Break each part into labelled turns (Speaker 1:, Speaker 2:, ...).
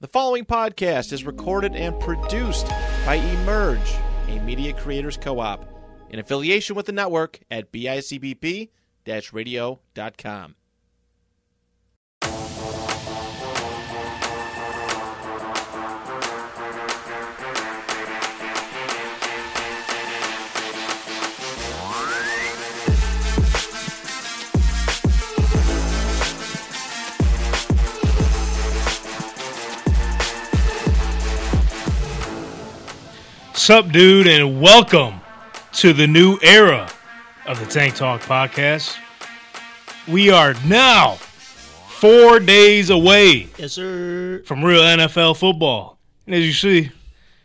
Speaker 1: The following podcast is recorded and produced by Emerge, a media creators co op, in affiliation with the network at bicbp radio.com.
Speaker 2: Sup, dude, and welcome to the new era of the Tank Talk podcast. We are now four days away
Speaker 3: Yes, sir.
Speaker 2: from real NFL football. And as you see,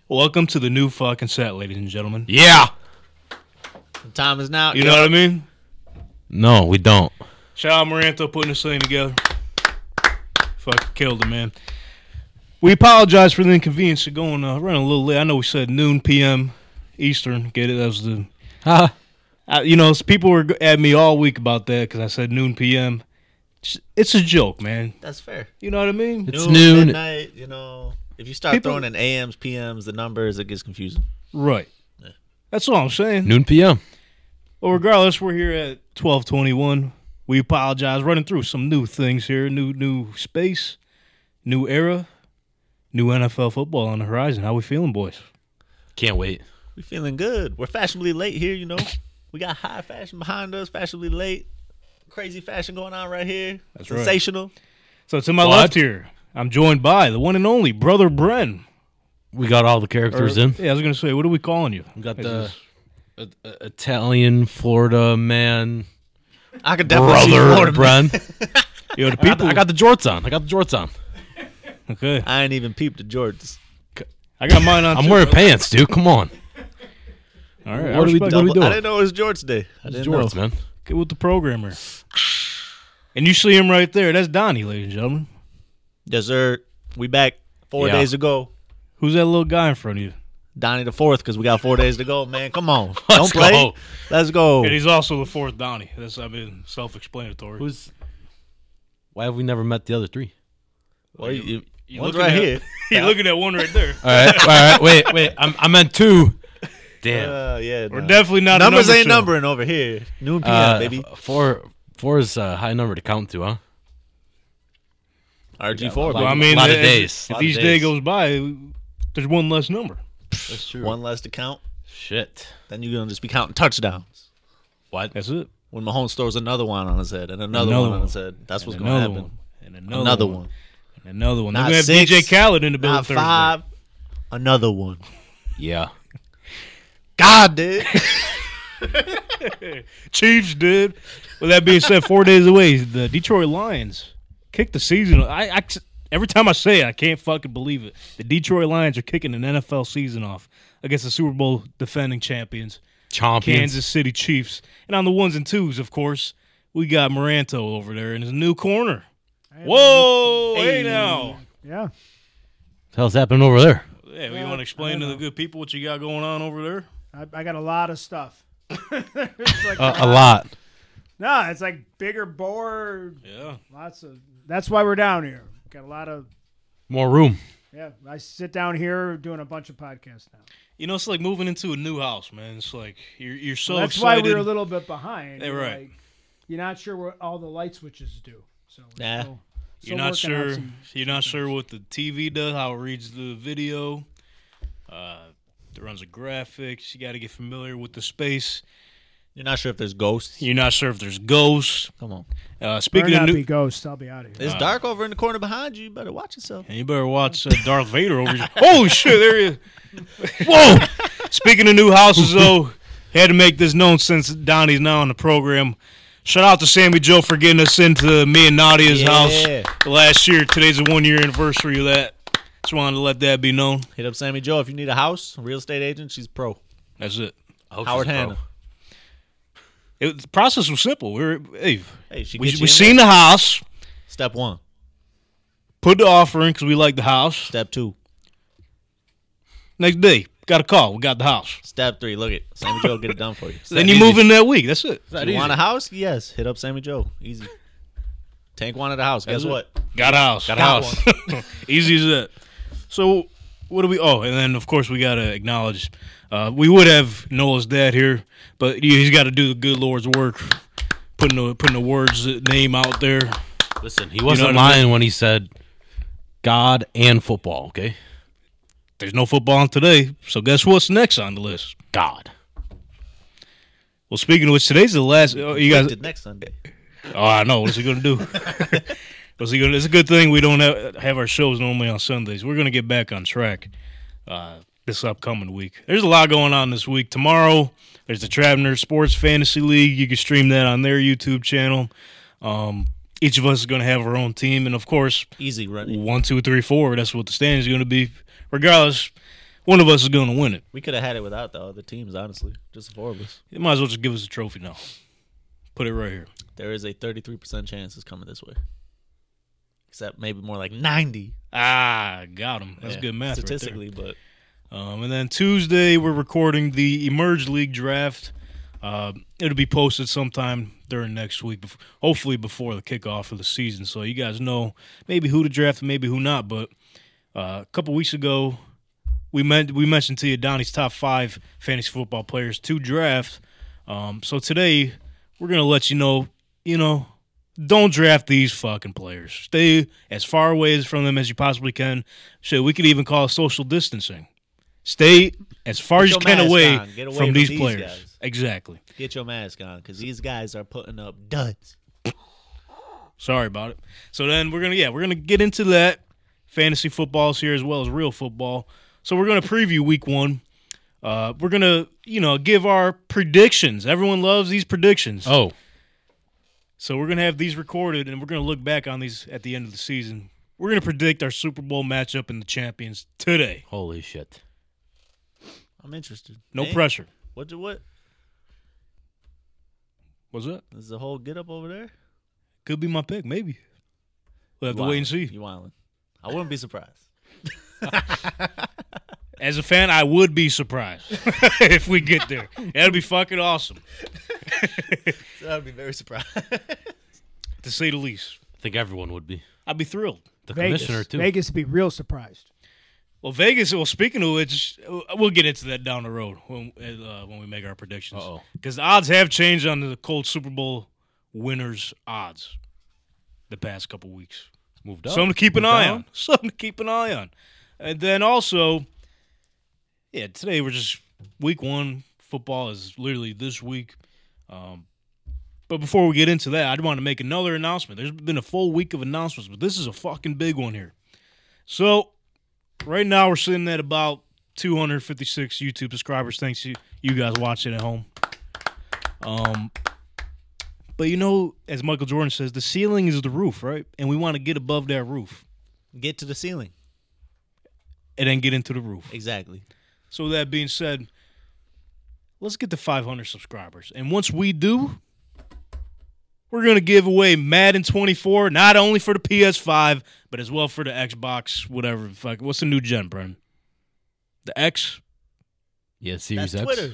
Speaker 2: welcome to the new fucking set, ladies and gentlemen.
Speaker 4: Yeah.
Speaker 3: The time is now.
Speaker 2: You know what I mean?
Speaker 4: No, we don't.
Speaker 2: Shout out Maranto putting this thing together. Fucking killed it, man. We apologize for the inconvenience of going uh, running a little late. I know we said noon p.m. Eastern. Get it? That was the
Speaker 4: Huh?
Speaker 2: I, you know, s- people were g- at me all week about that because I said noon p.m. It's- It's a joke, man.
Speaker 3: That's fair.
Speaker 2: You know what I mean?
Speaker 4: It's noon.
Speaker 3: Midnight, you know, if you start
Speaker 2: People-
Speaker 3: throwing in AMs, PMs, the numbers, it gets confusing.
Speaker 2: Right. That's all I'm saying.
Speaker 4: Noon p.m.
Speaker 2: Well, regardless, we're here at twelve twenty one. We apologize. Running through some new things here, new new space, new era, new NFL football on the horizon. How we feeling, boys?
Speaker 4: Can't wait.
Speaker 3: We feeling good. We're fashionably late here, you know. We got high fashion behind us, fashionably late. Crazy fashion going on right here.
Speaker 2: That's right.
Speaker 3: Sensational.
Speaker 2: So to my
Speaker 4: What?
Speaker 2: left here, I'm joined by the one and only brother Bren.
Speaker 4: We got all the
Speaker 2: Or-
Speaker 4: characters in.
Speaker 2: yeah, I was gonna say, what are we calling you?
Speaker 4: We got the uh, uh, Italian Florida man
Speaker 3: I could definitely see
Speaker 4: brother
Speaker 3: Florida. man.
Speaker 4: Bren.
Speaker 2: Yo, the
Speaker 4: I, got the-
Speaker 2: people.
Speaker 4: I got the jorts on. I got the jorts on.
Speaker 2: okay.
Speaker 3: I ain't even peeped the Jordans.
Speaker 2: I got mine on.
Speaker 4: I'm
Speaker 2: too.
Speaker 4: wearing pants, dude. Come on.
Speaker 2: All right.
Speaker 4: What are we
Speaker 2: doing?
Speaker 4: What are we
Speaker 3: Double- I
Speaker 4: doing?
Speaker 3: didn't know it was Jorts Day. I didn't
Speaker 4: Jorts,
Speaker 3: know.
Speaker 4: man.
Speaker 2: Get with the programmer. And you see him right there. That's Donnie, ladies and gentlemen.
Speaker 3: Yes, sir. We back four
Speaker 4: Yeah.
Speaker 3: days ago.
Speaker 2: Who's that little guy in front of you?
Speaker 3: Donnie the fourth, because we got four days to go, man. Come on.
Speaker 4: Let's
Speaker 3: Don't play.
Speaker 4: go.
Speaker 3: Let's go.
Speaker 2: And he's also the fourth Donnie. That's I mean self-explanatory.
Speaker 4: Who's. Why have we never met the other three?
Speaker 3: Well, you,
Speaker 2: You
Speaker 3: one's
Speaker 2: looking
Speaker 3: right
Speaker 2: at-
Speaker 3: here.
Speaker 2: He looking at one right there.
Speaker 4: All right. All right. Wait, wait. I'm, I meant two. Damn.
Speaker 3: Uh, yeah,
Speaker 2: We're
Speaker 3: no.
Speaker 2: definitely not a
Speaker 3: numbers
Speaker 2: number
Speaker 3: ain't
Speaker 2: show.
Speaker 3: numbering over here. Noon PM,
Speaker 4: Uh,
Speaker 3: baby.
Speaker 4: f- Four, four is a high number to count to, huh?
Speaker 3: RG four,
Speaker 2: Well, I
Speaker 3: baby.
Speaker 2: mean,
Speaker 4: Lot of
Speaker 2: as-
Speaker 4: days.
Speaker 2: If
Speaker 4: Lot
Speaker 2: each
Speaker 4: of
Speaker 2: day
Speaker 4: days.
Speaker 2: goes by, there's one less number.
Speaker 4: That's true.
Speaker 3: One less to count.
Speaker 4: Shit.
Speaker 3: Then you're gonna just be counting touchdowns.
Speaker 4: What?
Speaker 2: That's it.
Speaker 3: When Mahomes throws another one on his head and another,
Speaker 2: Another
Speaker 3: one, on
Speaker 2: one.
Speaker 3: his head, that's what's gonna
Speaker 2: Another
Speaker 3: happen.
Speaker 2: one. And another,
Speaker 3: Another
Speaker 2: one.
Speaker 3: one.
Speaker 2: And another one. They're
Speaker 3: Not
Speaker 2: gonna have
Speaker 3: six,
Speaker 2: DJ Khaled in the building
Speaker 3: Not
Speaker 2: Thursday.
Speaker 3: five. Another one.
Speaker 4: Yeah.
Speaker 3: God, dude.
Speaker 2: Chiefs did. With that being said, four days away, the Detroit Lions kicked the season. I, I every time I say it, I can't fucking believe it. The Detroit Lions are kicking an NFL season off against the Super Bowl defending champions,
Speaker 4: Chompions.
Speaker 2: Kansas City Chiefs, and on the ones and twos, of course, we got Moranto over there in his new corner. Whoa! Hey, now,
Speaker 5: Yeah.
Speaker 4: hell's happening over there?
Speaker 2: yeah, you want to explain to the good people what you got going on over there?
Speaker 5: I, I got a lot of stuff. It's like-
Speaker 4: Uh, a lot.
Speaker 5: no, it's like bigger board,
Speaker 2: Yeah,
Speaker 5: lots of. That's why we're down here. Got a lot of.
Speaker 4: More room.
Speaker 5: Yeah, I sit down here doing a bunch of podcasts now.
Speaker 2: you know, it's like moving into a new house, man. It's like you're you're so
Speaker 5: that's
Speaker 2: excited.
Speaker 5: why we were a little bit behind.
Speaker 2: Yeah,
Speaker 5: We're
Speaker 2: right.
Speaker 5: like, you're not sure what all the light switches do. So we're
Speaker 3: Nah.
Speaker 5: still- still
Speaker 2: you're not
Speaker 5: working out
Speaker 2: sure
Speaker 5: some-
Speaker 2: you're not sure what the TV does, how it reads the video, uh, it runs the graphics. You got to get familiar with the space.
Speaker 3: You're not sure if there's ghosts.
Speaker 2: You're not sure if there's ghosts.
Speaker 3: Come on.
Speaker 2: Uh,
Speaker 5: Better
Speaker 2: speaking
Speaker 5: not
Speaker 2: of
Speaker 5: be
Speaker 2: new,
Speaker 5: ghosts. I'll be out of here.
Speaker 3: It's dark over in the corner behind you. You better watch yourself.
Speaker 2: you better watch uh, Darth Vader over here. Holy shit! There he is. Whoa! Speaking of new houses, though, had to make this known since Donnie's now on the program. Shout out to Sammy Joe for getting us into me and Nadia's
Speaker 3: Yeah.
Speaker 2: house last year. Today's the one year anniversary of that. Just wanted to let that be known.
Speaker 3: Hit up Sammy Joe if you need a house. Real estate agent, she's pro.
Speaker 2: That's it.
Speaker 3: Howard Hanna.
Speaker 2: It, the process was simple. We were, hey,
Speaker 3: Hey, she
Speaker 2: we,
Speaker 3: gets you
Speaker 2: we
Speaker 3: in
Speaker 2: seen the house,
Speaker 3: there. step one,
Speaker 2: put the offer in because we liked the house.
Speaker 3: step two,
Speaker 2: Next day, got a call. We got the house.
Speaker 3: step three. Look it, Sammy Joe get it done for you.
Speaker 2: then you move in that week. That's it.
Speaker 3: you want a house? Yes. Hit up Sammy Joe. Easy. Tank wanted a house. Guess
Speaker 2: it.
Speaker 3: what?
Speaker 2: Got a house.
Speaker 4: Got a house.
Speaker 2: Easy as that. So what do we? Oh, and then of course we gotta acknowledge. Uh, we would have Noah's dad here, but he- he's got to do the good Lord's work, putting the putting the words uh, name out there.
Speaker 4: Listen, he
Speaker 2: what I
Speaker 4: wasn't
Speaker 2: mean?
Speaker 4: lying when he said God and football. Okay,
Speaker 2: There's no football on today, so guess what's next on the list?
Speaker 4: God.
Speaker 2: Well, speaking of which, today's the last. Oh, you guys,
Speaker 3: Did next Sunday.
Speaker 2: oh, I know. What's he gonna do? What's he gonna? It's a good thing we don't have, have our shows normally on Sundays. We're gonna get back on track uh, this upcoming week. There's a lot going on this week. Tomorrow, there's the Travener Sports Fantasy League. You can stream that on their YouTube channel. Um, each of us is gonna have our own team, and of course,
Speaker 3: Easy running.
Speaker 2: one, two, three, four. That's what the standings is gonna be. Regardless, one of us is gonna win it.
Speaker 3: We could have had it without the other teams, honestly. Just the four of us.
Speaker 2: You might as well just give us a trophy now. Put it right here.
Speaker 3: There is a 33% chance it's coming this way. Except maybe more like 90.
Speaker 2: Ah, got him. That's
Speaker 3: Yeah,
Speaker 2: good math. right there.
Speaker 3: Statistically, but
Speaker 2: Um, and then Tuesday, we're recording the Emerge League draft. Uh, it'll be posted sometime during next week, bef- hopefully before the kickoff of the season. So you guys know maybe who to draft, and maybe who not. But uh, a couple weeks ago, we meant we mentioned to you Donnie's top five fantasy football players to draft. Um, so today, we're gonna let you know, you know, don't draft these fucking players. Stay as far away as from them as you possibly can. Shit, we could even call it social distancing. Stay as far as you
Speaker 3: your
Speaker 2: can
Speaker 3: mask
Speaker 2: away,
Speaker 3: on. Get away
Speaker 2: from,
Speaker 3: from
Speaker 2: these
Speaker 3: these
Speaker 2: players.
Speaker 3: guys.
Speaker 2: Exactly.
Speaker 3: get your mask on because these guys are putting up duds.
Speaker 2: Sorry about it. So then we're gonna yeah we're gonna get into that fantasy footballs here as well as real football. So we're gonna preview week one. Uh, we're gonna you know give our predictions. Everyone loves these predictions.
Speaker 4: Oh,
Speaker 2: So we're gonna have these recorded, and we're gonna look back on these at the end of the season. We're gonna predict our Super Bowl matchup and the champions today.
Speaker 4: holy shit!
Speaker 3: I'm interested.
Speaker 2: No
Speaker 3: Man,
Speaker 2: pressure.
Speaker 3: What? you- What?
Speaker 2: Was it?
Speaker 3: Is the whole get up over there?
Speaker 2: Could be my pick, maybe. We'll have to
Speaker 3: You
Speaker 2: wait and
Speaker 3: wildin'.
Speaker 2: see.
Speaker 3: You wildin'. I wouldn't be surprised.
Speaker 2: As a fan, I would be surprised if we get there. That'd be fucking awesome,
Speaker 3: I'd be very surprised.
Speaker 2: to say the least.
Speaker 4: I think everyone would be
Speaker 2: I'd be thrilled.
Speaker 4: the commissioner
Speaker 5: Vegas.
Speaker 4: too.
Speaker 5: Vegas would be real surprised.
Speaker 2: Well, Vegas. Well, speaking of which, we'll get into that down the road when uh, when we make our predictions.
Speaker 4: Uh-oh.
Speaker 2: because the odds have changed on the cold Super Bowl winners' odds the past couple weeks.
Speaker 4: Moved up.
Speaker 2: Something to keep an
Speaker 4: Moved
Speaker 2: eye
Speaker 4: down.
Speaker 2: on. Something to keep an eye on. And then also, yeah, today we're just week one. Football is literally this week. Um, but before we get into that, I'd want to make another announcement. There's been a full week of announcements, but this is a fucking big one here. So, right now we're sitting at about 256 YouTube subscribers. Thanks you, you guys watching at home. Um, but you know, as Michael Jordan says, the ceiling is the roof, right? And we want to get above that roof
Speaker 3: Get to the ceiling.
Speaker 2: and then get into the roof.
Speaker 3: Exactly.
Speaker 2: So with that being said, let's get to 500 subscribers. And once we do, we're going to give away Madden 24 not only for the PS5, but as well for the Xbox, whatever. Fuck, what's the new gen, Brennan? The X?
Speaker 4: Yeah,
Speaker 3: That's
Speaker 4: Series X.
Speaker 3: Twitter.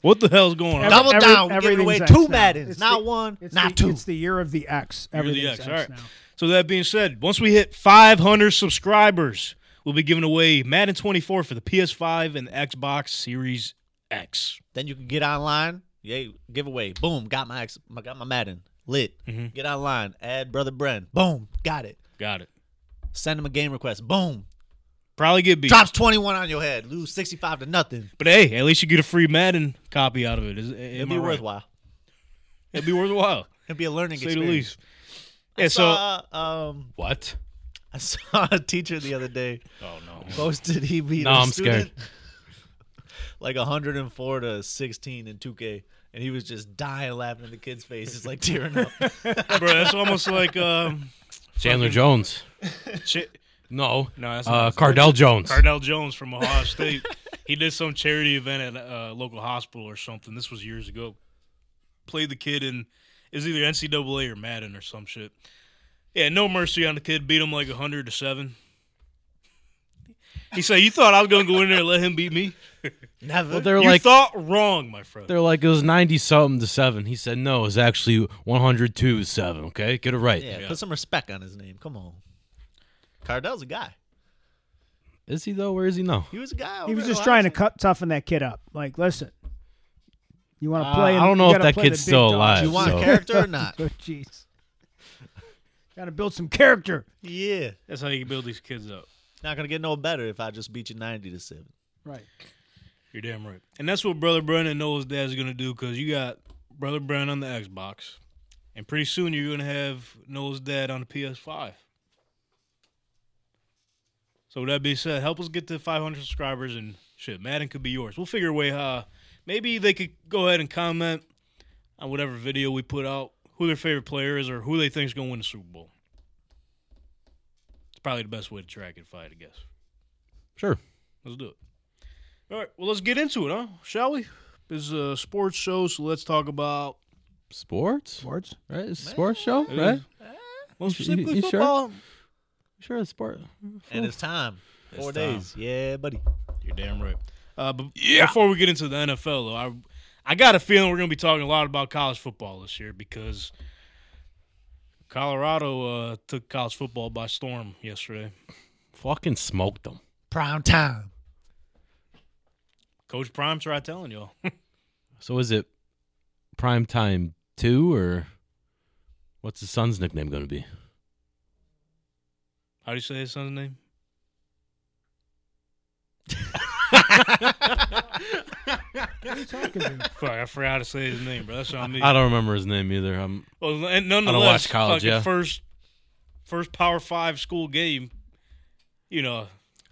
Speaker 2: What the hell's going on?
Speaker 5: Every-
Speaker 3: Double
Speaker 5: every-
Speaker 3: down. We're giving
Speaker 5: everything's
Speaker 3: away
Speaker 5: X
Speaker 3: two
Speaker 5: now.
Speaker 3: Maddens.
Speaker 5: It's
Speaker 3: Not
Speaker 5: the-
Speaker 3: one,
Speaker 5: it's
Speaker 3: not
Speaker 5: the-
Speaker 3: two.
Speaker 5: It's the year of the X.
Speaker 2: Year of the
Speaker 5: Everything's
Speaker 2: X,
Speaker 5: X,
Speaker 2: all right.
Speaker 5: now.
Speaker 2: So that being said, once we hit 500 subscribers, we'll be giving away Madden 24 for the PS5 and the Xbox Series X.
Speaker 3: Then you can get online. Yay, giveaway. Boom, got my ex, my- got my Madden lit.
Speaker 2: Mm-hmm.
Speaker 3: Get online. Add brother Bren. Boom, got it.
Speaker 2: Got it.
Speaker 3: Send him a game request. Boom,
Speaker 2: Probably get beat.
Speaker 3: drops twenty one on your head. Lose sixty five to nothing.
Speaker 2: But hey, at least you get a free Madden copy out of it. Is,
Speaker 3: It'd be worthwhile.
Speaker 2: It'd be worthwhile.
Speaker 3: It'd be a learning
Speaker 2: say the
Speaker 3: experience.
Speaker 2: least. Yeah. So.
Speaker 3: Saw, um,
Speaker 4: What?
Speaker 3: I saw a teacher the other day
Speaker 2: oh no.
Speaker 3: posted he beat
Speaker 4: No,
Speaker 3: a
Speaker 4: I'm
Speaker 3: student like 104 to 16 in 2K, and he was just dying laughing in the kid's face, just like tearing up.
Speaker 2: Bro, that's almost like um.
Speaker 4: Chandler Jones.
Speaker 2: Ch-
Speaker 4: No.
Speaker 2: No, that's
Speaker 4: Uh,
Speaker 2: not-
Speaker 4: Cardell Jones.
Speaker 2: Cardell Jones from Ohio State. he did some charity event at a local hospital or something. This was years ago. Played the kid in it was either NCAA or Madden or some shit. Yeah, no mercy on the kid. Beat him like hundred to seven. He said, "You thought I was gonna go in there and let him beat me?
Speaker 3: Never.
Speaker 4: Well, they're
Speaker 2: you
Speaker 4: like
Speaker 2: thought wrong, my friend."
Speaker 4: they're like it was ninety something to seven. He said no, it's actually one hundred two to seven. Okay, get it right.
Speaker 3: yeah,
Speaker 2: Yeah.
Speaker 3: put some respect on his name. Come on. Cardell's a guy.
Speaker 4: Is he though? Where is he now?
Speaker 3: He was a guy.
Speaker 6: He
Speaker 3: over
Speaker 6: was
Speaker 3: in
Speaker 6: just trying to
Speaker 3: Ohio
Speaker 6: cut, toughen that kid up. Like, listen, you want
Speaker 4: Uh,
Speaker 6: to play?
Speaker 4: I
Speaker 6: in-
Speaker 4: don't know
Speaker 6: you
Speaker 4: if
Speaker 6: gotta
Speaker 4: that
Speaker 6: play the
Speaker 4: kid's
Speaker 6: big
Speaker 4: still
Speaker 6: dogs.
Speaker 4: alive,
Speaker 3: State. You want
Speaker 4: so-
Speaker 3: character or not?
Speaker 6: Oh, jeez. Got to build some character.
Speaker 3: Yeah.
Speaker 2: That's how you build these kids up.
Speaker 3: Not gonna get no better if I just beat you ninety to seven.
Speaker 6: Right.
Speaker 2: You're damn right. And that's what Brother Brennan Noah's dad's gonna do because you got Brother Brennan on the Xbox, and pretty soon you're gonna have Noah's dad on the PS5. So with that being said, help us get to 500 subscribers and shit. Madden could be yours. We'll figure a way how. Maybe they could go ahead and comment on whatever video we put out, who their favorite player is, or who they think's gonna win the Super Bowl. It's probably the best way to track it, if I had to guess.
Speaker 4: Sure.
Speaker 2: Let's do it. All right. Well, let's get into it, huh? Shall we? This is a sports show, so let's talk about
Speaker 4: Sports,
Speaker 6: Words.
Speaker 4: right? It's a sports show,
Speaker 2: It
Speaker 4: right?
Speaker 2: is. well,
Speaker 4: You-
Speaker 2: specifically
Speaker 4: you sure?
Speaker 2: football.
Speaker 4: Sure, it's sport.
Speaker 3: And it's time. Four
Speaker 4: time.
Speaker 3: days. Yeah, buddy.
Speaker 2: You're damn right. Uh, but before we get into the NFL, though, I I got a feeling we're going to be talking a lot about college football this year because Colorado uh, took college football by storm yesterday.
Speaker 4: Fucking smoked them.
Speaker 3: Prime time.
Speaker 2: Coach Prime tried telling y'all.
Speaker 4: So is it prime time two or what's his son's nickname going to be?
Speaker 2: How do you say his son's name?
Speaker 6: What are you talking about?
Speaker 2: Fuck, I forgot how to say his name, bro. That's what I mean.
Speaker 4: I don't remember his name either. I'm
Speaker 2: Well, and nonetheless,
Speaker 4: watch college,
Speaker 2: fucking
Speaker 4: yeah.
Speaker 2: first first Power Five school game. You know,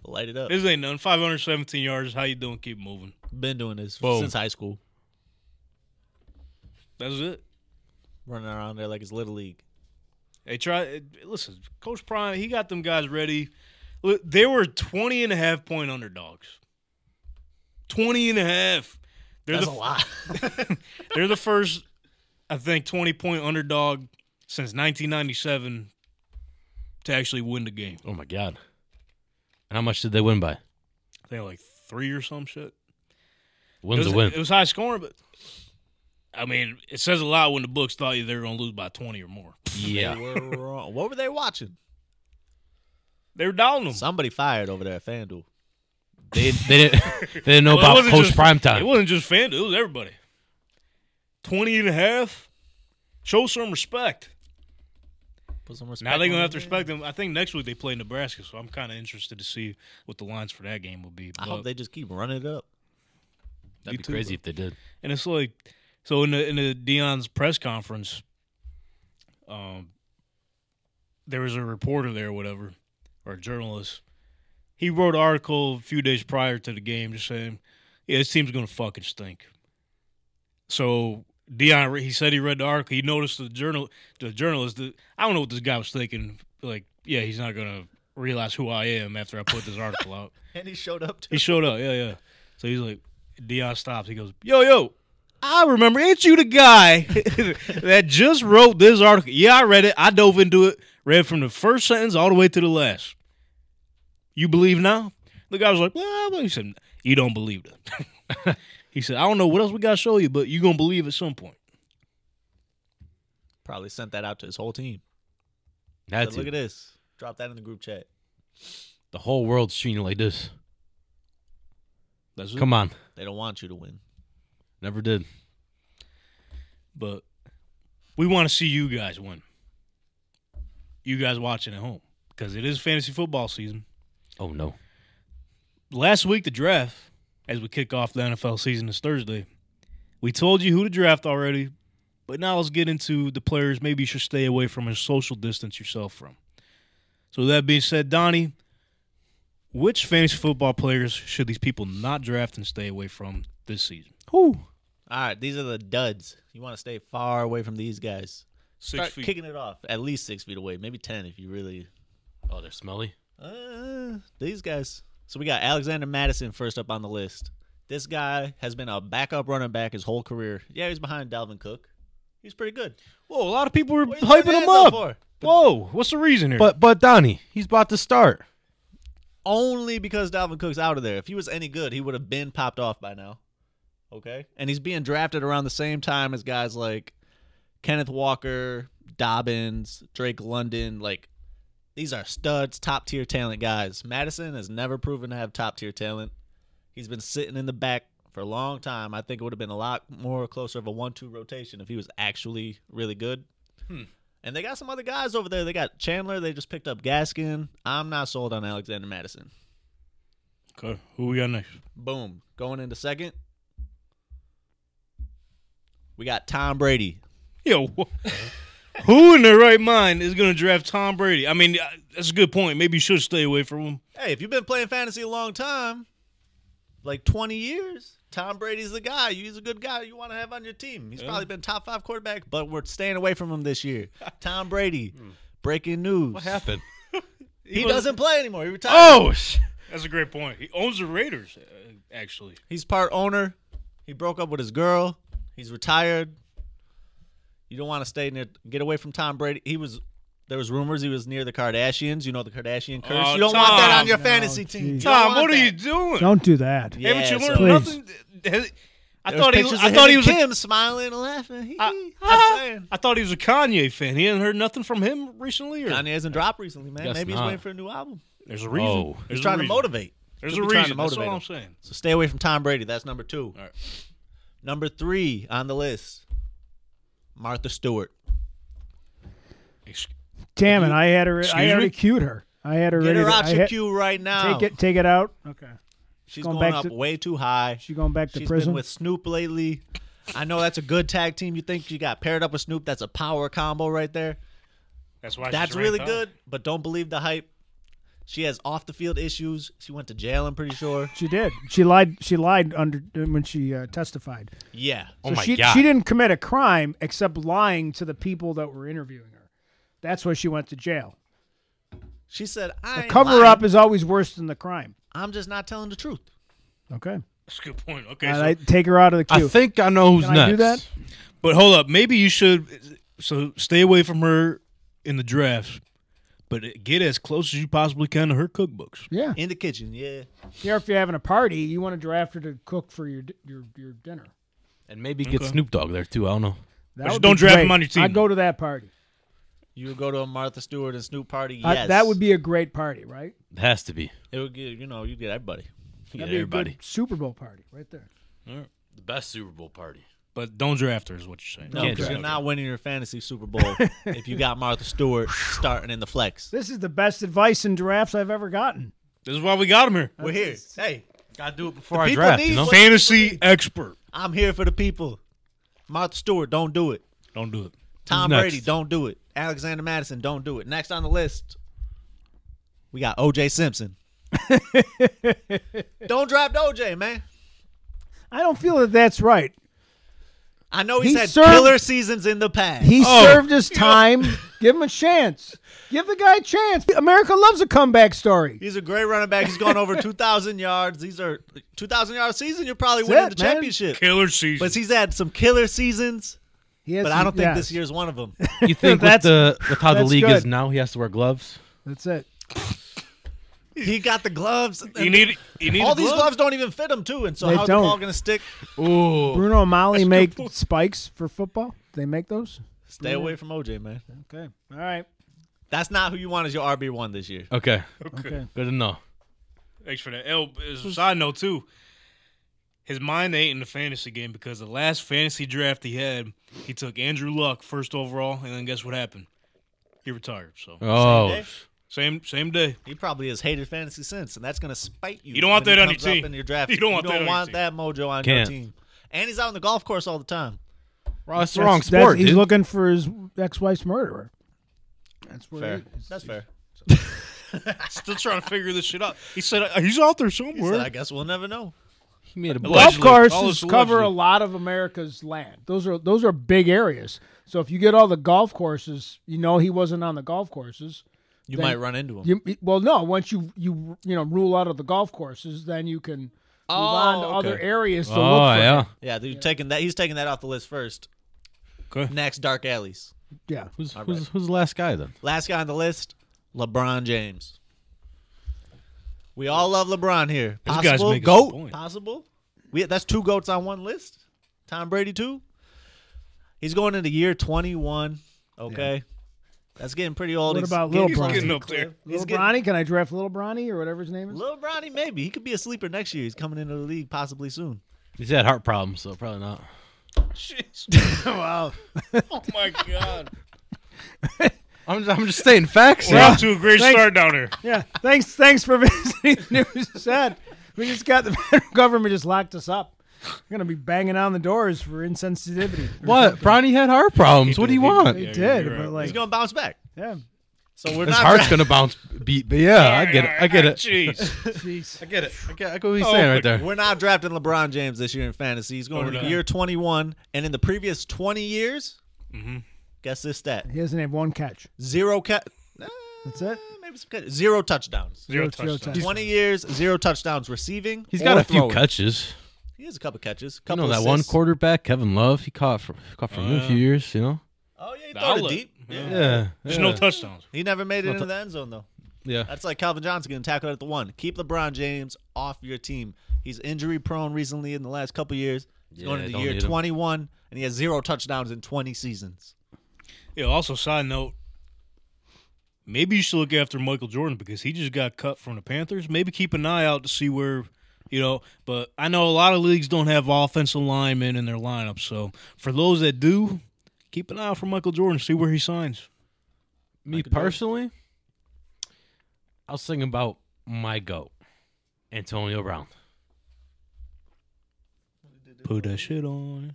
Speaker 3: Light it up.
Speaker 2: this ain't nothing. Five hundred seventeen yards. How you doing? Keep moving.
Speaker 3: Been doing this
Speaker 4: Boom.
Speaker 3: since high school.
Speaker 2: That's it.
Speaker 3: Running around there like it's little league.
Speaker 2: They try. it- Listen, Coach Prime, he got them guys ready. Look, They were 20 and a half point underdogs. 20 and a half. They're
Speaker 3: That's
Speaker 2: the,
Speaker 3: a lot.
Speaker 2: They're the first, I think, 20 point underdog since 1997 to actually win the game.
Speaker 4: oh my god. And how much did they win by?
Speaker 2: I think like three or some shit.
Speaker 4: Wins
Speaker 2: it was,
Speaker 4: a win.
Speaker 2: It was high scoring, but I mean, it says a lot when the books thought you they were going to lose by twenty or more.
Speaker 3: They were wrong. What were they watching?
Speaker 2: They were down them.
Speaker 3: Somebody fired over there at FanDuel.
Speaker 4: they they didn't they didn't know
Speaker 2: Well, it
Speaker 4: about
Speaker 2: wasn't
Speaker 4: Coach
Speaker 2: just-
Speaker 4: Prime
Speaker 2: It
Speaker 4: Time.
Speaker 2: wasn't just FanDuel; it was everybody. 20 and a half. Show some respect.
Speaker 3: Put some respect.
Speaker 2: Now they're
Speaker 3: on
Speaker 2: gonna have to
Speaker 3: it.
Speaker 2: respect them. I think next week they play Nebraska, so I'm kind of interested to see what the lines for that game will be.
Speaker 3: I
Speaker 2: But-
Speaker 3: hope they just keep running it up.
Speaker 4: That'd
Speaker 2: You
Speaker 4: be
Speaker 2: too,
Speaker 4: crazy if they did.
Speaker 2: And it's like, so in the in the Dion's press conference, um, there was a reporter there, or whatever, or a journalist. He wrote an article a few days prior to the game, just saying, "Yeah, this team's gonna fucking stink." So Dion, re- he said he read the article. He noticed the journal, the journalist. The, I don't know what this guy was thinking. Like, yeah, he's not gonna realize who I am after I put this article out.
Speaker 3: And he showed up to
Speaker 2: He showed up. Yeah, yeah. So he's like, Dion stops. He goes, Yo, yo, I remember. Ain't you the guy that just wrote this article? Yeah, I read it. I dove into it. Read from the first sentence all the way to the last. You believe now? The guy was like, Well, well," he said, You don't believe that. he said, I don't know what else we got to show you, but you going to believe at some point.
Speaker 3: probably sent that out to his whole team.
Speaker 4: Had
Speaker 3: Said,
Speaker 4: to.
Speaker 3: Look at this. Drop that in the group chat.
Speaker 4: The whole world's treating you like this.
Speaker 2: That's it.
Speaker 4: Come on.
Speaker 3: They don't want you to win.
Speaker 4: Never did.
Speaker 2: But we want to see you guys win. You guys watching at home because it is fantasy football season.
Speaker 4: Oh no.
Speaker 2: last week the draft, as we kick off the NFL season this Thursday, we told you who to draft already, but now let's get into the players maybe you should stay away from and social distance yourself from. So with that being said, Donnie, which fantasy football players should these people not draft and stay away from this season?
Speaker 3: All right, these are the duds. You want to stay far away from these guys.
Speaker 2: Six
Speaker 3: Start kicking it off. At least six feet away. Maybe ten if you really
Speaker 4: Oh, they're smelly.
Speaker 3: Uh, these guys. So we got Alexander Madison first up on the list. This guy has been a backup running back his whole career. Yeah, he's behind Dalvin Cook. He's pretty good.
Speaker 2: Whoa, a lot of people were
Speaker 3: What are you
Speaker 2: hyping
Speaker 3: putting
Speaker 2: them
Speaker 3: hands
Speaker 2: up.
Speaker 3: up for?
Speaker 2: Whoa, what's the reason here?
Speaker 4: But but Donnie, he's about to start.
Speaker 3: Only because Dalvin Cook's out of there. If he was any good, he would have been popped off by now. Okay? And he's being drafted around the same time as guys like Kenneth Walker, Dobbins, Drake London. Like, These are studs, top tier talent guys. Madison has never proven to have top tier talent. He's been sitting in the back for a long time. I think it would have been a lot more closer of a one two rotation if he was actually really good. And they got some other guys over there. They got Chandler. They just picked up Gaskin. I'm not sold on Alexander Madison.
Speaker 2: Okay, who we got next?
Speaker 3: Boom. Going into second. We got Tom Brady.
Speaker 2: Yo, wh- who in their right mind is going to draft Tom Brady? I mean, uh, that's a good point. Maybe you should stay away from him.
Speaker 3: Hey, if you've been playing fantasy a long time, like 20 years, Tom Brady's the guy. He's a good guy you want to have on your team. He's probably been top five quarterback, but we're staying away from him this year. Tom Brady. Breaking news.
Speaker 4: What happened?
Speaker 3: He, doesn't play anymore. He retired.
Speaker 4: oh, sh-
Speaker 2: That's a great point. He owns the Raiders, uh, actually.
Speaker 3: He's part owner. He broke up with his girl. He's retired. You don't want to stay near. Get away from Tom Brady. He was. There was rumors he was near the Kardashians. You know the Kardashian curse.
Speaker 2: Oh,
Speaker 3: you don't want that
Speaker 2: Tom.
Speaker 3: on your fantasy team. You
Speaker 5: geez.
Speaker 3: don't
Speaker 2: Tom,
Speaker 3: want
Speaker 2: what are
Speaker 3: that.
Speaker 2: you doing?
Speaker 5: Don't do that.
Speaker 3: Yeah,
Speaker 2: Haven't you
Speaker 3: so-
Speaker 2: learned nothing? Has- I
Speaker 3: There
Speaker 2: thought, he,
Speaker 3: pictures
Speaker 2: I
Speaker 3: of
Speaker 2: thought
Speaker 3: him
Speaker 2: he
Speaker 3: and
Speaker 2: was. A,
Speaker 3: Kim smiling and laughing. Hee
Speaker 2: I,
Speaker 3: hee.
Speaker 2: I-
Speaker 3: I'm saying.
Speaker 2: I thought he was a Kanye fan. He hadn't heard nothing from him recently, or
Speaker 3: Kanye hasn't dropped recently, man.
Speaker 4: Guess
Speaker 3: Maybe he's
Speaker 4: not.
Speaker 3: waiting for a new album.
Speaker 2: there's a reason.
Speaker 4: Oh.
Speaker 2: There's
Speaker 3: He's
Speaker 2: a
Speaker 3: trying to
Speaker 2: reason.
Speaker 3: motivate.
Speaker 2: There's
Speaker 3: Could
Speaker 2: a
Speaker 3: be trying to
Speaker 2: reason. That's all
Speaker 3: motivate
Speaker 2: I'm
Speaker 3: him.
Speaker 2: saying.
Speaker 3: So stay away from Tom Brady. That's number two.
Speaker 2: All right.
Speaker 3: Number three on the list, Martha Stewart.
Speaker 2: Ex-
Speaker 5: Damn it! I had her.
Speaker 2: Excuse
Speaker 5: I already
Speaker 2: me?
Speaker 5: queued her. I had her
Speaker 3: Get
Speaker 5: ready.
Speaker 3: her
Speaker 5: to-
Speaker 3: out
Speaker 5: I
Speaker 3: your
Speaker 5: had-
Speaker 3: queue right now.
Speaker 5: Take it. Take it out. Okay.
Speaker 3: She's
Speaker 5: Going
Speaker 3: going, up
Speaker 5: back to-
Speaker 3: way too high.
Speaker 5: She going back to
Speaker 3: She's
Speaker 5: prison.
Speaker 3: been with Snoop lately. I know that's a good tag team. You think she got paired up with Snoop? That's a power combo right there.
Speaker 2: That's why. she's
Speaker 3: That's really
Speaker 2: ranked high.
Speaker 3: good, but don't believe the hype. She has off the field issues. She went to jail, I'm pretty sure.
Speaker 5: she did. She lied. She lied under when she uh, testified.
Speaker 3: Yeah.
Speaker 4: oh
Speaker 5: So
Speaker 4: my
Speaker 5: she,
Speaker 4: god!
Speaker 5: she didn't commit a crime except lying to the people that were interviewing her. That's why she went to jail.
Speaker 3: She said, I
Speaker 5: The
Speaker 3: ain't
Speaker 5: cover
Speaker 3: lying.
Speaker 5: up is always worse than the crime.
Speaker 3: I'm just not telling the truth.
Speaker 5: Okay.
Speaker 2: That's a good point. Okay,
Speaker 5: And
Speaker 2: so-
Speaker 5: I take her out of the queue.
Speaker 4: I think I know who's
Speaker 5: Can
Speaker 4: next.
Speaker 5: I do that?
Speaker 2: But hold up, maybe you should. So stay away from her in the draft, but get as close as you possibly can to her cookbooks.
Speaker 5: Yeah.
Speaker 3: In the kitchen, yeah.
Speaker 5: Here, if you're having a party, you want to draft her to cook for your d- your your dinner.
Speaker 4: And maybe get
Speaker 2: Okay.
Speaker 4: Snoop Dogg there too. I don't know.
Speaker 2: But
Speaker 5: That would
Speaker 2: you don't
Speaker 5: be
Speaker 2: draft
Speaker 5: great.
Speaker 2: him on your team.
Speaker 5: I'd go to that party.
Speaker 3: You would go to a Martha Stewart and Snoop party. Yes.
Speaker 5: I- that would be a great party, right?
Speaker 4: It has to be.
Speaker 3: It would get, you know, you'd get everybody.
Speaker 4: You
Speaker 5: That'd
Speaker 4: get
Speaker 5: be
Speaker 4: everybody.
Speaker 5: a good Super Bowl party right there.
Speaker 4: The best Super Bowl party.
Speaker 2: But don't draft her, is what you're saying.
Speaker 3: No,
Speaker 4: Can't
Speaker 3: because
Speaker 4: do
Speaker 3: you're
Speaker 4: that.
Speaker 3: not winning your fantasy Super Bowl if you got Martha Stewart starting in the flex.
Speaker 5: This is the best advice in drafts I've ever gotten.
Speaker 2: This is why we got him here.
Speaker 3: We're here. Hey,
Speaker 4: Gotta do it before
Speaker 3: The
Speaker 4: I
Speaker 3: people
Speaker 4: draft.
Speaker 3: need
Speaker 4: you know?
Speaker 3: what-
Speaker 2: Fantasy expert.
Speaker 3: I'm here for the people. Martha Stewart, don't do it.
Speaker 2: Don't do it.
Speaker 3: Tom
Speaker 4: next?
Speaker 3: Brady, don't do it. Alexander Madison, don't do it. Next on the list, we got OJ Simpson. don't draft OJ, man.
Speaker 5: I don't feel that that's right.
Speaker 3: I know he's
Speaker 5: He
Speaker 3: had
Speaker 5: served-
Speaker 3: killer seasons in the past.
Speaker 5: He
Speaker 2: Oh.
Speaker 5: served his time. Give him a chance. Give the guy a chance. America loves a comeback story.
Speaker 3: he's a great running back. He's gone over 2,000 yards. These are 2,000 yard season. You're probably
Speaker 5: That's
Speaker 3: winning
Speaker 5: it,
Speaker 3: the
Speaker 5: man.
Speaker 3: championship.
Speaker 2: Killer season.
Speaker 3: But he's had some killer seasons,
Speaker 5: He has
Speaker 3: but
Speaker 5: some-
Speaker 3: I don't think
Speaker 5: yes.
Speaker 3: this year's one of them.
Speaker 4: You think with
Speaker 5: That's-
Speaker 4: the with how the
Speaker 5: that's
Speaker 4: league is
Speaker 5: good.
Speaker 4: now, he has to wear gloves.
Speaker 5: That's it.
Speaker 3: he got the gloves.
Speaker 2: you need. You need
Speaker 3: all
Speaker 2: a
Speaker 3: these
Speaker 2: glove?
Speaker 3: gloves don't even fit him, too. And so
Speaker 5: They
Speaker 3: how's
Speaker 5: don't.
Speaker 3: the ball going to stick?
Speaker 4: Ooh,
Speaker 5: Bruno O'Malley make spikes for football. They make those.
Speaker 3: Stay away from OJ, man.
Speaker 5: Okay. All right.
Speaker 3: That's not who you want as your RB1 this year.
Speaker 4: Okay,
Speaker 5: Okay.
Speaker 4: good to know.
Speaker 2: Thanks for that. L, as a side note too, his mind ain't in the fantasy game because the last fantasy draft he had, he took Andrew Luck first overall, and then guess what happened? He retired. So
Speaker 4: Oh,
Speaker 3: day?
Speaker 2: same same day.
Speaker 3: He probably has hated fantasy since, and that's going to spite you.
Speaker 2: You don't want
Speaker 3: when
Speaker 2: that
Speaker 3: he
Speaker 2: on your
Speaker 3: comes up
Speaker 2: team.
Speaker 3: In your draft.
Speaker 2: You don't want that on your
Speaker 3: that mojo on
Speaker 4: Can't.
Speaker 3: your team. And he's out on the golf course all the time.
Speaker 4: Bro, that's the
Speaker 5: That's-
Speaker 4: wrong
Speaker 5: that's-
Speaker 4: sport,
Speaker 5: he's
Speaker 4: dude.
Speaker 5: looking for his ex-wife's murderer. That's where
Speaker 3: Fair.
Speaker 5: he is.
Speaker 3: That's fair.
Speaker 2: Still trying to figure this shit out. He said uh, he's out there
Speaker 3: He said, I
Speaker 2: somewhere.
Speaker 3: guess we'll never know.
Speaker 4: he made a
Speaker 2: Allegedly.
Speaker 5: Golf
Speaker 2: All
Speaker 5: courses
Speaker 2: is
Speaker 5: cover a
Speaker 2: allegedly.
Speaker 5: lot of America's land. Those are those are big areas. So if you get all the golf courses, you know he wasn't on the golf courses.
Speaker 3: You
Speaker 5: Then-
Speaker 3: might run into him.
Speaker 5: You, well, no. Once you you you know rule out of the golf courses, then you can move on to
Speaker 3: Oh,
Speaker 5: other
Speaker 3: okay.
Speaker 5: areas to
Speaker 4: Oh
Speaker 5: look for.
Speaker 4: yeah,
Speaker 5: him.
Speaker 3: yeah, they're taking that. He's taking that off the list first.
Speaker 2: Okay.
Speaker 3: Next, dark alleys.
Speaker 5: Yeah.
Speaker 4: who's who's, who's the last guy then?
Speaker 3: Last guy on the list, LeBron James. We all love LeBron here.
Speaker 2: This guy's
Speaker 3: Possible
Speaker 2: making some
Speaker 3: goat.
Speaker 2: point.
Speaker 3: Possible. We that's two goats on one list. Tom Brady too. He's going into year twenty one. Okay. That's getting pretty old.
Speaker 5: What
Speaker 3: He's
Speaker 5: about
Speaker 3: getting
Speaker 5: Lil
Speaker 3: close to
Speaker 5: Bronny?
Speaker 3: the
Speaker 2: Up there.
Speaker 3: cliff.
Speaker 5: Little
Speaker 3: He's getting-
Speaker 5: Bronny, can I draft Little Bronny or whatever his name is?
Speaker 3: Lil Bronny, maybe he could be a sleeper next year. He's coming into the league possibly soon.
Speaker 4: He's had heart problems, so probably not.
Speaker 5: wow.
Speaker 2: Oh my god.
Speaker 4: I'm just, I'm just stating facts.
Speaker 2: We're
Speaker 4: here.
Speaker 2: off to a great
Speaker 5: Thanks.
Speaker 2: start down here.
Speaker 5: Yeah. Thanks. Thanks for visiting the news set. We just got the federal government just locked us up. We're gonna be banging on the doors for insensitivity.
Speaker 4: What? Bronny had heart problems. What do you want?
Speaker 5: They
Speaker 4: His
Speaker 5: did,
Speaker 2: you're
Speaker 5: but
Speaker 2: right.
Speaker 5: like,
Speaker 3: He's gonna bounce back.
Speaker 5: yeah,
Speaker 3: So we're not.
Speaker 4: heart's gonna bounce. Beat, but yeah, I get it. I get it.
Speaker 2: Jeez.
Speaker 4: I get it. I get, I get what he's
Speaker 2: Oh
Speaker 4: saying
Speaker 2: my
Speaker 4: right there.
Speaker 3: We're not drafting LeBron James this year in fantasy. He's going
Speaker 2: Oh,
Speaker 3: to
Speaker 2: no.
Speaker 3: year 21, and in the previous 20 years,
Speaker 2: Mm-hmm.
Speaker 3: guess this stat:
Speaker 5: he doesn't have one catch.
Speaker 3: zero cat.
Speaker 5: That's it.
Speaker 3: Maybe some catch- zero touchdowns.
Speaker 2: Zero
Speaker 5: Zero
Speaker 2: touchdowns.
Speaker 5: touchdowns.
Speaker 3: 20 years, zero touchdowns receiving.
Speaker 4: He's
Speaker 3: or
Speaker 4: got a few
Speaker 3: throwing.
Speaker 4: catches.
Speaker 3: He has a couple catches.
Speaker 4: You
Speaker 3: Couple
Speaker 4: know that one
Speaker 3: assists.
Speaker 4: quarterback, Kevin Love. He caught from, caught from him a few years. You know.
Speaker 3: Oh yeah, he
Speaker 2: The
Speaker 3: threw
Speaker 2: outlet.
Speaker 3: it deep. Yeah.
Speaker 4: Yeah.
Speaker 2: There's no touchdowns.
Speaker 3: He never made it into the end zone though.
Speaker 4: Yeah.
Speaker 3: That's like Calvin Johnson getting tackled at the one. Keep LeBron James off your team. He's injury prone recently in the last couple years. He's
Speaker 4: Yeah,
Speaker 3: going into
Speaker 4: don't
Speaker 3: year
Speaker 4: need him.
Speaker 3: 21, and he has zero touchdowns in 20 seasons.
Speaker 2: Yeah, also side note, maybe you should look after Michael Jordan because he just got cut from the Panthers. Maybe keep an eye out to see where you know, but I know a lot of leagues don't have offensive linemen in their lineup. So for those that do, keep an eye out for Michael Jordan, see where he signs.
Speaker 4: Me personally, I was thinking about my goat, Antonio Brown.
Speaker 2: Put that shit on.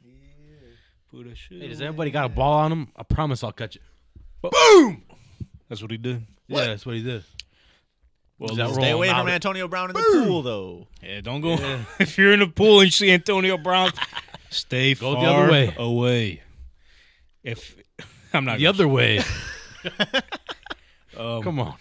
Speaker 2: Put that shit.
Speaker 4: Hey,
Speaker 2: on.
Speaker 4: does anybody got a ball on him? I promise I'll catch it.
Speaker 2: That's what he did.
Speaker 4: Yeah, that's what he did.
Speaker 2: Well,
Speaker 4: Is that
Speaker 3: Stay
Speaker 4: wrong?
Speaker 3: away
Speaker 4: Out
Speaker 3: from
Speaker 4: of-
Speaker 3: Antonio Brown in the pool though.
Speaker 2: yeah, don't go. if you're in the pool and you see Antonio Brown, stay
Speaker 4: Go the
Speaker 2: far
Speaker 4: other way.
Speaker 2: away. If I'm not
Speaker 4: The
Speaker 2: gonna-
Speaker 4: other way.
Speaker 2: um,
Speaker 4: Come on.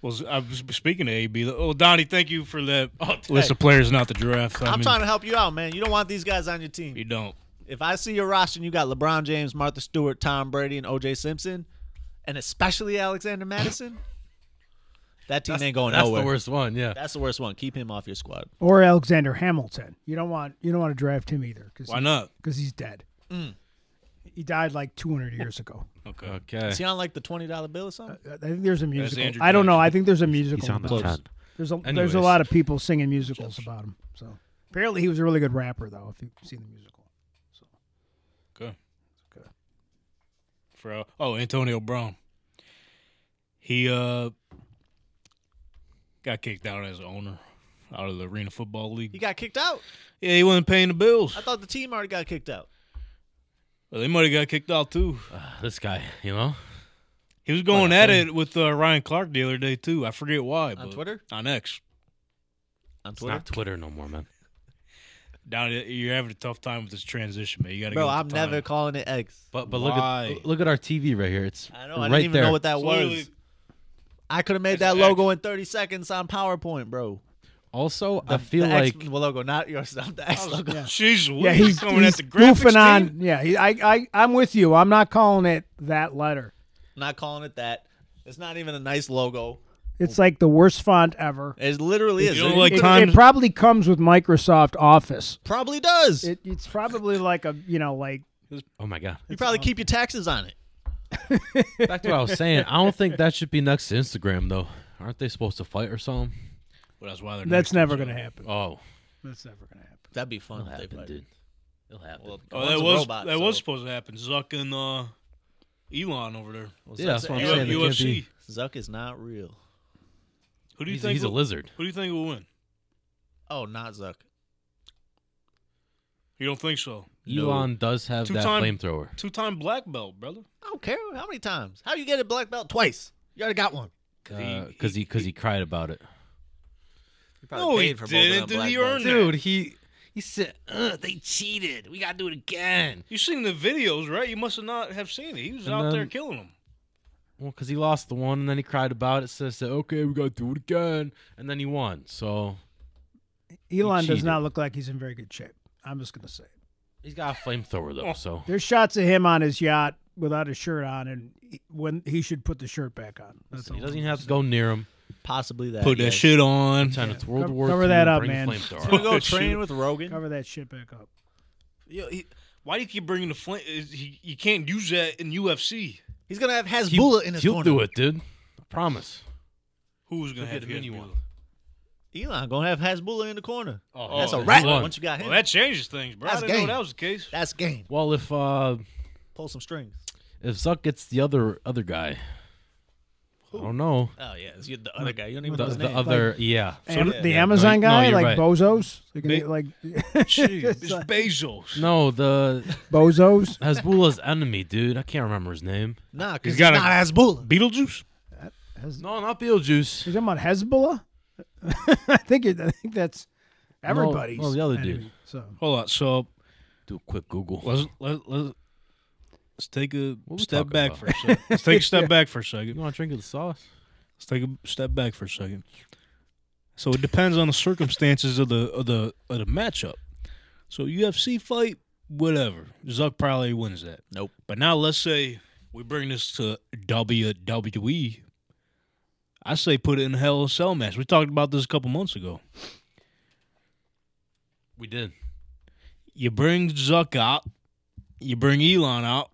Speaker 2: Well, I was speaking to AB. Well, Donnie, thank you for that list of players not the draft. I
Speaker 3: Oh, I'm
Speaker 2: mean,
Speaker 3: trying to help you out, man. You don't want these guys on your team.
Speaker 2: You don't.
Speaker 3: If I see your roster and you got LeBron James, Martha Stewart, Tom Brady, and OJ Simpson, and especially Alexander Madison, that team ain't going
Speaker 4: that's
Speaker 3: nowhere.
Speaker 4: the worst one. Yeah.
Speaker 3: That's the worst one. Keep him off your squad.
Speaker 5: Or Alexander Hamilton. You don't want you don't want to draft him either
Speaker 2: Why
Speaker 5: because
Speaker 2: not?
Speaker 5: because he's dead.
Speaker 2: Mm.
Speaker 5: He died like 200 years ago.
Speaker 2: Okay.
Speaker 4: Okay.
Speaker 3: Is he on like the twenty dollar bill or something?
Speaker 5: I think there's a musical.
Speaker 2: Andrew
Speaker 5: I don't know.
Speaker 2: Jackson.
Speaker 5: I think there's a musical. about him. There's a there's
Speaker 4: Anyways.
Speaker 5: a lot of people singing musicals about him. So apparently he was a really good rapper though. If you've seen the musical,
Speaker 2: Okay.
Speaker 5: Okay.
Speaker 2: For uh, oh Antonio Brown, he uh got kicked out as owner out of the Arena Football
Speaker 3: He
Speaker 2: League.
Speaker 3: got kicked out.
Speaker 2: Yeah, he wasn't paying the bills.
Speaker 3: I thought the team already got kicked out.
Speaker 2: Well, they might have got kicked out too.
Speaker 4: Ah, this guy, you know?
Speaker 2: He was going at it with uh, Ryan Clark the other day too. I forget why.
Speaker 3: On
Speaker 2: but
Speaker 3: Twitter?
Speaker 2: On X.
Speaker 3: On
Speaker 4: It's
Speaker 3: Twitter.
Speaker 4: not Twitter no more, man.
Speaker 2: Donnie, you're having a tough time with this transition, man. You got to.
Speaker 3: Bro, I'm never calling it X.
Speaker 4: But but
Speaker 2: Why?
Speaker 4: look at look at our TV right here. It's
Speaker 3: I know. I
Speaker 4: right
Speaker 3: didn't even
Speaker 4: there.
Speaker 3: know what that
Speaker 2: It's
Speaker 3: was.
Speaker 2: literally-
Speaker 3: I could have made that
Speaker 2: That's
Speaker 3: logo in 30 seconds on PowerPoint, bro.
Speaker 4: Also, I
Speaker 3: The-
Speaker 4: feel
Speaker 3: the
Speaker 4: like
Speaker 3: X logo, not yours. The X logo.
Speaker 5: yeah.
Speaker 2: She's
Speaker 5: yeah, he's,
Speaker 2: coming
Speaker 5: he's
Speaker 2: at the graphics
Speaker 5: goofing
Speaker 2: team?
Speaker 5: on. Yeah, he, I I I'm with you. I'm not calling it that letter.
Speaker 3: Not calling it that. It's not even a nice logo.
Speaker 5: It's like the worst font ever.
Speaker 3: It literally is.
Speaker 2: You don't
Speaker 3: It-
Speaker 2: like
Speaker 5: It, it
Speaker 2: times.
Speaker 5: probably comes with Microsoft Office.
Speaker 3: probably does.
Speaker 5: It, it's probably like a you know like
Speaker 4: oh my god.
Speaker 3: you probably keep your taxes on it.
Speaker 4: Back to what I was saying. I don't think that should be next to Instagram though. Aren't they supposed to fight or something?
Speaker 2: Well, that's why they're
Speaker 5: that's
Speaker 2: next to
Speaker 5: never
Speaker 2: each
Speaker 5: going
Speaker 2: other.
Speaker 5: to happen.
Speaker 4: Oh,
Speaker 5: That's never going to happen.
Speaker 3: That'd be fun. if they played it.
Speaker 4: It'll happen.
Speaker 3: Well,
Speaker 2: Oh,
Speaker 3: one's
Speaker 2: that
Speaker 3: a
Speaker 2: was
Speaker 3: robot,
Speaker 2: that
Speaker 3: so-
Speaker 2: was supposed to happen. Zuck and uh, Elon over there.
Speaker 4: yeah, that's what I'm
Speaker 2: U-
Speaker 4: saying. They can't
Speaker 2: UFC.
Speaker 4: be-
Speaker 3: Zuck is not real.
Speaker 2: Who do you
Speaker 4: he's,
Speaker 2: think?
Speaker 4: he's a
Speaker 2: will-
Speaker 4: lizard.
Speaker 2: Who do you think will win?
Speaker 3: Oh, not Zuck.
Speaker 2: You don't think so?
Speaker 3: No.
Speaker 4: Elon does have that
Speaker 2: Two-time-
Speaker 4: flamethrower.
Speaker 2: Two-time black belt, brother.
Speaker 3: I don't care how many times. How you get a black belt twice? You already got one.
Speaker 2: he-
Speaker 4: Because Uh, he because he cried about it.
Speaker 3: You
Speaker 2: No, he didn't. Did he earn that?
Speaker 4: he he said, Ugh, "They cheated. We gotta do it again."
Speaker 2: You seen the videos, right? You must have not have seen it. He was
Speaker 4: And
Speaker 2: out there
Speaker 4: then-
Speaker 2: killing them.
Speaker 4: Well, because he lost the one, and then he cried about it. So I said, "Okay, we gotta do it again," and then he won. So
Speaker 5: Elon does
Speaker 4: cheated.
Speaker 5: not look like he's in very good shape. I'm just going to say. it.
Speaker 4: he's got a flamethrower though. So
Speaker 5: There's shots of him on his yacht without his shirt on, and he- when he should put the shirt back on. That's all.
Speaker 4: he doesn't even have to go near him.
Speaker 3: Possibly that.
Speaker 2: Put that
Speaker 3: yes.
Speaker 2: shit on.
Speaker 4: Time it's World
Speaker 5: Cover-
Speaker 4: War
Speaker 5: cover
Speaker 4: II,
Speaker 5: that up,
Speaker 4: bring the
Speaker 5: man.
Speaker 4: flamethrower.
Speaker 3: Wanna go
Speaker 2: Shoot.
Speaker 3: train with Rogan.
Speaker 5: Cover that shit back up.
Speaker 2: Yo, he- why do you keep bringing the flame? You can't use that in UFC.
Speaker 3: He's gonna have
Speaker 4: He-
Speaker 3: Hezbollah in his
Speaker 4: he'll
Speaker 3: corner.
Speaker 4: do it, dude. I promise.
Speaker 2: Who's gonna
Speaker 4: Look
Speaker 2: have
Speaker 4: at him
Speaker 2: his
Speaker 4: anyway.
Speaker 2: Bueller?
Speaker 3: Hezbollah. gonna have Hezbollah in the corner.
Speaker 4: Oh,
Speaker 3: that's a
Speaker 4: okay.
Speaker 3: wrap
Speaker 4: He won.
Speaker 3: once you got him.
Speaker 2: Well, that changes things, bro.
Speaker 3: That's
Speaker 2: I didn't
Speaker 3: game.
Speaker 2: know that was the case.
Speaker 3: that's game.
Speaker 4: Well, if uh,
Speaker 3: Pull some strings.
Speaker 4: if Zuck gets the other other guy, I don't know.
Speaker 3: Oh yeah, it's the other guy. You don't even
Speaker 4: The,
Speaker 3: know his
Speaker 4: the
Speaker 3: name.
Speaker 4: other, yeah.
Speaker 5: Am-
Speaker 4: yeah,
Speaker 5: the
Speaker 4: no,
Speaker 5: Amazon
Speaker 4: you- no,
Speaker 5: guy,
Speaker 4: you're
Speaker 5: like
Speaker 4: right.
Speaker 5: bozos, They can
Speaker 2: Ba-
Speaker 5: eat, like
Speaker 2: Jeez, it's Bezos.
Speaker 4: No, the
Speaker 5: bozos.
Speaker 4: Hezbollah's enemy, dude. I can't remember his name.
Speaker 3: nah, because he's
Speaker 2: got a-
Speaker 3: not Hezbollah.
Speaker 2: Beetlejuice.
Speaker 4: No, not Beetlejuice.
Speaker 5: Is that about Hezbollah? I think it, I think that's everybody's.
Speaker 4: well, the other dude.
Speaker 5: enemy, So
Speaker 2: Hold on. So
Speaker 4: Do a quick Google.
Speaker 2: let's let's let's, let's take a
Speaker 4: What we
Speaker 2: step
Speaker 4: talking
Speaker 2: back
Speaker 4: about?
Speaker 2: for a second. Let's take a step back for a second.
Speaker 4: You want to drink of the sauce?
Speaker 2: Let's take a step back for a second. So it depends on the circumstances of the of the of the matchup. So UFC fight, whatever. Zuck probably wins that.
Speaker 3: Nope.
Speaker 2: But now let's say we bring this to WWE. I say put it in a Hell in a Cell match. We talked about this a couple months ago.
Speaker 4: We did.
Speaker 2: You bring Zuck out, you bring Elon out.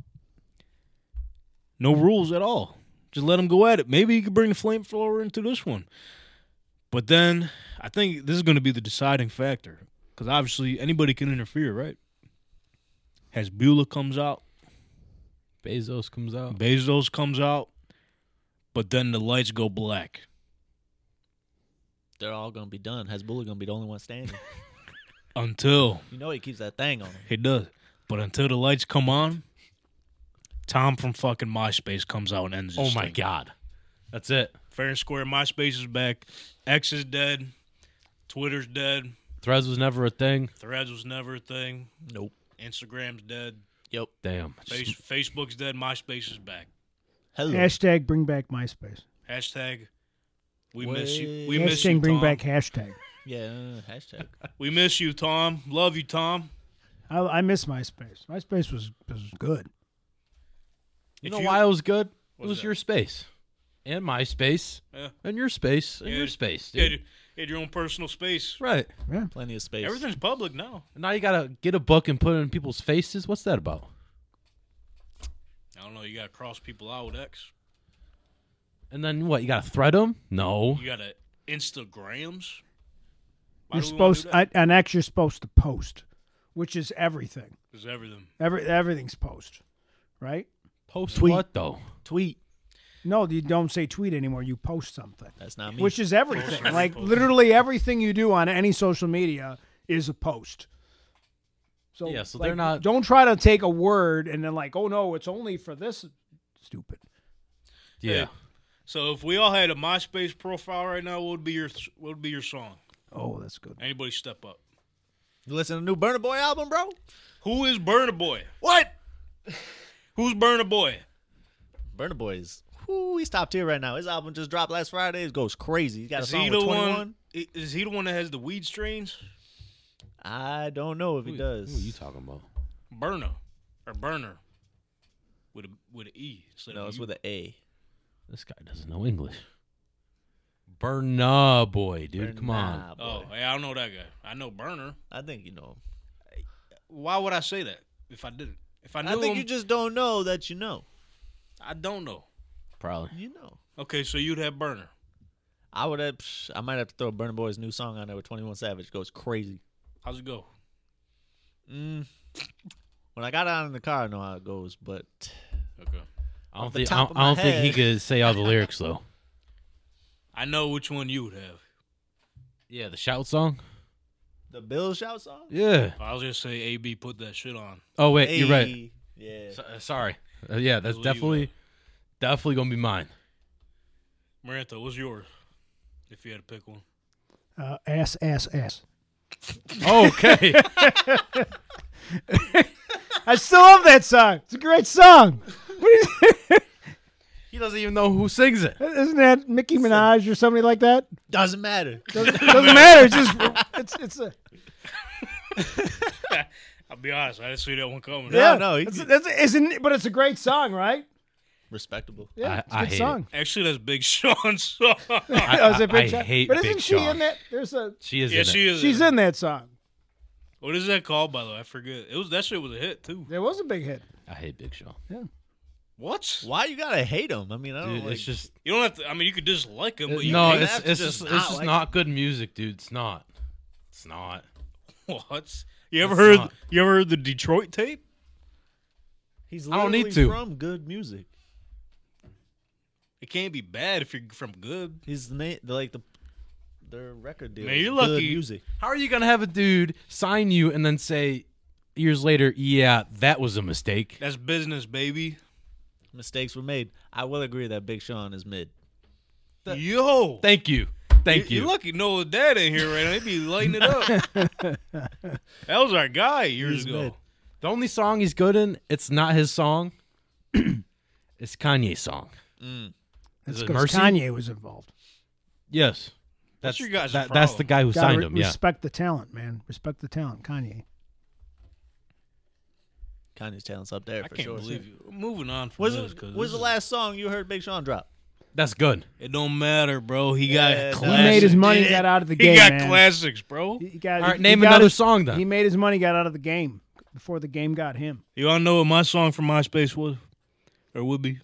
Speaker 2: No rules at all. Just let them go at it. Maybe you could bring the flamethrower into this one. But then I think this is going to be the deciding factor because obviously anybody can interfere, right? Has Beulah comes out,
Speaker 4: Bezos comes out.
Speaker 2: Bezos comes out, but then the lights go black.
Speaker 3: They're all gonna be done. Hezbollah gonna be the only one standing.
Speaker 2: Until
Speaker 3: you know he keeps that thing on him.
Speaker 2: it does. But until the lights come on, Tom from fucking MySpace comes out and ends.
Speaker 4: oh
Speaker 2: this
Speaker 4: my
Speaker 2: thing.
Speaker 4: God, that's it.
Speaker 2: Fair and square, MySpace is back. X is dead. Twitter's dead.
Speaker 4: Threads was never a thing.
Speaker 2: Threads was never a thing.
Speaker 3: Nope.
Speaker 2: Instagram's dead.
Speaker 3: Yep.
Speaker 4: Damn.
Speaker 2: Face, Facebook's dead. MySpace is back.
Speaker 3: Hello.
Speaker 5: hashtag bring back MySpace.
Speaker 2: Hashtag we
Speaker 3: Way-
Speaker 2: miss you. We miss you,
Speaker 5: hashtag bring
Speaker 2: Tom.
Speaker 5: back hashtag.
Speaker 3: yeah. uh, Hashtag.
Speaker 2: We miss you, Tom. Love you, Tom.
Speaker 5: I, I miss MySpace. MySpace was was good.
Speaker 4: You
Speaker 2: If
Speaker 4: know
Speaker 2: you-
Speaker 4: why it was good? It
Speaker 2: What was
Speaker 4: was
Speaker 2: that?
Speaker 4: your space, and my space,
Speaker 2: Yeah.
Speaker 4: and your space, and
Speaker 2: Yeah,
Speaker 4: your space,
Speaker 2: You
Speaker 4: dude.
Speaker 2: had, your- you had your own personal space.
Speaker 4: Right.
Speaker 3: Plenty of space.
Speaker 2: Everything's public now.
Speaker 4: And now you gotta get a book and put it in people's faces. What's that about?
Speaker 2: I don't know. You got to cross people out with X.
Speaker 4: And then what? You gotta thread them? No.
Speaker 2: You got to Instagrams. Why do we
Speaker 5: You're
Speaker 2: wanna do
Speaker 5: supposed
Speaker 2: that?
Speaker 5: I, on X. You're supposed to post, which is everything.
Speaker 2: 'Cause everything.
Speaker 5: Every everything's post, right?
Speaker 4: Post
Speaker 3: Tweet.
Speaker 4: what though?
Speaker 3: tweet.
Speaker 5: No, you don't say tweet anymore. You post something,
Speaker 3: That's not me.
Speaker 5: which is everything.
Speaker 2: Post.
Speaker 5: Like
Speaker 2: Post.
Speaker 5: literally everything you do on any social media is a post. So
Speaker 4: Yeah, so
Speaker 5: like,
Speaker 4: they're not-
Speaker 5: Don't try to take a word and then like, oh no, it's only for this. Stupid.
Speaker 4: Yeah.
Speaker 2: So if we all had a MySpace profile right now, what would be your what would be your song?
Speaker 5: Oh, that's good.
Speaker 2: Anybody step up?
Speaker 3: you listen to the new Burner Boy album, bro?
Speaker 2: Who is Burner Boy?
Speaker 3: What?
Speaker 2: Who's Burner Boy?
Speaker 3: Burner Boy is. Whoo, he's top tier right now. His album just dropped last Friday. It goes crazy. He's got a
Speaker 2: Is
Speaker 3: song
Speaker 2: he
Speaker 3: with
Speaker 2: the
Speaker 3: 21.
Speaker 2: one? i- Is he the one that has the weed strains?
Speaker 3: I don't know if he
Speaker 4: Who-
Speaker 3: does.
Speaker 4: Who are you talking about?
Speaker 2: Burner or Burner with a with an E instead
Speaker 3: no,
Speaker 2: of
Speaker 3: it's
Speaker 2: U.
Speaker 3: with an A.
Speaker 4: This guy doesn't know English. Burna boy, dude. Come on.
Speaker 3: Burna Boy.
Speaker 2: Oh, yeah, I don't know that guy. I know Burner.
Speaker 3: I think you know.
Speaker 2: Why would I say that if I didn't? If I
Speaker 3: him. I
Speaker 2: knew
Speaker 3: think
Speaker 2: him,
Speaker 3: you just don't know that you know.
Speaker 2: I don't know.
Speaker 4: Probably.
Speaker 3: You know.
Speaker 2: Okay, so you'd have Burner.
Speaker 3: I would have. I might have to throw Burner Boy's new song on there with 21 Savage. Goes crazy.
Speaker 2: How's it go?
Speaker 3: Mm. When I got out in the car, I know how it goes, but
Speaker 2: Okay,
Speaker 4: I don't
Speaker 3: the
Speaker 4: think I
Speaker 3: top
Speaker 4: don't,
Speaker 3: of my
Speaker 4: I don't think he
Speaker 3: head.
Speaker 4: could say all the lyrics though.
Speaker 2: I know which one you would have.
Speaker 4: Yeah, the shout song.
Speaker 3: the Bill Shout song.
Speaker 4: Yeah.
Speaker 2: I was just say AB put that shit on.
Speaker 4: Oh wait, you're right.
Speaker 3: Hey. Yeah.
Speaker 4: So- uh, sorry. Uh, yeah, that's
Speaker 2: Who you
Speaker 4: definitely definitely gonna be mine.
Speaker 2: Marantha, what's yours? If you had to pick one.
Speaker 5: Uh, ass, ass, ass.
Speaker 4: Okay.
Speaker 5: I still love that song. It's a great song. What is,
Speaker 4: he doesn't even know who sings it.
Speaker 5: isn't that Mickey Minaj or somebody like that?
Speaker 3: Doesn't matter.
Speaker 5: Doesn't, doesn't matter. It's just it's it's a
Speaker 2: I'll be honest, I didn't see that one coming.
Speaker 3: Yeah.
Speaker 5: yeah.
Speaker 3: no, he-
Speaker 5: it's, it's, isn't but it's a great song, right?
Speaker 3: Respectable.
Speaker 5: Yeah,
Speaker 4: I-
Speaker 5: it's a
Speaker 4: I
Speaker 5: good
Speaker 4: hate it.
Speaker 5: song.
Speaker 2: Actually, that's Big Sean's song.
Speaker 4: I,
Speaker 5: That was a
Speaker 4: I-
Speaker 5: big
Speaker 4: I
Speaker 5: song.
Speaker 4: hate
Speaker 5: But isn't
Speaker 4: Big
Speaker 5: she
Speaker 4: Sean.
Speaker 5: in that? There's a
Speaker 4: She is
Speaker 2: yeah,
Speaker 4: in
Speaker 2: she is.
Speaker 5: she's in that song.
Speaker 2: What is that called, by the way? I forget. It was that shit was a hit too.
Speaker 5: It was a big hit.
Speaker 4: it. I hate Big Sean.
Speaker 2: What?
Speaker 3: Why you gotta hate him? I mean, I don't.
Speaker 4: Dude,
Speaker 3: Oh, like,
Speaker 4: it's just
Speaker 2: You don't have to. I mean, you could dislike him, but you
Speaker 4: no.
Speaker 3: you
Speaker 4: It's
Speaker 3: have to
Speaker 4: it's
Speaker 3: just
Speaker 4: just,
Speaker 3: not
Speaker 4: it's just
Speaker 3: like
Speaker 4: not good music, dude. It's not. It's not.
Speaker 2: what? You ever
Speaker 4: It's
Speaker 2: heard?
Speaker 4: not.
Speaker 2: You ever heard the Detroit tape?
Speaker 3: he's
Speaker 4: I don't need
Speaker 3: literally
Speaker 4: to.
Speaker 3: from good music.
Speaker 2: It can't be bad if you're from good.
Speaker 3: He's the na- like the their record deal.
Speaker 2: Man,
Speaker 3: is
Speaker 2: you're
Speaker 3: good
Speaker 2: lucky.
Speaker 3: music.
Speaker 4: How are you gonna have a dude sign you and then say years later, yeah, that was a mistake?
Speaker 2: That's business, baby.
Speaker 3: Mistakes were made. I will agree that Big Sean is mid.
Speaker 2: Yo,
Speaker 4: Thank you, thank you.
Speaker 2: You're lucky Noah Dad in here right now. He'd be lighting it up. that was our guy years
Speaker 3: He's
Speaker 2: ago.
Speaker 3: mid.
Speaker 4: The only song he's good in, it's not his song. it's Kanye's song.
Speaker 5: That's
Speaker 4: it
Speaker 5: because
Speaker 4: Mercy?
Speaker 5: Kanye was involved.
Speaker 4: Yes,
Speaker 2: That's your guys'
Speaker 4: that- that's the
Speaker 2: problem.
Speaker 4: guy who
Speaker 5: Gotta
Speaker 4: signed
Speaker 5: re-
Speaker 4: him. Yeah,
Speaker 5: Respect the talent, man. Respect the talent, Kanye.
Speaker 3: Kanye's talent's up there
Speaker 2: I
Speaker 3: for
Speaker 2: can't
Speaker 3: sure.
Speaker 2: believe you. Moving on from
Speaker 3: Was
Speaker 2: this
Speaker 3: it,
Speaker 2: 'cause
Speaker 3: was the
Speaker 2: this is-
Speaker 3: last song you heard Big Sean drop?
Speaker 4: that's good.
Speaker 2: It don't matter, bro. He
Speaker 3: Yeah,
Speaker 2: got
Speaker 3: it
Speaker 2: classics.
Speaker 3: don't matter. He
Speaker 5: made his money, got out of the
Speaker 2: he
Speaker 5: game,
Speaker 2: got
Speaker 5: man.
Speaker 2: classics, bro.
Speaker 5: He got,
Speaker 4: All
Speaker 5: he-
Speaker 4: right,
Speaker 5: he
Speaker 4: name
Speaker 5: got
Speaker 4: another
Speaker 5: his-
Speaker 4: song then.
Speaker 5: He made his money, got out of the game before the game got him.
Speaker 2: You all know what my song from MySpace was, or would be?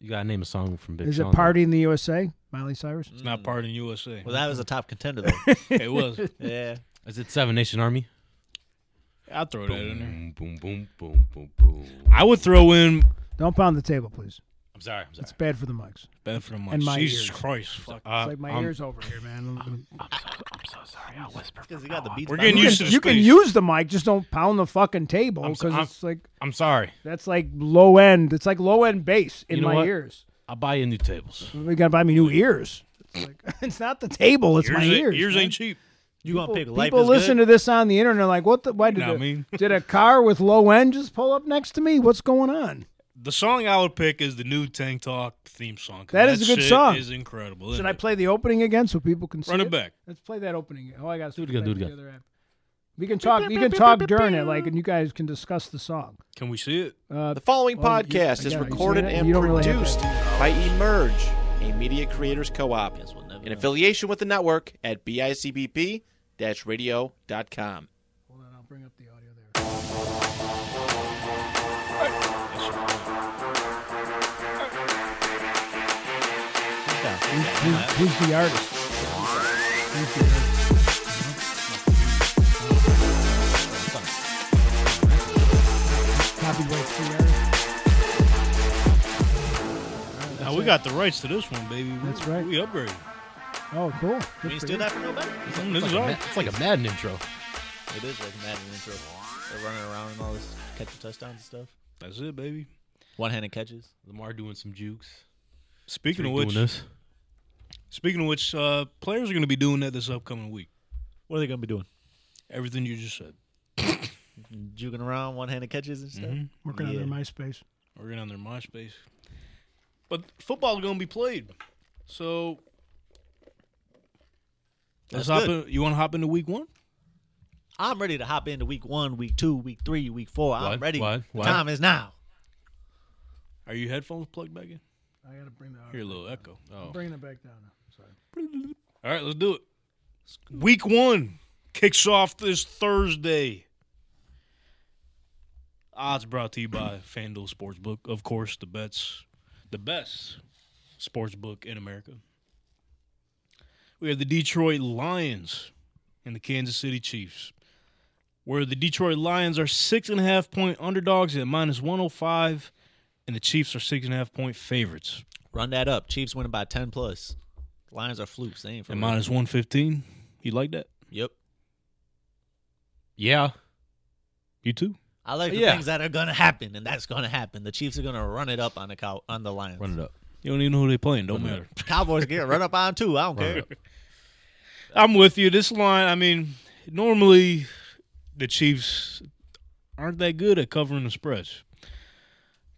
Speaker 4: you gotta name a song from Big
Speaker 5: Is
Speaker 4: Sean.
Speaker 5: it Party in the USA? Miley Cyrus.
Speaker 2: It's not part in USA.
Speaker 3: Well, that was a top contender though.
Speaker 2: it was.
Speaker 3: yeah.
Speaker 4: though. Is it Seven Nation Army?
Speaker 2: I'll throw that in there.
Speaker 4: Boom, boom, boom, boom, boom, boom.
Speaker 2: I would throw in
Speaker 5: Don't pound the table, please.
Speaker 4: I'm sorry. I'm sorry.
Speaker 5: It's bad for the mics.
Speaker 2: Ben for the mic.
Speaker 5: And my
Speaker 2: Jesus
Speaker 5: ears.
Speaker 2: Christ, fuck.
Speaker 5: It's like my
Speaker 4: um,
Speaker 5: ears over here, man. I'm-
Speaker 3: Because he got the beats.
Speaker 2: We're
Speaker 3: by
Speaker 2: getting
Speaker 3: Lil
Speaker 5: You
Speaker 2: used to
Speaker 5: can,
Speaker 2: the
Speaker 5: you can
Speaker 2: space.
Speaker 5: use the mic, just don't pound the fucking table
Speaker 4: I'm s-
Speaker 5: because
Speaker 4: I'm-
Speaker 5: it's like
Speaker 4: I'm sorry.
Speaker 5: that's like low end. It's like low end bass in
Speaker 4: You know
Speaker 5: my
Speaker 4: what?
Speaker 5: ears.
Speaker 4: I'll buy you new tables.
Speaker 5: We gotta buy me new ears. It's like it's not the table, it's
Speaker 2: Ears
Speaker 5: my
Speaker 2: ain't-
Speaker 5: ears.
Speaker 2: ears
Speaker 5: man.
Speaker 2: ain't cheap.
Speaker 3: You gonna pick
Speaker 5: people
Speaker 3: life
Speaker 5: people
Speaker 3: is
Speaker 5: listen
Speaker 3: good?
Speaker 5: to this on the internet like what the why did
Speaker 2: know
Speaker 5: a,
Speaker 2: what I mean?
Speaker 5: did a car with low end just pull up next to me? What's going on?
Speaker 2: The song I would pick is the new Tank Talk theme song. 'cause
Speaker 5: That is a good
Speaker 2: shit
Speaker 5: song.
Speaker 2: Is incredible.
Speaker 5: Should
Speaker 2: isn't
Speaker 5: I
Speaker 2: it?
Speaker 5: play the opening again so people can see
Speaker 2: Run it back.
Speaker 5: Let's play that opening. Oh, I got to
Speaker 4: it again, do it again.
Speaker 5: We can talk. You can talk during it, like, and you guys can discuss the song.
Speaker 2: Can we see it?
Speaker 5: Uh,
Speaker 1: The following
Speaker 5: Well, you-
Speaker 1: podcast
Speaker 5: I
Speaker 1: is
Speaker 5: got it. You
Speaker 1: recorded
Speaker 5: see that?
Speaker 1: and
Speaker 5: You don't really have
Speaker 1: produced by Emerge, a media creators co op,
Speaker 3: Guess we'll never
Speaker 1: in
Speaker 3: know.
Speaker 1: affiliation with the network at bicbp radio.com.
Speaker 5: hold on, I'll bring up the audio there.
Speaker 3: Yeah,
Speaker 5: Who's, who's the artist? Who's the artist? Copyright free artist.
Speaker 2: Now we got the rights to this one, baby. We-
Speaker 5: That's right.
Speaker 2: We upgraded.
Speaker 5: Oh, cool. Good
Speaker 3: We ain't
Speaker 5: for
Speaker 3: steal
Speaker 5: you.
Speaker 3: that from nobody.
Speaker 2: Mm, This is
Speaker 4: Ma-
Speaker 2: ours.
Speaker 4: It's like a Madden intro.
Speaker 3: It is like Madden intro. They're running around and all this catching touchdowns and stuff.
Speaker 2: That's it, baby.
Speaker 3: One-handed catches.
Speaker 4: Lamar doing some jukes.
Speaker 2: Speaking of
Speaker 4: Drake
Speaker 2: which,
Speaker 4: doing this.
Speaker 2: speaking of which, uh, players are going to be doing that this upcoming week.
Speaker 3: What are they gonna be doing?
Speaker 2: Everything you just said.
Speaker 3: Juking around, one-handed catches and stuff.
Speaker 5: Working
Speaker 3: Yeah.
Speaker 5: on their MySpace.
Speaker 2: We're going on their MySpace. But football's going to be played. So let's
Speaker 3: That's
Speaker 2: hop
Speaker 3: good.
Speaker 2: in. You want to hop into week one?
Speaker 3: I'm ready to hop into week one, week two, week three, week four. I'm
Speaker 4: What?
Speaker 3: ready.
Speaker 4: What?
Speaker 3: The
Speaker 4: What?
Speaker 3: Time is now.
Speaker 2: Are your headphones plugged back in?
Speaker 5: I gotta bring the
Speaker 2: Hear a little echo. Oh.
Speaker 5: I'm bringing it back down. now. Sorry.
Speaker 2: All right, let's do it. Week one kicks off this Thursday. Odds brought to you by FanDuel Sportsbook, of course, the bets, the best sportsbook in America. We have the Detroit Lions and the Kansas City Chiefs, where the Detroit Lions are six and a half point underdogs at minus one hundred five, and the Chiefs are six and a half point favorites
Speaker 3: Run that up. Chiefs winning by ten plus. Lions are flukes. They ain't for
Speaker 2: at
Speaker 3: real.
Speaker 2: minus one fifteen. You like that?
Speaker 3: Yep.
Speaker 4: Yeah.
Speaker 2: You too.
Speaker 3: I like the
Speaker 4: Yeah.
Speaker 3: things that are gonna happen, and that's gonna happen. The Chiefs are gonna run it up on the cow on the Lions.
Speaker 4: Run it up.
Speaker 2: You don't even know who they playing. Don't matter.
Speaker 3: Cowboys get run up on too. I don't care.
Speaker 2: I'm with you. This line, I mean, normally the Chiefs aren't that good at covering the spreads,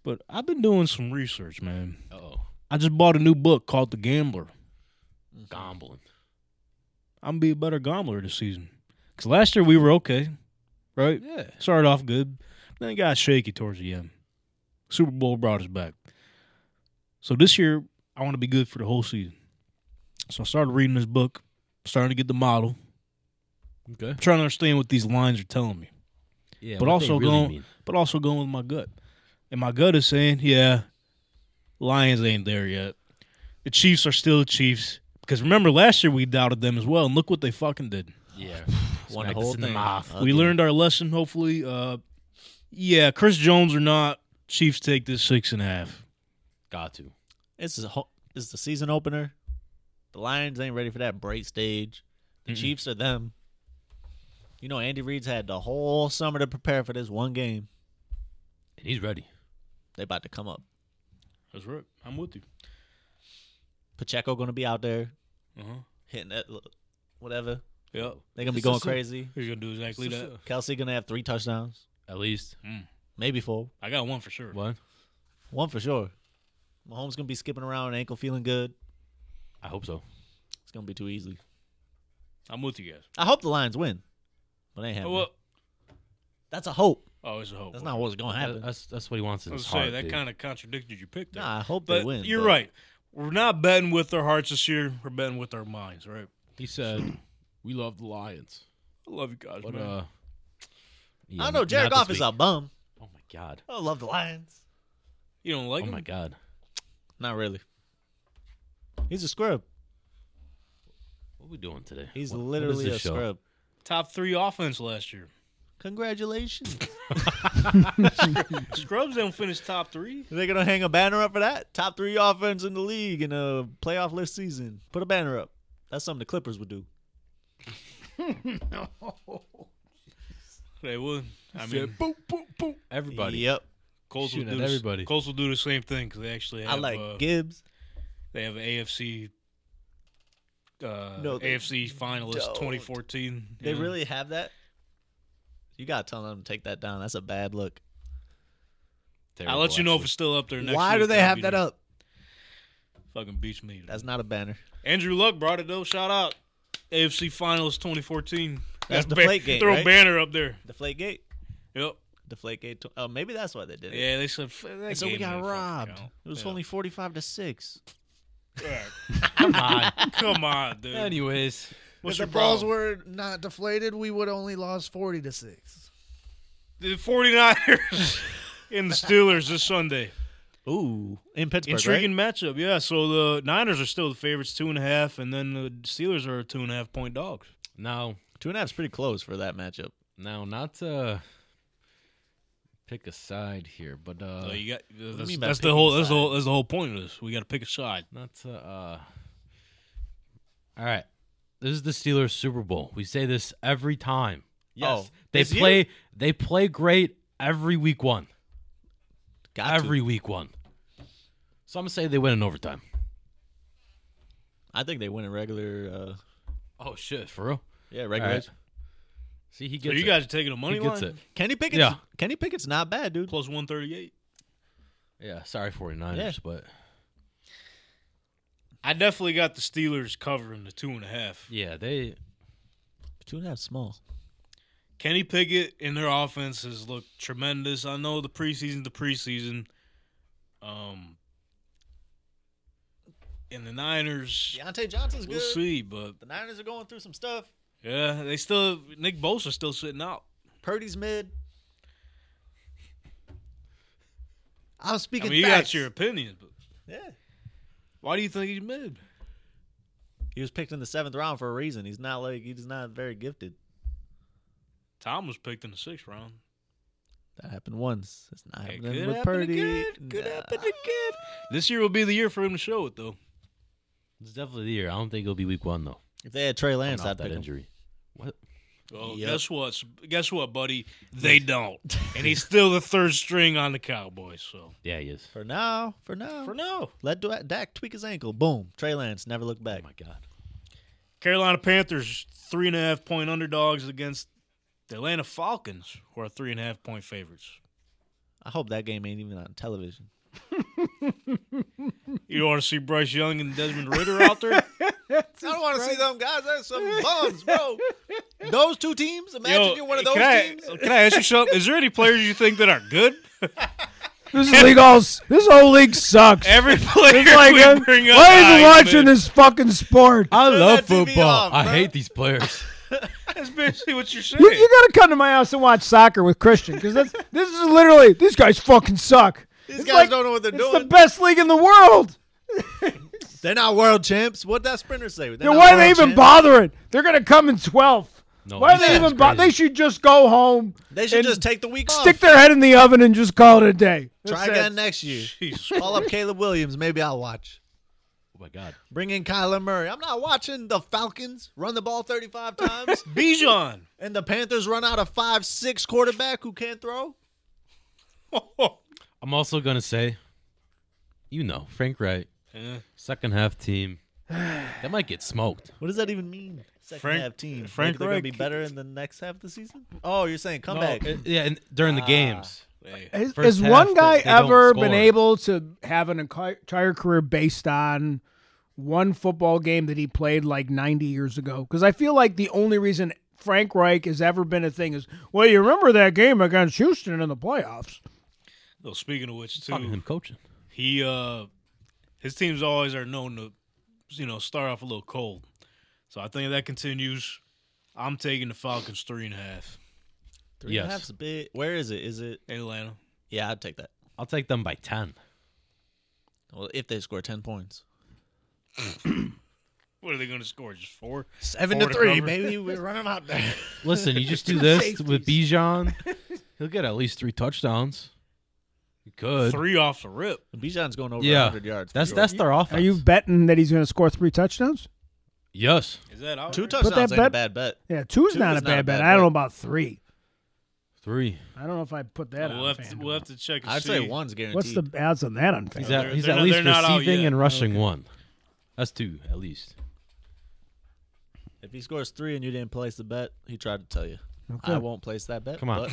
Speaker 2: but I've been doing some research, man.
Speaker 4: Oh,
Speaker 2: I just bought a new book called The Gambler.
Speaker 4: Mm-hmm. gombling.
Speaker 2: I'm gonna be a better gambler this season because last year we were okay, right?
Speaker 4: Yeah.
Speaker 2: Started off good, then it got shaky towards the end. Super Bowl brought us back. So this year, I want to be good for the whole season. So I started reading this book, starting to get the model.
Speaker 4: Okay.
Speaker 2: I'm trying to understand what these lines are telling me,
Speaker 4: Yeah.
Speaker 2: but
Speaker 4: what they
Speaker 2: also
Speaker 4: really
Speaker 2: going,
Speaker 4: mean.
Speaker 2: but also going with my gut. And my gut is saying, yeah, Lions ain't there yet. The Chiefs are still the Chiefs. Because remember, last year we doubted them as well, and look what they fucking did.
Speaker 4: Yeah.
Speaker 3: Won the
Speaker 4: Smack
Speaker 3: whole
Speaker 4: us in the
Speaker 3: thing.
Speaker 4: mouth.
Speaker 3: Uh,
Speaker 2: We learned our lesson, hopefully. Uh, yeah, Chris Jones or not, Chiefs take this six and a half.
Speaker 4: Got to.
Speaker 3: This is a ho- this is the season opener. The Lions ain't ready for that bright stage. The Chiefs are them. You know, Andy Reid's had the whole summer to prepare for this one game.
Speaker 4: And he's ready.
Speaker 3: They about to come up.
Speaker 2: That's right. I'm with you.
Speaker 3: Pacheco gonna be out there
Speaker 2: Uh-huh.
Speaker 3: hitting that, l- whatever.
Speaker 2: Yeah.
Speaker 3: They're gonna be
Speaker 4: It's
Speaker 3: going
Speaker 4: a-
Speaker 3: crazy.
Speaker 2: He's going to do exactly that.
Speaker 3: Kelsey gonna have three touchdowns,
Speaker 4: At least
Speaker 3: maybe four,
Speaker 2: I got one for sure.
Speaker 4: one.
Speaker 3: one for sure. Mahomes gonna be skipping around, ankle feeling good.
Speaker 4: I hope so.
Speaker 3: It's gonna be too easy.
Speaker 2: I'm with you guys.
Speaker 3: I hope the Lions win, but ain't
Speaker 2: Oh,
Speaker 3: happening.
Speaker 2: well,
Speaker 3: That's a hope.
Speaker 2: oh, it's a hope.
Speaker 3: That's not what's gonna happen.
Speaker 4: That's that's what he wants in
Speaker 2: I was
Speaker 4: his
Speaker 2: gonna
Speaker 4: heart.
Speaker 2: say that
Speaker 4: dude.
Speaker 2: kind of contradicted your pick there.
Speaker 3: Nah, I hope
Speaker 2: but
Speaker 3: they win.
Speaker 2: you're
Speaker 3: but
Speaker 2: right. We're not betting with our hearts this year. We're betting with our minds, right?
Speaker 4: he said, "We love the Lions."
Speaker 2: I love you guys,
Speaker 4: But
Speaker 2: man.
Speaker 4: uh, yeah,
Speaker 3: I don't know.
Speaker 4: not
Speaker 3: Jared
Speaker 4: this
Speaker 3: Goff is
Speaker 4: week.
Speaker 3: a bum.
Speaker 4: Oh my god.
Speaker 3: I love the Lions.
Speaker 2: you don't like
Speaker 4: Oh
Speaker 2: him?
Speaker 4: my god.
Speaker 3: Not really. He's a scrub.
Speaker 4: What are we doing today?
Speaker 3: He's
Speaker 4: What- what is
Speaker 3: literally
Speaker 4: this
Speaker 3: a
Speaker 4: show?
Speaker 3: scrub.
Speaker 2: Top three offense last year.
Speaker 3: Congratulations.
Speaker 2: Scrubs don't finish top three.
Speaker 3: They're gonna hang a banner up for that. Top three offense in the league in a playoff list season. Put a banner up. That's something the Clippers would do.
Speaker 2: They would. I mean,
Speaker 4: boop boop boop. Everybody.
Speaker 3: Yep.
Speaker 2: Colts will
Speaker 4: shooting
Speaker 2: do
Speaker 4: at
Speaker 2: this-
Speaker 4: everybody.
Speaker 2: Colts will do the same thing because they actually
Speaker 3: I
Speaker 2: have.
Speaker 3: like
Speaker 2: uh,
Speaker 3: Gibbs.
Speaker 2: they have AFC. Uh,
Speaker 3: No, they
Speaker 2: AFC finalist
Speaker 3: don't.
Speaker 2: 2014.
Speaker 3: They
Speaker 2: Yeah.
Speaker 3: really have that. You gotta tell them to take that down. That's a bad look.
Speaker 2: I'll let you know if it's still up there. next
Speaker 3: Why
Speaker 2: week.
Speaker 3: do they
Speaker 2: I'll
Speaker 3: have
Speaker 2: be
Speaker 3: that
Speaker 2: there.
Speaker 3: up?
Speaker 2: Fucking beats me.
Speaker 3: That's not a banner.
Speaker 2: Andrew Luck brought it though. Shout out AFC Finals 2014.
Speaker 3: That's
Speaker 2: Gotta
Speaker 3: deflate gate,
Speaker 2: Throw a
Speaker 3: right?
Speaker 2: banner up there.
Speaker 3: Deflate Gate.
Speaker 2: Yep.
Speaker 3: Deflate Gate. Oh, maybe that's why they did it.
Speaker 2: Yeah, they said. "F- That
Speaker 3: So we
Speaker 2: game
Speaker 3: got
Speaker 2: didn't fucking
Speaker 3: robbed.
Speaker 2: count."
Speaker 3: It was
Speaker 2: Yeah.
Speaker 3: only forty-five to six.
Speaker 4: Come on.
Speaker 2: Come on, dude.
Speaker 4: Anyways,
Speaker 2: What's
Speaker 3: if
Speaker 2: your
Speaker 3: the balls
Speaker 2: problem?
Speaker 3: were not deflated, we would only lost forty to six.
Speaker 2: The 49ers and the Steelers this Sunday.
Speaker 3: Ooh, in Pittsburgh,
Speaker 2: Intriguing matchup, yeah. So the Niners are still the favorites, two and a half, and then the Steelers are two and a half point dogs.
Speaker 4: now
Speaker 3: Two and a half's pretty close for that matchup.
Speaker 4: now not to pick a side here, but uh,
Speaker 2: so you got
Speaker 3: you
Speaker 2: that's,
Speaker 3: mean by
Speaker 2: that's the
Speaker 3: picking
Speaker 2: whole that's the
Speaker 3: sides?
Speaker 2: whole that's the whole point of this. We got to pick a side.
Speaker 4: not to uh. All right, this is the Steelers Super Bowl. We say this every time. Oh,
Speaker 3: Yes.
Speaker 4: they
Speaker 3: Oh, This year?
Speaker 4: play. They play great every week one.
Speaker 3: Got
Speaker 4: every week one. So I'm gonna say they win in overtime.
Speaker 3: I think they win in regular. Uh,
Speaker 4: Oh shit, for real?
Speaker 3: yeah,
Speaker 4: All
Speaker 3: regular.
Speaker 4: right. See, he
Speaker 2: So
Speaker 4: gets
Speaker 2: you
Speaker 4: it.
Speaker 2: guys are taking the money
Speaker 4: he gets
Speaker 2: line
Speaker 4: it.
Speaker 3: Kenny Pickett's
Speaker 4: Yeah.
Speaker 3: Kenny Pickett's not bad, dude.
Speaker 2: plus one thirty eight.
Speaker 4: Yeah, sorry 49ers,
Speaker 3: Yeah.
Speaker 4: but
Speaker 2: I definitely got the Steelers covering the two and a half.
Speaker 4: yeah, they
Speaker 3: Two and a half small.
Speaker 2: Kenny Pickett and their offense has looked tremendous. I know the preseason, the preseason, um, and the Niners.
Speaker 3: Deontay Johnson's
Speaker 2: We'll see, but
Speaker 3: The Niners are going through some stuff.
Speaker 2: yeah, they still Nick Bosa still sitting out.
Speaker 3: Purdy's mid. I
Speaker 2: I
Speaker 3: was speaking.
Speaker 2: mean, you
Speaker 3: facts.
Speaker 2: got your opinions, but
Speaker 3: Yeah.
Speaker 2: why do you think he's mid?
Speaker 3: He was picked in the seventh round for a reason. He's not like he's not very gifted.
Speaker 2: Tom was picked in the sixth round.
Speaker 3: That happened once. It's not
Speaker 2: It
Speaker 3: happening
Speaker 2: could
Speaker 3: with
Speaker 2: happen
Speaker 3: Purdy.
Speaker 2: again. Could
Speaker 3: Nah.
Speaker 2: happen again. This year will be the year for him to show it, though.
Speaker 4: it's definitely the year. I don't think it'll be week one though.
Speaker 3: If they had Trey Lance,
Speaker 4: Coming off
Speaker 3: I'd
Speaker 4: that
Speaker 3: pick him.
Speaker 4: injury. What?
Speaker 2: Well,
Speaker 3: Yep.
Speaker 2: Oh, guess what? Guess what, buddy? They don't, and he's still the third string on the Cowboys. So
Speaker 4: Yeah, he is.
Speaker 3: For now, for now,
Speaker 2: for now,
Speaker 3: let Du- Dak tweak his ankle. Boom. Trey Lance never look
Speaker 4: Oh
Speaker 3: back.
Speaker 4: my god.
Speaker 2: Carolina Panthers three and a half point underdogs against the Atlanta Falcons, who are three and a half point favorites.
Speaker 3: I hope that game ain't even on television.
Speaker 2: You want to see Bryce Young and Desmond Ritter out there?
Speaker 3: I don't want to see them guys. That's some bums, bro. Those two teams.
Speaker 2: Yo, can I, Can I ask you something? Is there any players you think that are good?
Speaker 5: This league all. s- This whole league sucks.
Speaker 2: Every player
Speaker 5: like,
Speaker 2: we
Speaker 5: uh,
Speaker 2: bring up,
Speaker 5: why are
Speaker 2: Heisman.
Speaker 5: you watching this fucking sport?
Speaker 4: I
Speaker 3: love that TV football. off,
Speaker 4: I
Speaker 3: bro.
Speaker 4: hate these players.
Speaker 2: That's basically what you're saying.
Speaker 5: You, you gotta come to my house and watch soccer with Christian because this is literally these guys fucking suck.
Speaker 3: These
Speaker 5: It's
Speaker 3: guys
Speaker 5: like-
Speaker 3: don't know what they're
Speaker 5: It's
Speaker 3: doing.
Speaker 5: the best league in the world.
Speaker 3: They're not world champs. What that sprinter say? They're
Speaker 5: Then
Speaker 3: not
Speaker 5: why are they
Speaker 3: world
Speaker 5: even
Speaker 3: champs.
Speaker 5: bothering? They're gonna come in 12th.
Speaker 4: No,
Speaker 5: why are
Speaker 4: Oh, that's
Speaker 5: they even bother? They
Speaker 4: crazy.
Speaker 5: should just go home,
Speaker 3: They should
Speaker 5: and
Speaker 3: just take the week off.
Speaker 5: stick their head in the oven, and just call it a day.
Speaker 3: Try
Speaker 5: That's it.
Speaker 3: again next year. Call up Caleb Williams. Maybe I'll watch.
Speaker 4: Oh my god.
Speaker 3: Bring in Kyler Murray. I'm not watching the Falcons run the ball 35 times
Speaker 2: Bijan.
Speaker 3: and the Panthers run out a 5-6 quarterback who can't throw.
Speaker 4: I'm also gonna say, you know, Frank Wright, second half team, that might get smoked.
Speaker 3: What does that even mean? Second
Speaker 2: Frank-
Speaker 3: half team.
Speaker 2: Frank
Speaker 3: Maybe they're going
Speaker 2: Reich-
Speaker 3: to be better in the next half of the season? Oh, you're saying come back.
Speaker 4: No, it- yeah, and during
Speaker 2: Ah,
Speaker 4: the games.
Speaker 5: Has,
Speaker 4: First
Speaker 5: has
Speaker 4: half,
Speaker 5: one
Speaker 4: they-
Speaker 5: guy
Speaker 4: they don't
Speaker 5: ever been
Speaker 4: score.
Speaker 5: able to have an enci- entire career based on one football game that he played like 90 years ago? Because I feel like the only reason Frank Reich has ever been a thing is, well, you remember that game against Houston in the playoffs.
Speaker 2: Though speaking of which,
Speaker 4: Talking to
Speaker 2: too,
Speaker 4: him coaching.
Speaker 2: he uh, his teams always are known to, you know, start off a little cold. So I think if that continues, I'm taking the Falcons three and a half.
Speaker 3: Three and a
Speaker 4: Yes.
Speaker 3: half's a bit. Where is it? Is it?
Speaker 2: Atlanta.
Speaker 3: Yeah, I'd take that.
Speaker 4: I'll take them by ten.
Speaker 3: Well, if they score 10 points.
Speaker 2: What are they going to score? Just four.
Speaker 3: Seven
Speaker 2: Four
Speaker 3: to
Speaker 2: to
Speaker 3: three,
Speaker 2: cover.
Speaker 3: baby. We're running out there.
Speaker 4: Listen, you just do this with Bijan, he'll get at least three touchdowns. You
Speaker 3: Uh,
Speaker 4: could.
Speaker 2: Three off the rip.
Speaker 3: Bijan's going over
Speaker 4: Yeah,
Speaker 3: 100 yards. for
Speaker 4: that's
Speaker 3: sure.
Speaker 4: that's their offense.
Speaker 5: Are you betting that he's going to score three touchdowns?
Speaker 4: Yes,
Speaker 2: Is that out?
Speaker 3: two
Speaker 2: right?
Speaker 3: touchdowns ain't
Speaker 5: that
Speaker 3: a
Speaker 5: bet-
Speaker 3: bad bet.
Speaker 5: Yeah, two's
Speaker 3: Two
Speaker 5: not
Speaker 3: is
Speaker 5: a bad bet.
Speaker 3: bet.
Speaker 5: I don't know about three.
Speaker 4: three.
Speaker 5: I don't know if I put that
Speaker 2: We'll
Speaker 5: on.
Speaker 2: have, to,
Speaker 5: FanDuel.
Speaker 2: we'll have to check. And
Speaker 3: I'd
Speaker 2: see.
Speaker 3: say one's guaranteed.
Speaker 5: What's the odds on that on
Speaker 4: He's
Speaker 5: FanDuel?
Speaker 4: at,
Speaker 2: they're-
Speaker 4: he's
Speaker 2: they're
Speaker 4: at
Speaker 2: not-
Speaker 4: least
Speaker 2: they're not out
Speaker 4: receiving
Speaker 2: yet.
Speaker 4: and rushing one. That's two at least.
Speaker 3: If he scores three and you didn't place the bet, he tried to tell you.
Speaker 5: Okay.
Speaker 3: I won't place that bet.
Speaker 4: Come on.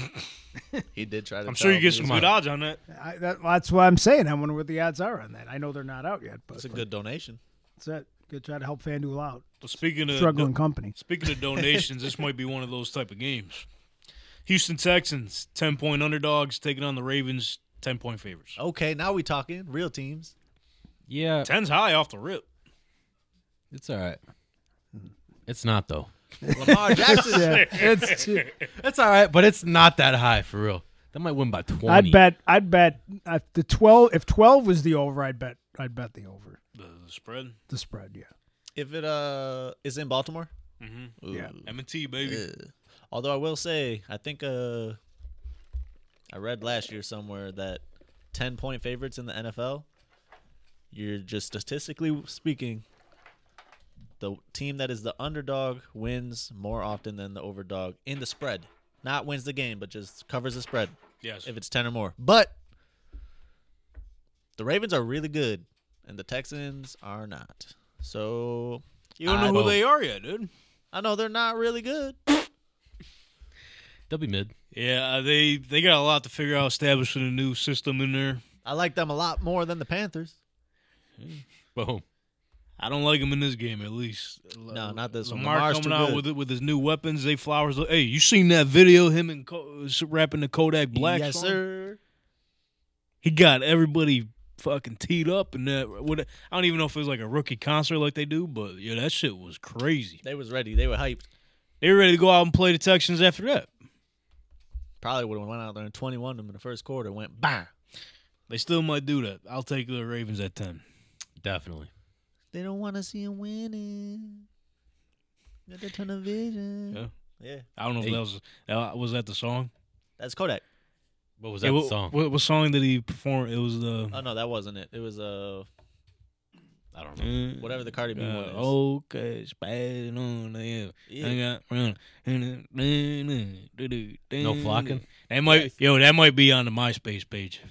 Speaker 3: but he did try to.
Speaker 2: I'm
Speaker 3: tell
Speaker 2: sure you
Speaker 3: me.
Speaker 2: get some
Speaker 3: It's
Speaker 2: good odds on that.
Speaker 5: I, that, that's what I'm saying. I wonder what the odds are on that. I know they're not out yet, but
Speaker 3: It's a good donation.
Speaker 5: That's it. Good try to help FanDuel out.
Speaker 2: Well, speaking of
Speaker 5: Struggling company.
Speaker 2: Speaking of donations, this might be one of those type of games. Houston Texans, 10 point underdogs, taking on the Ravens, 10 point favorites.
Speaker 3: Okay, now we talking real teams.
Speaker 4: Yeah,
Speaker 2: 10's high off the rip.
Speaker 4: it's all right. It's not though.
Speaker 3: Lamar Jackson.
Speaker 5: Yeah, it's,
Speaker 4: It's all right, but it's not that high for real. That might win by twenty.
Speaker 5: I'd bet. I'd bet uh, the twelve. If twelve was the over, I'd bet. I'd bet the over.
Speaker 2: The, the spread.
Speaker 5: The spread. Yeah.
Speaker 3: If it uh is in Baltimore. Mm-hmm.
Speaker 5: Yeah.
Speaker 2: M&T, baby.
Speaker 3: Although I will say, I think uh, I read last year somewhere that ten point favorites in the NFL, you're just statistically speaking, the team that is the underdog wins more often than the overdog in the spread. Not wins the game, but just covers the spread
Speaker 2: Yes.
Speaker 3: if it's ten or more. But the Ravens are really good, and the Texans are not. So
Speaker 2: You don't know
Speaker 3: I
Speaker 2: who
Speaker 3: don't-
Speaker 2: they are yet, dude.
Speaker 3: I know they're not really good.
Speaker 4: They'll be mid.
Speaker 2: Yeah, uh, they they got a lot to figure out establishing a new system in there.
Speaker 3: I like them a lot more than the Panthers.
Speaker 4: Boom.
Speaker 2: I don't like them in this game, at least.
Speaker 3: No, not this one.
Speaker 2: Lamar
Speaker 3: Lamar's
Speaker 2: coming
Speaker 3: too
Speaker 2: out
Speaker 3: good.
Speaker 2: with it with his new weapons, Zay Flowers. Hey, you seen that video? Him and Co- uh, rapping the Kodak Black
Speaker 3: yes,
Speaker 2: song?
Speaker 3: sir.
Speaker 2: he got everybody fucking teed up and that what I don't even know if it was like a rookie concert like they do, but yeah, that shit was crazy.
Speaker 3: They was ready. They were hyped.
Speaker 2: They were ready to go out and play the Texans after that.
Speaker 3: Probably would have went out there and 21 them in the first quarter. Went bang.
Speaker 2: They still might do that. I'll take the Ravens at ten.
Speaker 4: Definitely.
Speaker 3: They don't want to see him winning. Got the ton of vision. Yeah.
Speaker 2: I don't know if
Speaker 4: Hey.
Speaker 2: that was uh, was that the song.
Speaker 3: That's Kodak.
Speaker 4: What was
Speaker 2: Yeah,
Speaker 4: that
Speaker 2: what,
Speaker 4: song?
Speaker 2: What, what song did he perform? It was uh, the
Speaker 3: Oh no, that wasn't it. It was uh, I don't know.
Speaker 2: Mm,
Speaker 3: Whatever the Cardi B one
Speaker 2: uh,
Speaker 3: is.
Speaker 2: okay, spaz on the
Speaker 3: Yeah.
Speaker 2: No
Speaker 4: No flocking?
Speaker 2: That might yo, that might be on the MySpace page.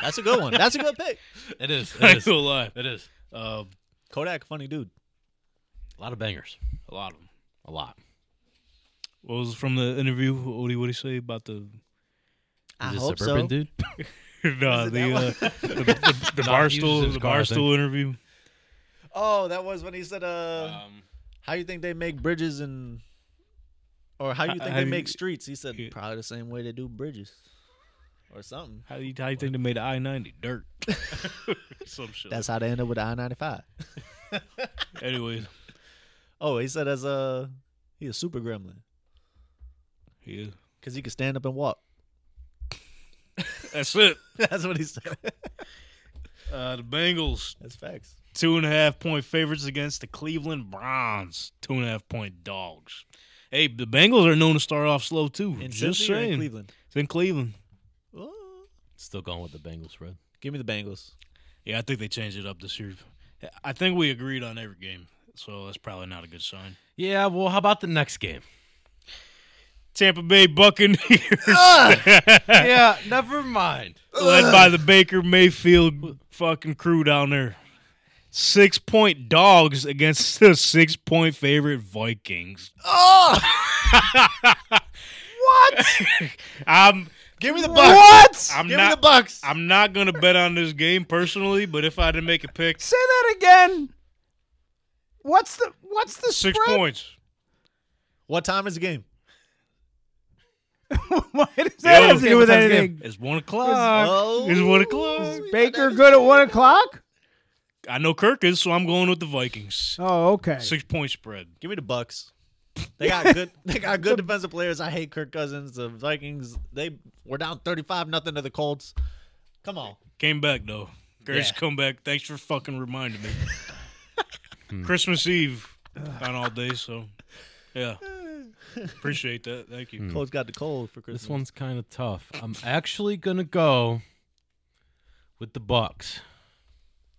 Speaker 3: That's a good one. That's a good pick.
Speaker 4: It is.
Speaker 2: I
Speaker 4: It
Speaker 2: ain't
Speaker 4: is.
Speaker 2: gonna lie.
Speaker 4: It is.
Speaker 2: Uh,
Speaker 3: Kodak, funny dude.
Speaker 4: A lot of bangers.
Speaker 2: a lot of them.
Speaker 4: A lot.
Speaker 2: What was from the interview? What did what he say about the
Speaker 3: I
Speaker 4: Is this
Speaker 3: hope
Speaker 4: suburban
Speaker 3: so.
Speaker 4: dude?
Speaker 2: no, the, uh, the the, the
Speaker 4: No, he uses
Speaker 2: barstool
Speaker 4: his
Speaker 2: the
Speaker 4: car, I think.
Speaker 2: barstool interview?
Speaker 3: Oh, that was when he said, uh,
Speaker 4: Um,
Speaker 3: "How you think they make bridges and, or how you think
Speaker 2: How
Speaker 3: they
Speaker 2: do you-
Speaker 3: make streets?" He said,
Speaker 2: Yeah.
Speaker 3: "Probably the same way they do bridges, or something."
Speaker 2: How do you how you think they made the I ninety dirt? Some shit.
Speaker 3: That's how they end up with the I ninety five.
Speaker 2: Anyways,
Speaker 3: Oh, he said as a he a uh, super gremlin.
Speaker 2: Yeah.
Speaker 3: because he could stand up and walk.
Speaker 2: That's it.
Speaker 3: That's what he said.
Speaker 2: Uh, the Bengals
Speaker 3: That's facts.
Speaker 2: two and a half point favorites against the Cleveland Browns, two and a half point dogs. Hey, the Bengals are known to start off slow too.
Speaker 3: In
Speaker 2: Just
Speaker 3: Cincy or in
Speaker 2: saying,
Speaker 3: Cleveland.
Speaker 2: it's in Cleveland.
Speaker 3: Ooh.
Speaker 4: Still going with the Bengals, Fred.
Speaker 3: Give me the Bengals.
Speaker 2: Yeah, I think they changed it up this year. I think we agreed on every game, so that's probably not a good sign.
Speaker 4: Yeah, well, how about the next game?
Speaker 2: Tampa Bay Buccaneers,
Speaker 4: yeah, never mind.
Speaker 2: led by the Baker Mayfield fucking crew down there. Six point dogs against the six point favorite Vikings. Oh, what? I'm
Speaker 4: Give me the Bucks.
Speaker 5: What?
Speaker 2: I'm
Speaker 4: Give me
Speaker 2: not
Speaker 4: the Bucks.
Speaker 2: I'm not gonna bet on this game personally, but if I had to make a pick,
Speaker 5: Say that again. What's the what's the
Speaker 2: six
Speaker 5: spread?
Speaker 2: points.
Speaker 3: What time is the game?
Speaker 5: Why does that
Speaker 2: Yo,
Speaker 5: have to do with
Speaker 4: what time's the
Speaker 5: anything?
Speaker 2: It's one o'clock.
Speaker 3: Oh,
Speaker 2: It's one o'clock.
Speaker 5: Baker good at one o'clock?
Speaker 2: I know Kirk is, so I'm going with the Vikings.
Speaker 5: Oh, okay.
Speaker 2: Six point spread.
Speaker 3: Give me the Bucks. They got good. They got good defensive players. I hate Kirk Cousins. The Vikings. They were down thirty-five nothing to the Colts. Come on.
Speaker 2: Came back though. Grace
Speaker 3: Yeah.
Speaker 2: come back. Thanks for fucking reminding me. Christmas Eve on all day, so yeah. Appreciate that. Thank you.
Speaker 3: Colts got the cold for
Speaker 2: Hmm.
Speaker 3: Christmas.
Speaker 4: This one's kind of tough. I'm actually gonna go with the Bucks.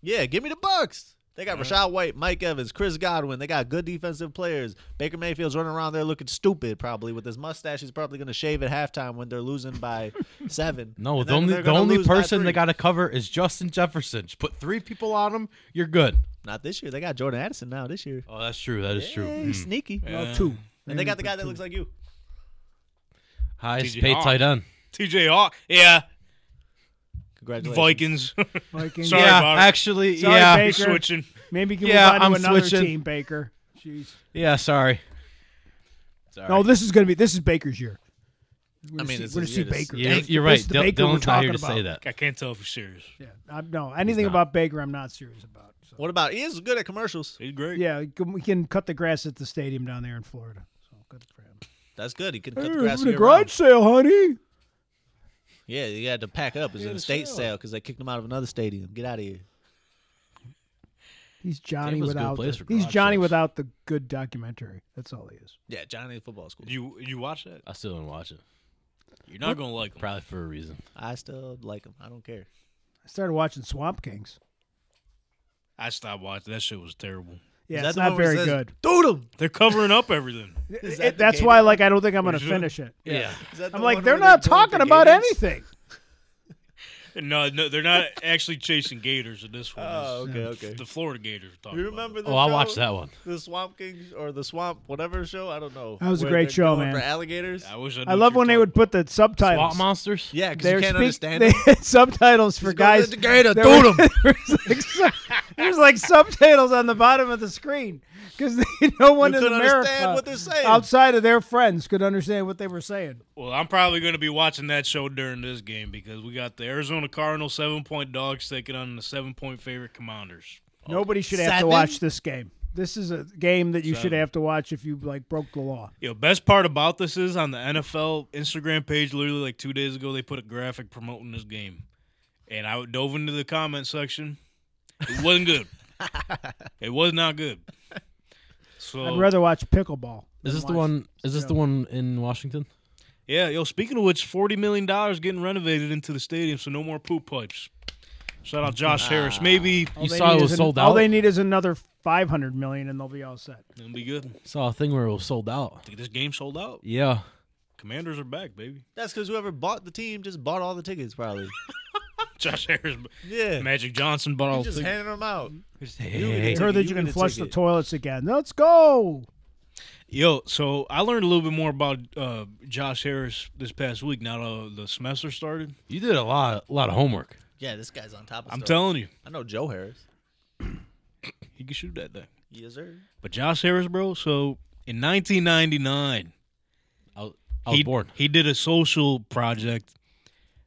Speaker 3: Yeah, give me the Bucks. They got Rashad White, Mike Evans, Chris Godwin. They got good defensive players. Baker Mayfield's running around there looking stupid, probably with his mustache. He's probably going to shave at halftime when they're losing by seven. And
Speaker 4: No, the
Speaker 3: then
Speaker 4: only
Speaker 3: they're
Speaker 4: the
Speaker 3: gonna
Speaker 4: only
Speaker 3: lose by
Speaker 4: person they
Speaker 3: three.
Speaker 4: got to cover is Justin Jefferson. Just put three people on him, you're good.
Speaker 3: not this year. They got Jordan Addison now this year.
Speaker 4: Oh, that's true. That is true.
Speaker 3: Hey,
Speaker 4: Mm.
Speaker 3: sneaky.
Speaker 2: Yeah.
Speaker 5: Two.
Speaker 3: And they got the guy that looks like you.
Speaker 4: Highest
Speaker 2: TJ
Speaker 4: paid
Speaker 2: Hawk.
Speaker 4: tight end.
Speaker 2: TJ Hawk. Yeah.
Speaker 3: Congratulations,
Speaker 2: Vikings.
Speaker 5: Vikings.
Speaker 2: Sorry,
Speaker 4: yeah,
Speaker 2: Bob.
Speaker 4: actually,
Speaker 5: Sorry,
Speaker 4: yeah,
Speaker 5: Baker.
Speaker 2: Switching.
Speaker 5: Maybe you can
Speaker 4: Yeah,
Speaker 5: move on to
Speaker 4: I'm
Speaker 5: another
Speaker 4: switching.
Speaker 5: team, Baker. Jeez.
Speaker 4: yeah. Sorry. Sorry.
Speaker 5: No, this is gonna be this is Baker's year.
Speaker 3: I
Speaker 5: We're gonna
Speaker 3: mean,
Speaker 5: see,
Speaker 3: this
Speaker 5: we're
Speaker 3: is-
Speaker 5: gonna see
Speaker 3: yeah, this-
Speaker 5: Baker.
Speaker 4: You're,
Speaker 5: This-
Speaker 4: you're
Speaker 5: this
Speaker 4: right.
Speaker 5: is the
Speaker 4: Dil-
Speaker 5: Baker we're
Speaker 4: Dylan's not here
Speaker 5: talking
Speaker 4: to say
Speaker 5: about.
Speaker 4: that.
Speaker 2: I can't tell if he's serious.
Speaker 5: Yeah, I'm, no, anything
Speaker 4: not.
Speaker 5: about Baker, I'm not serious about. So.
Speaker 3: What about he is good at commercials?
Speaker 2: He's great.
Speaker 5: Yeah, we can- we can cut the grass at the stadium down there in Florida. So good for him.
Speaker 3: That's good. He can cut the grass. year round.
Speaker 5: sale, honey.
Speaker 3: Yeah, he had to pack up. It was in a state sale because they kicked him out of another stadium. Get out of here.
Speaker 5: He's Johnny
Speaker 4: Tampa's a good
Speaker 5: without.
Speaker 4: place
Speaker 5: The,
Speaker 4: for
Speaker 5: he's
Speaker 4: garage
Speaker 5: Johnny
Speaker 4: sales.
Speaker 5: without the good documentary. That's all he is.
Speaker 3: Yeah, Johnny Football School.
Speaker 2: You you watch that?
Speaker 4: I still didn't watch it.
Speaker 2: You're not gonna like him.
Speaker 4: Probably for a reason.
Speaker 3: I still like him. I don't care.
Speaker 5: I started watching Swamp Kings.
Speaker 2: I stopped watching. That shit was terrible.
Speaker 5: Yeah,
Speaker 3: that
Speaker 5: it's
Speaker 3: the
Speaker 5: not
Speaker 3: one where he
Speaker 5: very
Speaker 3: says,
Speaker 5: good.
Speaker 3: Dude him.
Speaker 2: They're covering up everything.
Speaker 5: It-
Speaker 3: that the
Speaker 5: that's
Speaker 3: game?
Speaker 5: why, like, I don't think I'm going to
Speaker 2: Is it?
Speaker 5: finish it.
Speaker 4: Yeah.
Speaker 3: Is that the
Speaker 5: I'm
Speaker 3: one
Speaker 5: like, they're
Speaker 3: where
Speaker 5: not
Speaker 3: they go with
Speaker 5: talking
Speaker 3: the
Speaker 5: about
Speaker 3: Gators?
Speaker 5: anything.
Speaker 2: No, no, they're not actually chasing gators in this one.
Speaker 3: Oh,
Speaker 2: It's
Speaker 3: okay, okay.
Speaker 2: The Florida Gators. We're talking
Speaker 3: You
Speaker 2: about.
Speaker 3: remember the
Speaker 4: Oh, I
Speaker 3: show?
Speaker 4: watched that one.
Speaker 3: The Swamp Kings or the Swamp whatever show? I don't know.
Speaker 5: That was a
Speaker 3: Where
Speaker 5: great
Speaker 3: they're
Speaker 5: show,
Speaker 3: going
Speaker 5: man.
Speaker 3: For alligators?
Speaker 2: I wish I. knew
Speaker 5: I
Speaker 2: what
Speaker 5: love
Speaker 2: you're
Speaker 5: when they would
Speaker 2: talking
Speaker 5: put the subtitles.
Speaker 4: Swamp monsters.
Speaker 3: Yeah, because you
Speaker 5: They're
Speaker 3: can't
Speaker 5: speak-
Speaker 3: understand
Speaker 5: they
Speaker 3: it.
Speaker 5: had subtitles for
Speaker 3: Just go
Speaker 5: guys.
Speaker 3: to the gator,
Speaker 5: there
Speaker 3: dude
Speaker 5: was- there was like su- there's like subtitles on the bottom of the screen because no one
Speaker 3: You
Speaker 5: in
Speaker 3: couldn't
Speaker 5: America
Speaker 3: understand what they're saying.
Speaker 5: outside of their friends could understand what they were saying.
Speaker 2: Well, I'm probably going to be watching that show during this game because we got the Arizona Cardinals seven point dogs taking on the seven point favorite Commanders.
Speaker 5: Nobody should have to
Speaker 3: Oh, Seven?
Speaker 5: watch this game. This is a game that you should have to watch if you like broke the law.
Speaker 2: Yo, best part about this is on the NFL Instagram page. Literally, like two days ago, they put a graphic promoting this game, and I dove into the comment section. It wasn't good. it was not good. So
Speaker 3: Oh.
Speaker 5: I'd rather watch pickleball.
Speaker 4: Is
Speaker 5: than
Speaker 4: this the
Speaker 5: watch-
Speaker 4: one? Is this the one in Washington?
Speaker 2: Yeah, yo, speaking of which, $40 million getting renovated into the stadium, so no more poop pipes. Shout out Josh Harris. Maybe
Speaker 5: All
Speaker 4: You
Speaker 5: they
Speaker 4: saw
Speaker 5: need
Speaker 4: it
Speaker 5: is
Speaker 4: was
Speaker 5: an-
Speaker 4: sold
Speaker 5: All
Speaker 4: out.
Speaker 5: they need is another five hundred million, and they'll be all set.
Speaker 2: it'll be good.
Speaker 4: Saw a thing where it was sold out.
Speaker 2: Think This game sold out.
Speaker 4: Yeah.
Speaker 2: Commanders are back, baby.
Speaker 3: That's because whoever bought the team just bought all the tickets, probably.
Speaker 2: Josh Harris,
Speaker 3: Yeah.
Speaker 2: Magic Johnson bought all
Speaker 3: Just
Speaker 2: the-
Speaker 3: handing them out.
Speaker 5: I
Speaker 4: Hey,
Speaker 5: heard that
Speaker 3: you
Speaker 5: you
Speaker 3: get
Speaker 5: can
Speaker 3: a
Speaker 5: flush the
Speaker 3: ticket.
Speaker 5: toilets again. Let's go.
Speaker 2: Yo, so I learned a little bit more about uh, Josh Harris this past week. Now uh, the semester started.
Speaker 4: you did a lot, a lot of homework.
Speaker 3: Yeah, this guy's on top of
Speaker 2: I'm
Speaker 3: stuff.
Speaker 2: telling you,
Speaker 3: I know Joe Harris.
Speaker 2: he could shoot that thing.
Speaker 3: Yes, sir.
Speaker 2: But Josh Harris, bro, so in 1999,
Speaker 4: I, was- I was
Speaker 2: he,
Speaker 4: born.
Speaker 2: He did a social project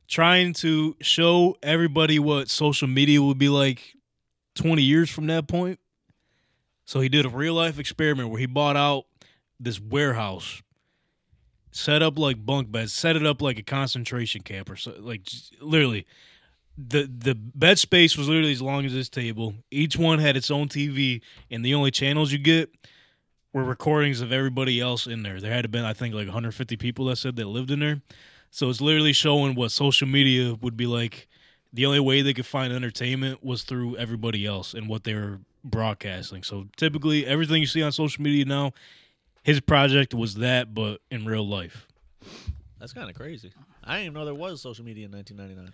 Speaker 2: trying to show everybody what social media would be like 20 years from that point. So he did a real life experiment where he bought out this warehouse, set up like bunk beds, set it up like a concentration camp or so. Like just- literally, the the bed space was literally as long as this table. Each one had its own TV, and the only channels you get were recordings of everybody else in there. There had to been I think like 150 people that said they lived in there. So it's literally showing what social media would be like. The only way they could find entertainment was through everybody else and what they were broadcasting. So typically, everything you see on social media now, his project was that, but in real life.
Speaker 3: That's kind of crazy. I didn't even know there was social media in 1999.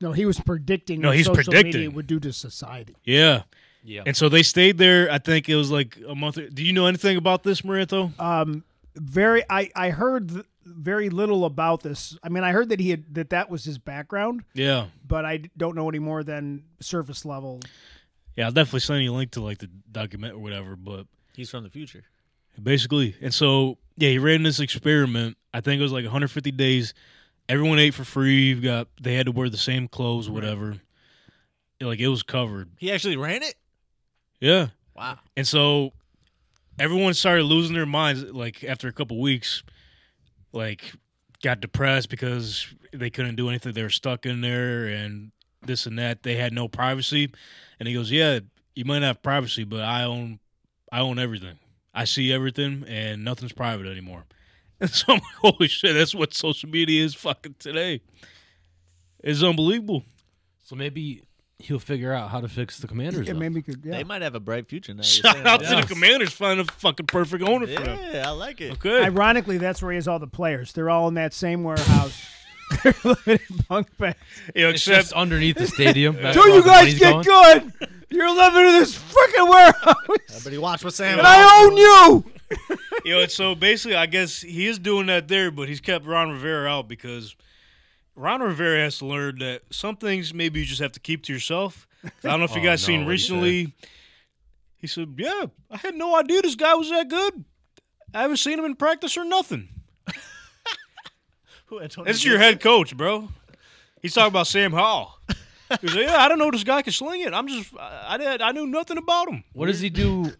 Speaker 5: No, he was predicting.
Speaker 2: No,
Speaker 5: what
Speaker 2: he's
Speaker 5: social media
Speaker 2: predicting.
Speaker 5: would do to society.
Speaker 2: Yeah.
Speaker 3: Yeah.
Speaker 2: And so they stayed there. I think it was like a month. Do you know anything about this, Maranto?
Speaker 6: um very i i heard th- very little about this i mean i heard that he had that that was his background
Speaker 2: yeah.
Speaker 6: but i d- don't know any more than surface level
Speaker 2: Yeah, I'll definitely send you a link to like the document or whatever, but
Speaker 3: He's from the future.
Speaker 2: basically. And so, yeah, he ran this experiment. I think it was like 150 days. Everyone ate for free. You got they had to wear the same clothes, whatever. Like it was covered.
Speaker 3: He actually ran it.
Speaker 2: Yeah.
Speaker 3: Wow.
Speaker 2: And so everyone started losing their minds like after a couple weeks, like got depressed because they couldn't do anything. They were stuck in there and this and that. They had no privacy. And he goes, Yeah, you might not have privacy, but I own I own everything. I see everything and nothing's private anymore. And so I'm like, holy shit, that's what social media is fucking today. It's unbelievable.
Speaker 4: So maybe he'll figure out how to fix the commanders.
Speaker 5: Yeah,
Speaker 4: up.
Speaker 5: maybe could. Yeah.
Speaker 3: They might have a bright future now. you're
Speaker 2: Shout
Speaker 3: saying
Speaker 2: out
Speaker 3: that.
Speaker 2: to the commanders finding a fucking perfect owner for them.
Speaker 3: Yeah, I like it.
Speaker 2: Okay.
Speaker 6: ironically that's where he has all the players they're all in that same warehouse They're living in bunk beds.
Speaker 2: You know,
Speaker 4: It's
Speaker 2: except
Speaker 4: just underneath the stadium.
Speaker 5: Till you guys get good, you're living in this freaking warehouse,
Speaker 3: But he watched what Sam.
Speaker 5: and I own you.
Speaker 2: you know, so basically, I guess he is doing that there, but he's kept Ron Rivera out because Ron Rivera has to learn that some things maybe you just have to keep to yourself. I don't know if you
Speaker 4: Oh,
Speaker 2: guys
Speaker 4: no,
Speaker 2: seen
Speaker 4: what'd he say?
Speaker 2: recently. He said, "Yeah, I had no idea this guy was that good. I haven't seen him in practice or nothing."
Speaker 3: Who, Antonio
Speaker 2: This is your
Speaker 3: Gibson?
Speaker 2: head coach, bro. He's talking about Sam Hall. He was like, "Yeah, I don't know this guy can sling it. I'm just, I, I, did- I knew nothing about him.
Speaker 4: What does he do?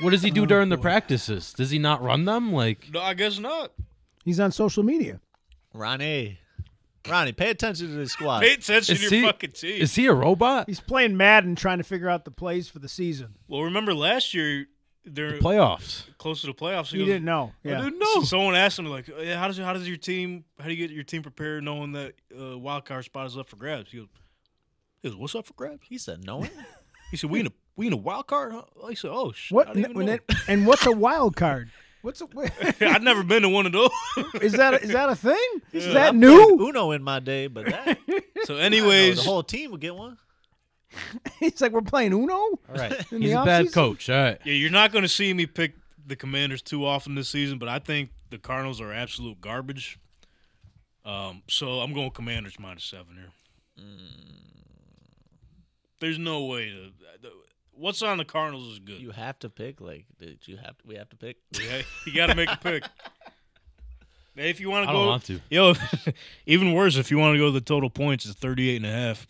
Speaker 4: What does he
Speaker 5: Oh,
Speaker 4: do during the practices? Does he not run them? Like
Speaker 2: No, I guess not.
Speaker 6: he's on social media
Speaker 3: Ronnie. Ronnie, pay attention to this squad.
Speaker 2: Pay attention
Speaker 4: is
Speaker 2: to your
Speaker 4: he
Speaker 2: fucking team.
Speaker 4: is he a robot?
Speaker 6: he's playing madden trying to figure out the plays for the season
Speaker 2: Well, remember last year, they're
Speaker 4: Playoffs.
Speaker 2: close to the playoffs.
Speaker 6: he didn't know yeah
Speaker 2: know. Someone asked him like, "Yeah, how does how does your team how do you get your team prepared knowing that uh, wild card spot is up for grabs?" He goes, "He goes, what's up for grabs?"
Speaker 3: He said no one.
Speaker 2: He said, "We in a we in a wild card." Huh? I said, "Oh shit,
Speaker 6: what
Speaker 2: I didn't even
Speaker 6: and,
Speaker 2: know."
Speaker 6: then- and what's a wild card what's a
Speaker 2: I'd never been to one of those.
Speaker 6: is that is that a thing is that
Speaker 3: I
Speaker 6: new
Speaker 3: played Uno in my day, but that
Speaker 2: so,
Speaker 3: no, the
Speaker 2: anyways,
Speaker 3: whole team would get one.
Speaker 6: he's like we're playing uno
Speaker 4: All right,
Speaker 6: In
Speaker 4: he's
Speaker 6: the
Speaker 4: a bad
Speaker 6: offseason?
Speaker 4: coach. All right,
Speaker 2: yeah, you're not going to see me pick the Commanders too often this season, but I think the Cardinals are absolute garbage. Um, so I'm going Commanders minus seven here. There's no way to. What's on the Cardinals is good.
Speaker 3: You have to pick. Like, did you have? To, we have to pick.
Speaker 2: Yeah, you got to make a pick. Hey, if you want to
Speaker 4: I don't
Speaker 2: go,
Speaker 4: want to.
Speaker 2: yo, even worse, if you want to go to the total points, it's 38 and a half.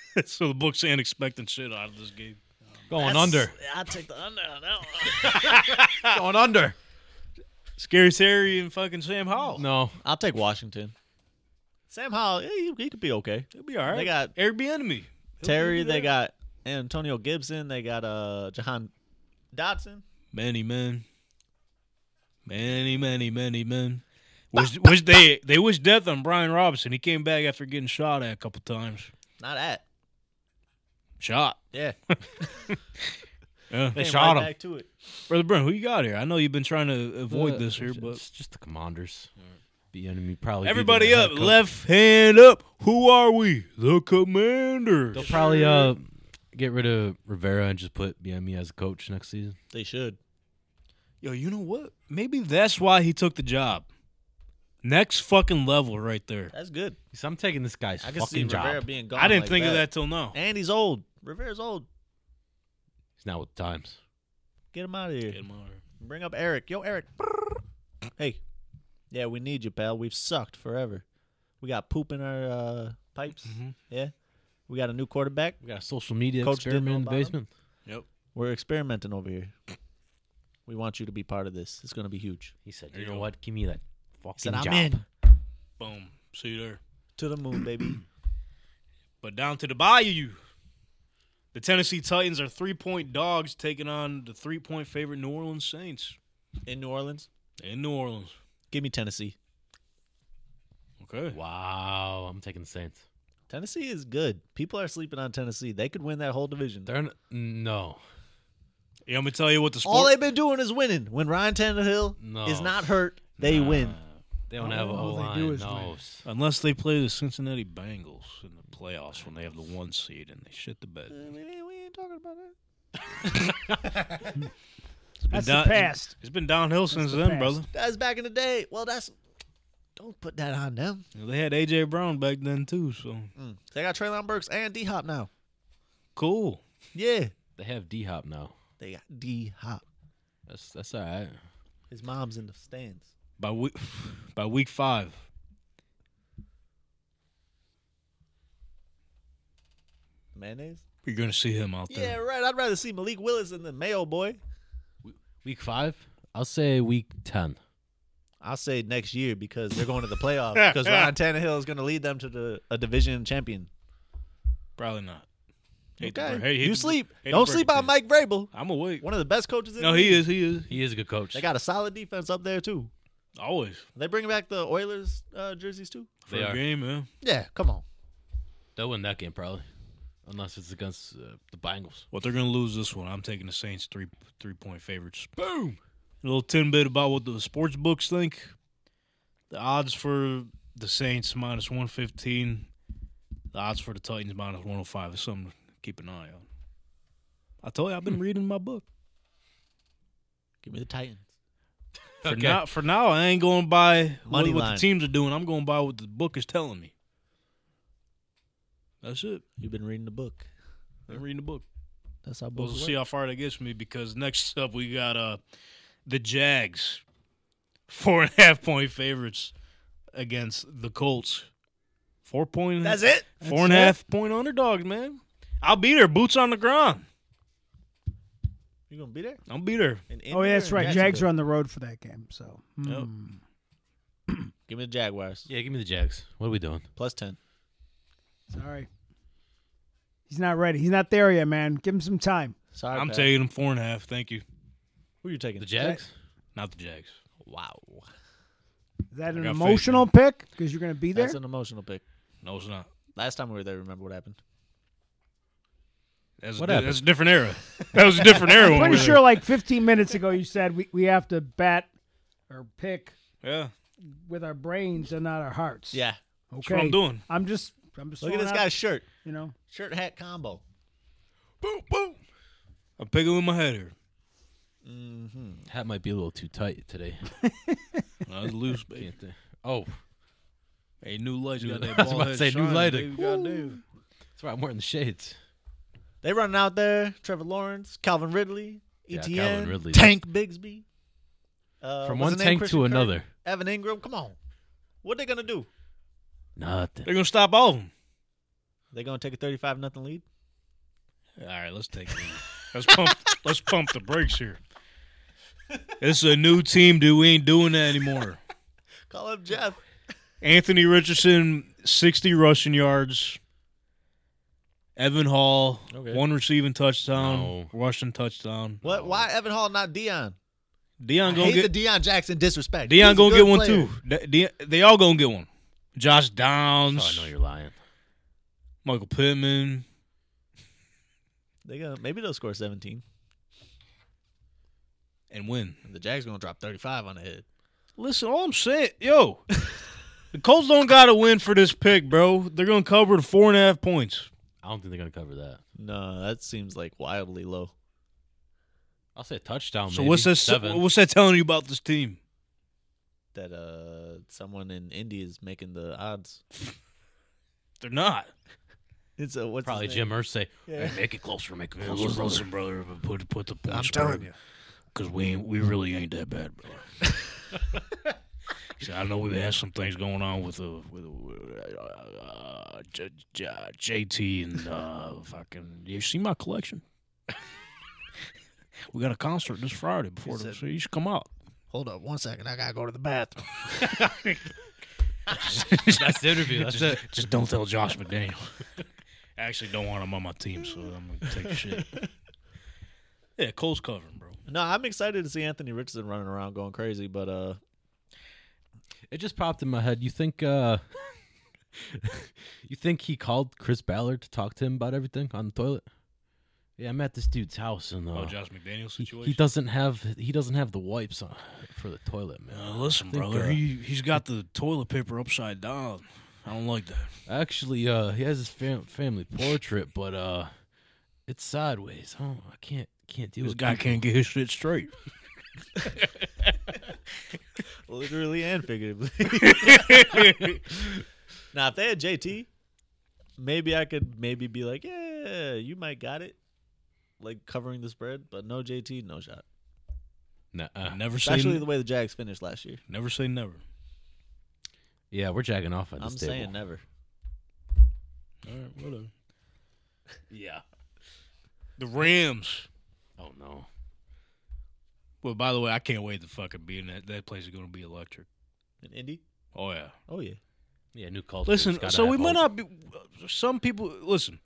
Speaker 2: so the book's ain't expecting shit out of this game.
Speaker 4: Going
Speaker 3: That's-
Speaker 4: under.
Speaker 3: I take the under on that one.
Speaker 4: Going under.
Speaker 2: Scary Terry and fucking Sam Howell.
Speaker 4: No,
Speaker 3: I'll take Washington. Sam Howell, yeah, he, he could be okay.
Speaker 2: It'll be all right.
Speaker 3: They got
Speaker 2: Airbnb. He'll-
Speaker 3: Terry.
Speaker 2: he'll be there.
Speaker 3: They got Antonio Gibson. They got uh Jahan Dotson.
Speaker 2: many men, many, many, many men. Wish, wish they they wish death on Brian Robinson. He came back after getting shot at a couple times.
Speaker 3: Not at.
Speaker 2: Shot.
Speaker 3: Yeah,
Speaker 2: Yeah.
Speaker 3: Came
Speaker 4: they shot
Speaker 3: right
Speaker 4: him.
Speaker 3: Back to it.
Speaker 2: Brother Brent, who you got here? I know you've been trying to avoid
Speaker 3: Uh,
Speaker 2: this here, but
Speaker 4: it's just the commanders. The enemy
Speaker 2: Oh,
Speaker 4: probably. be
Speaker 2: Everybody
Speaker 4: the head
Speaker 2: up,
Speaker 4: coach.
Speaker 2: left hand up. Who are we? The Commanders.
Speaker 4: They'll probably uh get rid of Rivera and just put BME as a coach next season.
Speaker 3: They should.
Speaker 2: Yo, you know what? Maybe that's why he took the job. Next fucking level right there.
Speaker 3: That's good.
Speaker 4: So I'm taking this guy's
Speaker 3: I can see
Speaker 4: fucking job.
Speaker 3: Rivera being gone.
Speaker 2: I didn't
Speaker 3: like
Speaker 2: think of that till now.
Speaker 3: And he's old. Rivera's old.
Speaker 4: He's not with the times.
Speaker 3: Get him out of here.
Speaker 2: Get him out of here.
Speaker 3: Bring up Eric. Yo, Eric. Hey. Yeah, we need you, pal. We've sucked forever. We got poop in our uh, pipes.
Speaker 4: Mm-hmm.
Speaker 3: Yeah. We got a new quarterback.
Speaker 4: We got a social media
Speaker 3: Coach didn't
Speaker 4: experiment
Speaker 3: know
Speaker 4: in the
Speaker 3: about him.
Speaker 4: basement.
Speaker 3: We're experimenting over here. We want you to be part of this. It's going to be huge.
Speaker 4: He said,
Speaker 2: There
Speaker 4: "You
Speaker 2: you
Speaker 4: know
Speaker 2: go.
Speaker 4: what? Give me that Fucking
Speaker 3: He said, I'm
Speaker 4: job.
Speaker 3: in
Speaker 2: Boom. See you there.
Speaker 3: to the moon, baby.
Speaker 2: But down to the bayou. The Tennessee Titans are three point dogs taking on the three point favorite New Orleans Saints
Speaker 3: In New Orleans,
Speaker 2: in New Orleans.
Speaker 3: give me Tennessee.
Speaker 2: Okay.
Speaker 4: Wow, I'm taking the Saints.
Speaker 3: Tennessee is good. People are sleeping on Tennessee. They could win that whole division.
Speaker 4: They're n- no.
Speaker 2: Yeah, I'm going to tell you what the
Speaker 3: All
Speaker 2: sport.
Speaker 3: they've been doing is winning. When Ryan Tannehill
Speaker 4: No.
Speaker 3: is not hurt, they win.
Speaker 4: They don't have a
Speaker 5: all they
Speaker 4: line.
Speaker 5: do is
Speaker 4: no.
Speaker 5: win.
Speaker 2: Unless they play the Cincinnati Bengals in the playoffs when they have the one seed and they shit the bed.
Speaker 3: We ain't, we ain't talking about that.
Speaker 2: It's been
Speaker 5: That's
Speaker 2: down-
Speaker 5: the past.
Speaker 2: It's been downhill since
Speaker 5: the
Speaker 2: then,
Speaker 5: past.
Speaker 2: brother.
Speaker 3: That's back in the day. Well, that's don't put that on them.
Speaker 2: You know, They had AJ Brown back then too, so
Speaker 3: Mm. They got Traylon Burks and D Hop now.
Speaker 2: cool.
Speaker 3: Yeah,
Speaker 4: They have D Hop now.
Speaker 3: they got D Hop.
Speaker 4: That's that's all right.
Speaker 3: His mom's in the stands.
Speaker 2: By week by week five.
Speaker 3: Mayonnaise.
Speaker 2: You're gonna see him out
Speaker 3: Yeah,
Speaker 2: there.
Speaker 3: right. I'd rather see Malik Willis than the Mayo boy.
Speaker 4: Week five? I'll say week ten.
Speaker 3: I'll say next year because they're going to the playoffs because Ryan Tannehill is going to lead them to the a division champion.
Speaker 2: Probably not. Hate to
Speaker 3: Okay,
Speaker 2: break- hate- hate
Speaker 3: you
Speaker 2: to-
Speaker 3: sleep.
Speaker 2: hate to
Speaker 3: Don't
Speaker 2: break
Speaker 3: sleep
Speaker 2: it to
Speaker 3: on
Speaker 2: you.
Speaker 3: Mike Vrabel,
Speaker 2: I'm awake.
Speaker 3: one of the best coaches. in
Speaker 2: No,
Speaker 3: the
Speaker 2: Oh, he
Speaker 3: league.
Speaker 2: is. He is
Speaker 4: He is a good coach.
Speaker 3: They got a solid defense up there too.
Speaker 2: always
Speaker 3: Are they bringing back the Oilers uh, jerseys too?
Speaker 2: for
Speaker 4: They
Speaker 2: a
Speaker 4: are.
Speaker 2: game, man.
Speaker 3: Yeah, come on.
Speaker 4: They'll win that game probably, unless it's against uh, the Bengals.
Speaker 2: Well, they're gonna lose this one. I'm taking the Saints three three point favorites. Boom. A little tidbit about what the sports books think. The odds for the Saints minus one fifteen. The odds for the Titans minus one hundred five. It's something to keep an eye on. I told you I've
Speaker 3: Hmm.
Speaker 2: been reading my book.
Speaker 3: Give me the Titans.
Speaker 2: For now, for now, I ain't going by what,
Speaker 3: Money
Speaker 2: what
Speaker 3: line.
Speaker 2: the teams are doing. I'm going by what the book is telling me. That's it.
Speaker 3: You've been reading the book.
Speaker 2: I'm reading the book.
Speaker 3: That's how
Speaker 2: We'll
Speaker 3: books
Speaker 2: see
Speaker 3: work.
Speaker 2: how far that gets me because next up we got uh the Jags, four and a half point favorites against the Colts. Four point.
Speaker 3: That's it.
Speaker 2: Four and a half point underdogs, man. I'll be there. Boots on the ground.
Speaker 3: You gonna be there?
Speaker 2: I'll be there.
Speaker 3: In
Speaker 5: Oh, yeah,
Speaker 3: India
Speaker 5: that's
Speaker 3: or
Speaker 5: right.
Speaker 3: in
Speaker 5: Jags are
Speaker 3: Jacksonville?
Speaker 5: on the road for that game. So,
Speaker 2: Yep.
Speaker 5: hmm.
Speaker 3: Give me the Jaguars
Speaker 4: Yeah, give me the Jags. What are we doing?
Speaker 3: plus ten.
Speaker 5: sorry. He's not ready. He's not there yet, man. Give him some time.
Speaker 3: Sorry,
Speaker 2: I'm
Speaker 3: Pat.
Speaker 2: taking them four and a half. Thank you.
Speaker 3: Who are you taking?
Speaker 4: The Jags?
Speaker 2: Not the Jags.
Speaker 3: Wow,
Speaker 5: Is that an
Speaker 2: got faith,
Speaker 5: emotional pick? pick? Because you're going to be there?
Speaker 3: that's an emotional pick.
Speaker 2: No, it's not.
Speaker 3: Last time we were there, remember what happened?
Speaker 2: That's,
Speaker 4: What
Speaker 2: a, di-
Speaker 4: happened?
Speaker 2: that's a different era. That was a different era.
Speaker 5: I'm
Speaker 2: when we
Speaker 5: pretty
Speaker 2: were
Speaker 5: sure like 15 minutes ago you said we, we have to bet or pick
Speaker 2: there. Yeah.
Speaker 5: with our brains and not our hearts.
Speaker 3: Yeah.
Speaker 5: Okay.
Speaker 2: That's what I'm doing.
Speaker 5: I'm just, I'm just
Speaker 3: Look at
Speaker 5: throwing
Speaker 3: this
Speaker 5: out,
Speaker 3: guy's shirt.
Speaker 5: You know,
Speaker 3: Shirt hat combo.
Speaker 2: Boom, boom. I'm picking with my head here.
Speaker 3: Mm-hmm.
Speaker 4: Hat might be a little too tight today.
Speaker 2: I was loose, baby.
Speaker 4: Can't they- Oh,
Speaker 2: Hey, new lights
Speaker 4: New-
Speaker 2: got that
Speaker 4: I was
Speaker 2: ball
Speaker 4: about to
Speaker 2: head
Speaker 4: say, new
Speaker 2: shining,
Speaker 4: lighting.
Speaker 2: baby. Goddamn.
Speaker 4: that's right. I'm wearing the shades.
Speaker 3: They running out there. Trevor Lawrence, Calvin Ridley,
Speaker 4: Yeah,
Speaker 3: ETN,
Speaker 4: Calvin Ridley.
Speaker 3: E Tank Bigsby. Uh,
Speaker 4: From
Speaker 3: what's
Speaker 4: one
Speaker 3: his name?
Speaker 4: tank
Speaker 3: Christian
Speaker 4: to
Speaker 3: Kirk,
Speaker 4: another.
Speaker 3: Evan Ingram. Come on. What they gonna do?
Speaker 4: Nothing.
Speaker 2: They're gonna stop all of them.
Speaker 3: They gonna take a thirty-five nothing lead?
Speaker 2: All right, let's take it. Let's pump. let's pump the brakes here. It's a new team, dude. We ain't doing that anymore.
Speaker 3: Call up Jeff.
Speaker 2: Anthony Richardson, sixty rushing yards. Evan Hall,
Speaker 4: Okay.
Speaker 2: one receiving touchdown,
Speaker 4: No.
Speaker 2: rushing touchdown.
Speaker 3: What? Why Evan Hall not Dion?
Speaker 2: Dion
Speaker 3: I
Speaker 2: gonna get
Speaker 3: hate the Deion Jackson disrespect. He's
Speaker 2: Dion
Speaker 3: a
Speaker 2: gonna
Speaker 3: good
Speaker 2: get one
Speaker 3: player.
Speaker 2: too. De- De- they all gonna get one. Josh
Speaker 4: Oh,
Speaker 2: Downs,
Speaker 4: I know you're lying.
Speaker 2: Michael Pittman.
Speaker 3: They gonna maybe they'll score seventeen.
Speaker 2: and win.
Speaker 3: And the Jags gonna drop thirty-five on the head.
Speaker 2: Listen, all I'm saying, yo, the Colts don't got to win for this pick, bro. They're going to cover the four and a half points.
Speaker 4: I don't think they're gonna cover that.
Speaker 3: No, that seems like wildly low.
Speaker 4: I'll say a touchdown.
Speaker 2: so
Speaker 4: Oh, maybe.
Speaker 2: what's that?
Speaker 4: Seven.
Speaker 2: What's that telling you about this team?
Speaker 3: That uh, someone in Indy is making the odds.
Speaker 2: They're not.
Speaker 3: It's a what's his
Speaker 4: Probably
Speaker 3: name?
Speaker 4: Jim Irsay.
Speaker 3: Yeah.
Speaker 4: Hey, make it closer. Make it closer.
Speaker 2: Listen,
Speaker 4: brother.
Speaker 2: listen, brother, but put put the points. I'm telling you, because we ain't, we really ain't that bad, brother. He said, I know we've had some things going on with uh, with uh, uh, J- J- JT and uh, fucking. You see my collection? we got a concert this Friday before the, so you should come out.
Speaker 3: Hold up one second. I got to go to the bathroom.
Speaker 4: That's the interview. That's it.
Speaker 2: Just don't tell Josh McDaniel. I actually don't want him on my team, so I'm gonna take shit. Yeah, Cole's covering, bro.
Speaker 3: No, I'm excited to see Anthony Richardson running around going crazy, but uh,
Speaker 4: It just popped in my head. You think uh you think he called Chris Ballard to talk to him about everything on the toilet? Yeah, I'm at this dude's house and uh,
Speaker 2: Oh, Josh McDaniel
Speaker 4: he,
Speaker 2: situation.
Speaker 4: he doesn't have he doesn't have the wipes on for the toilet, man.
Speaker 2: Uh, listen,
Speaker 4: think,
Speaker 2: brother,
Speaker 4: uh,
Speaker 2: he he's got the toilet paper upside down. I don't like that.
Speaker 4: Actually, uh he has his fam- family portrait, but uh it's sideways. Oh, I can't can't deal
Speaker 2: This
Speaker 4: with
Speaker 2: guy
Speaker 4: people.
Speaker 2: can't get his shit straight.
Speaker 3: literally and figuratively. now, if they had JT, maybe I could maybe be like, yeah, you might got it, like covering the spread. But no JT, no shot.
Speaker 4: Nuh-uh.
Speaker 2: Never say
Speaker 3: Especially
Speaker 2: actually,
Speaker 3: the way the Jags finished last year.
Speaker 2: never say never.
Speaker 4: Yeah, we're jacking off at this
Speaker 3: I'm
Speaker 4: table.
Speaker 3: saying never.
Speaker 2: All right, whatever.
Speaker 4: Yeah.
Speaker 2: The Rams.
Speaker 4: Oh no.
Speaker 2: Well, by the way, I can't wait to fucking be in that. That place is gonna be electric.
Speaker 3: In Indy?
Speaker 2: Oh yeah.
Speaker 3: Oh yeah.
Speaker 4: Yeah, new culture.
Speaker 2: Listen,
Speaker 4: It's gotta
Speaker 2: so we
Speaker 4: have
Speaker 2: might not
Speaker 4: hope.
Speaker 2: be. Some people listen.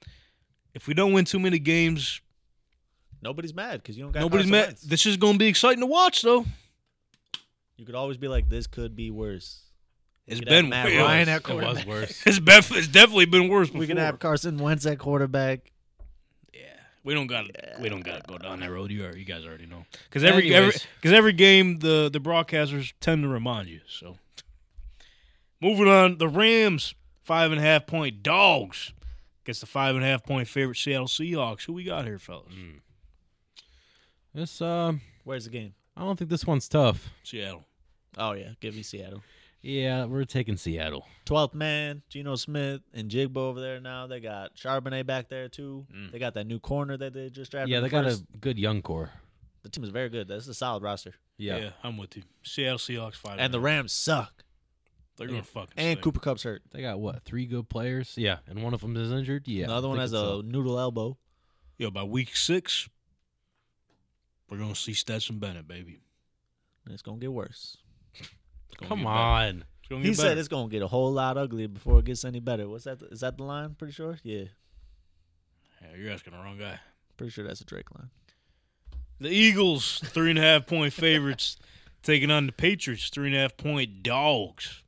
Speaker 2: If we don't win too many games,
Speaker 3: Nobody's mad because you don't got
Speaker 2: nobody's
Speaker 3: Carson
Speaker 2: mad.
Speaker 3: Wentz.
Speaker 2: This is gonna be exciting to watch, though.
Speaker 3: You could always be like, this could be worse.
Speaker 2: It's
Speaker 3: could
Speaker 2: been
Speaker 3: have Matt
Speaker 2: worse.
Speaker 3: Ryan
Speaker 4: It was worse.
Speaker 2: It's, bef- it's definitely been worse. Before.
Speaker 3: We could have Carson Wentz at quarterback.
Speaker 2: Yeah, we don't got to we don't got to go down that road. You are, you guys already know because
Speaker 4: Yeah,
Speaker 2: every because
Speaker 4: anyways.
Speaker 2: every, game the the broadcasters tend to remind you. So moving on, the Rams five and a half point dogs against the five and a half point favorite Seattle Seahawks. Who we got here, fellas?
Speaker 3: Mm.
Speaker 4: This um
Speaker 3: Where's the game?
Speaker 4: I don't think this one's tough.
Speaker 2: Seattle.
Speaker 3: Oh yeah, give me Seattle.
Speaker 4: Yeah, we're taking Seattle.
Speaker 3: Twelfth man, Geno Smith and Jigbo over there now. They got Charbonnet back there too. They got that new corner that they just drafted.
Speaker 4: Mm. yeah, they got
Speaker 3: first.
Speaker 4: a good young core.
Speaker 3: The team is very good. This is a solid roster.
Speaker 4: Yeah.
Speaker 2: I'm with you. Seattle Seahawks five
Speaker 3: And the
Speaker 2: Rams.
Speaker 3: Rams suck.
Speaker 2: They're gonna fucking
Speaker 3: And
Speaker 2: stink.
Speaker 3: Cooper Cup's hurt.
Speaker 4: They got what? Three good players? Yeah, and one of them is injured. Yeah.
Speaker 3: Another
Speaker 4: I
Speaker 3: one has
Speaker 4: think
Speaker 3: a
Speaker 4: it's, uh,
Speaker 3: noodle elbow.
Speaker 2: Yo, by week six, we're gonna see Stetson Bennett, baby.
Speaker 3: And it's gonna get worse.
Speaker 2: It's gonna
Speaker 4: Come
Speaker 2: get better.
Speaker 4: on.
Speaker 2: It's gonna
Speaker 3: He
Speaker 2: get
Speaker 3: said
Speaker 2: better.
Speaker 3: it's gonna get a whole lot uglier before it gets any better. What's that? Is that the line? Pretty sure. Yeah,
Speaker 2: Yeah, you're asking the wrong guy.
Speaker 3: pretty sure that's a Drake line.
Speaker 2: The Eagles, three and a half point favorites, taking on the Patriots, three and a half point dogs.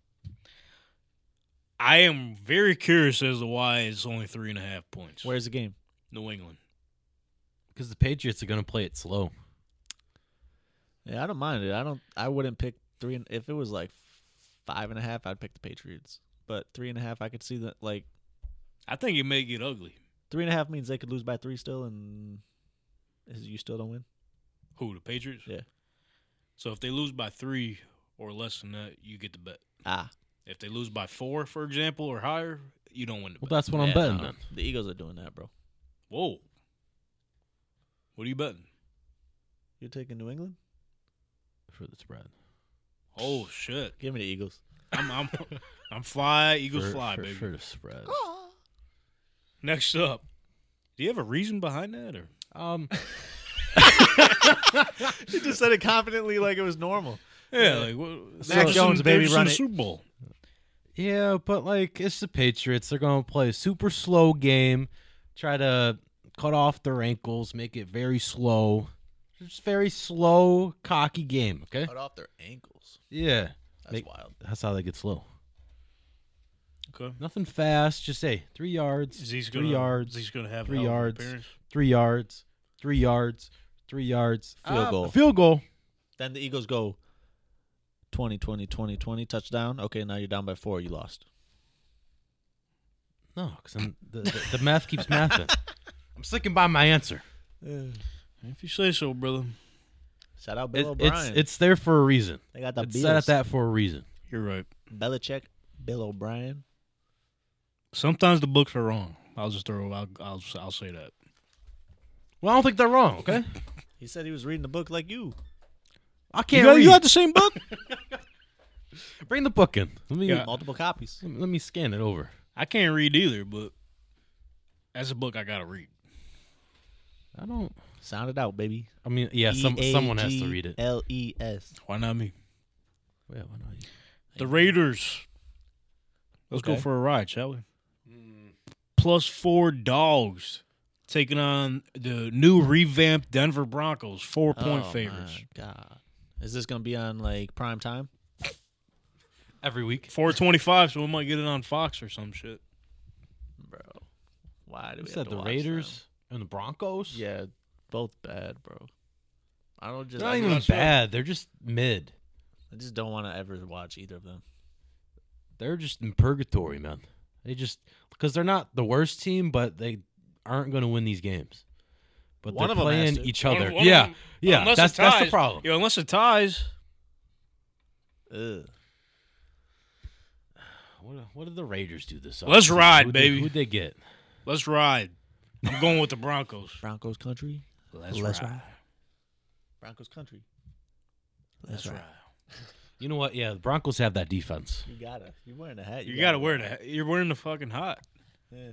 Speaker 2: I am very curious as to why it's only three and a half points.
Speaker 3: Where's the game?
Speaker 2: New England.
Speaker 4: Because the Patriots are going to play it slow.
Speaker 3: Yeah, I don't mind it. I don't. I wouldn't pick three. And, if it was like five and a half, I'd pick the Patriots. But three and a half, I could see that. Like
Speaker 2: I think it may get ugly.
Speaker 3: three and a half means they could lose by three still, and is- you still don't win.
Speaker 2: Who, the Patriots?
Speaker 3: Yeah.
Speaker 2: So if they lose by three or less than that, you get the bet.
Speaker 3: Ah,
Speaker 2: If they lose by four, for example, or higher, you don't win the
Speaker 4: Well,
Speaker 2: bet.
Speaker 4: that's what
Speaker 3: yeah,
Speaker 4: I'm betting
Speaker 3: no.
Speaker 4: then.
Speaker 3: The Eagles are doing that, bro.
Speaker 2: Whoa. What are you betting?
Speaker 3: You're taking New England.
Speaker 4: For the spread.
Speaker 2: Oh shit.
Speaker 3: Give me the Eagles.
Speaker 2: I'm I'm I'm fly, Eagles
Speaker 4: for,
Speaker 2: fly,
Speaker 4: for,
Speaker 2: baby.
Speaker 4: For the spread.
Speaker 2: Next up. Do you have a reason behind that or
Speaker 4: Um,
Speaker 3: You just said it confidently, like it was normal.
Speaker 2: Yeah, like what,
Speaker 4: Mac
Speaker 3: Jones,
Speaker 2: they're
Speaker 3: baby,
Speaker 2: just
Speaker 3: run
Speaker 2: in the
Speaker 3: it.
Speaker 2: Super Bowl.
Speaker 4: yeah, but like, it's the Patriots. They're going to play a super slow game, try to cut off their ankles, make it very slow. It's very slow, cocky game, okay?
Speaker 3: Cut off their ankles.
Speaker 4: Yeah.
Speaker 3: That's
Speaker 4: Make-
Speaker 3: wild.
Speaker 4: That's how they get slow.
Speaker 2: Okay.
Speaker 4: Nothing fast. Just say three yards,
Speaker 2: Zeke's
Speaker 4: three
Speaker 2: gonna,
Speaker 4: yards,
Speaker 2: Zeke's gonna have
Speaker 4: three
Speaker 2: hell of an
Speaker 4: yards.
Speaker 2: appearance.
Speaker 4: three yards, three yards, three yards.
Speaker 3: Field
Speaker 4: Ah,
Speaker 3: goal.
Speaker 4: Field goal.
Speaker 3: Then the Eagles go 20, 20, 20, 20, touchdown. Okay, now you're down by four. You lost.
Speaker 4: No, because the, the, the math keeps mathing. I'm sticking by my answer.
Speaker 2: If you say so, brother.
Speaker 3: Shout out Bill
Speaker 4: It, it's
Speaker 3: O'Brien.
Speaker 4: it's there for a reason.
Speaker 3: they got the
Speaker 4: it's set at
Speaker 3: Bills.
Speaker 4: that for a reason.
Speaker 2: You're right.
Speaker 3: Belichick, Bill O'Brien.
Speaker 2: Sometimes the books are wrong. I'll just throw. I'll I'll, I'll say that.
Speaker 4: Well, I don't think they're wrong. Okay,
Speaker 3: He said he was reading the book like you.
Speaker 4: I
Speaker 2: You,
Speaker 4: can't
Speaker 2: got-
Speaker 4: read.
Speaker 2: you had the same book.
Speaker 4: Bring the book in. Let me
Speaker 2: Yeah.
Speaker 3: Multiple copies.
Speaker 4: let me scan it over.
Speaker 2: I can't read either, but that's a book I gotta read.
Speaker 4: I don't.
Speaker 3: Sound it out, baby.
Speaker 4: I mean, yeah,
Speaker 3: E
Speaker 4: some, someone has to read it.
Speaker 3: L E S.
Speaker 2: Why not me?
Speaker 4: Yeah, why not?
Speaker 2: The Raiders. Let's go
Speaker 3: Okay.
Speaker 2: for a ride, shall we? Mm. Plus four dogs taking on the new revamped Denver Broncos, four
Speaker 4: Oh,
Speaker 2: point favorites.
Speaker 3: Oh God, is this gonna be on like prime time?
Speaker 4: Every week.
Speaker 2: Four twenty five, so we might get it on Fox or some shit.
Speaker 3: bro. Why do
Speaker 4: You
Speaker 3: we
Speaker 4: said
Speaker 3: have to
Speaker 4: the
Speaker 3: watch
Speaker 4: Raiders and the Broncos?
Speaker 3: them? Yeah, both bad, bro. I don't just
Speaker 4: They're
Speaker 3: I
Speaker 4: not even
Speaker 3: just-
Speaker 4: bad. They're just mid.
Speaker 3: I just don't want to ever watch either of them.
Speaker 4: They're just in purgatory, man. They just because they're not the worst team, but they aren't going to win these games. But
Speaker 3: One
Speaker 4: they're
Speaker 3: of 'em has
Speaker 4: playing
Speaker 3: to.
Speaker 4: each
Speaker 2: One
Speaker 4: other.
Speaker 2: of- one of
Speaker 4: yeah,
Speaker 2: them-
Speaker 4: yeah.
Speaker 2: Unless
Speaker 4: that's
Speaker 2: it
Speaker 4: that's the
Speaker 2: ties.
Speaker 4: problem.
Speaker 2: Yeah, unless it ties.
Speaker 3: Ugh.
Speaker 4: What, what did the Raiders do this?
Speaker 2: Let's
Speaker 4: offseason?
Speaker 2: ride,
Speaker 4: Who'd
Speaker 2: baby.
Speaker 4: They, who'd they get?
Speaker 2: Let's ride. I'm going with the Broncos.
Speaker 3: Broncos country.
Speaker 2: Let's, ride.
Speaker 3: Broncos country.
Speaker 2: Let's ride.
Speaker 4: You know what? Yeah, the Broncos have that defense.
Speaker 3: You gotta. You're wearing a hat.
Speaker 2: You gotta wear that. You're wearing the fucking hot.
Speaker 3: Yeah.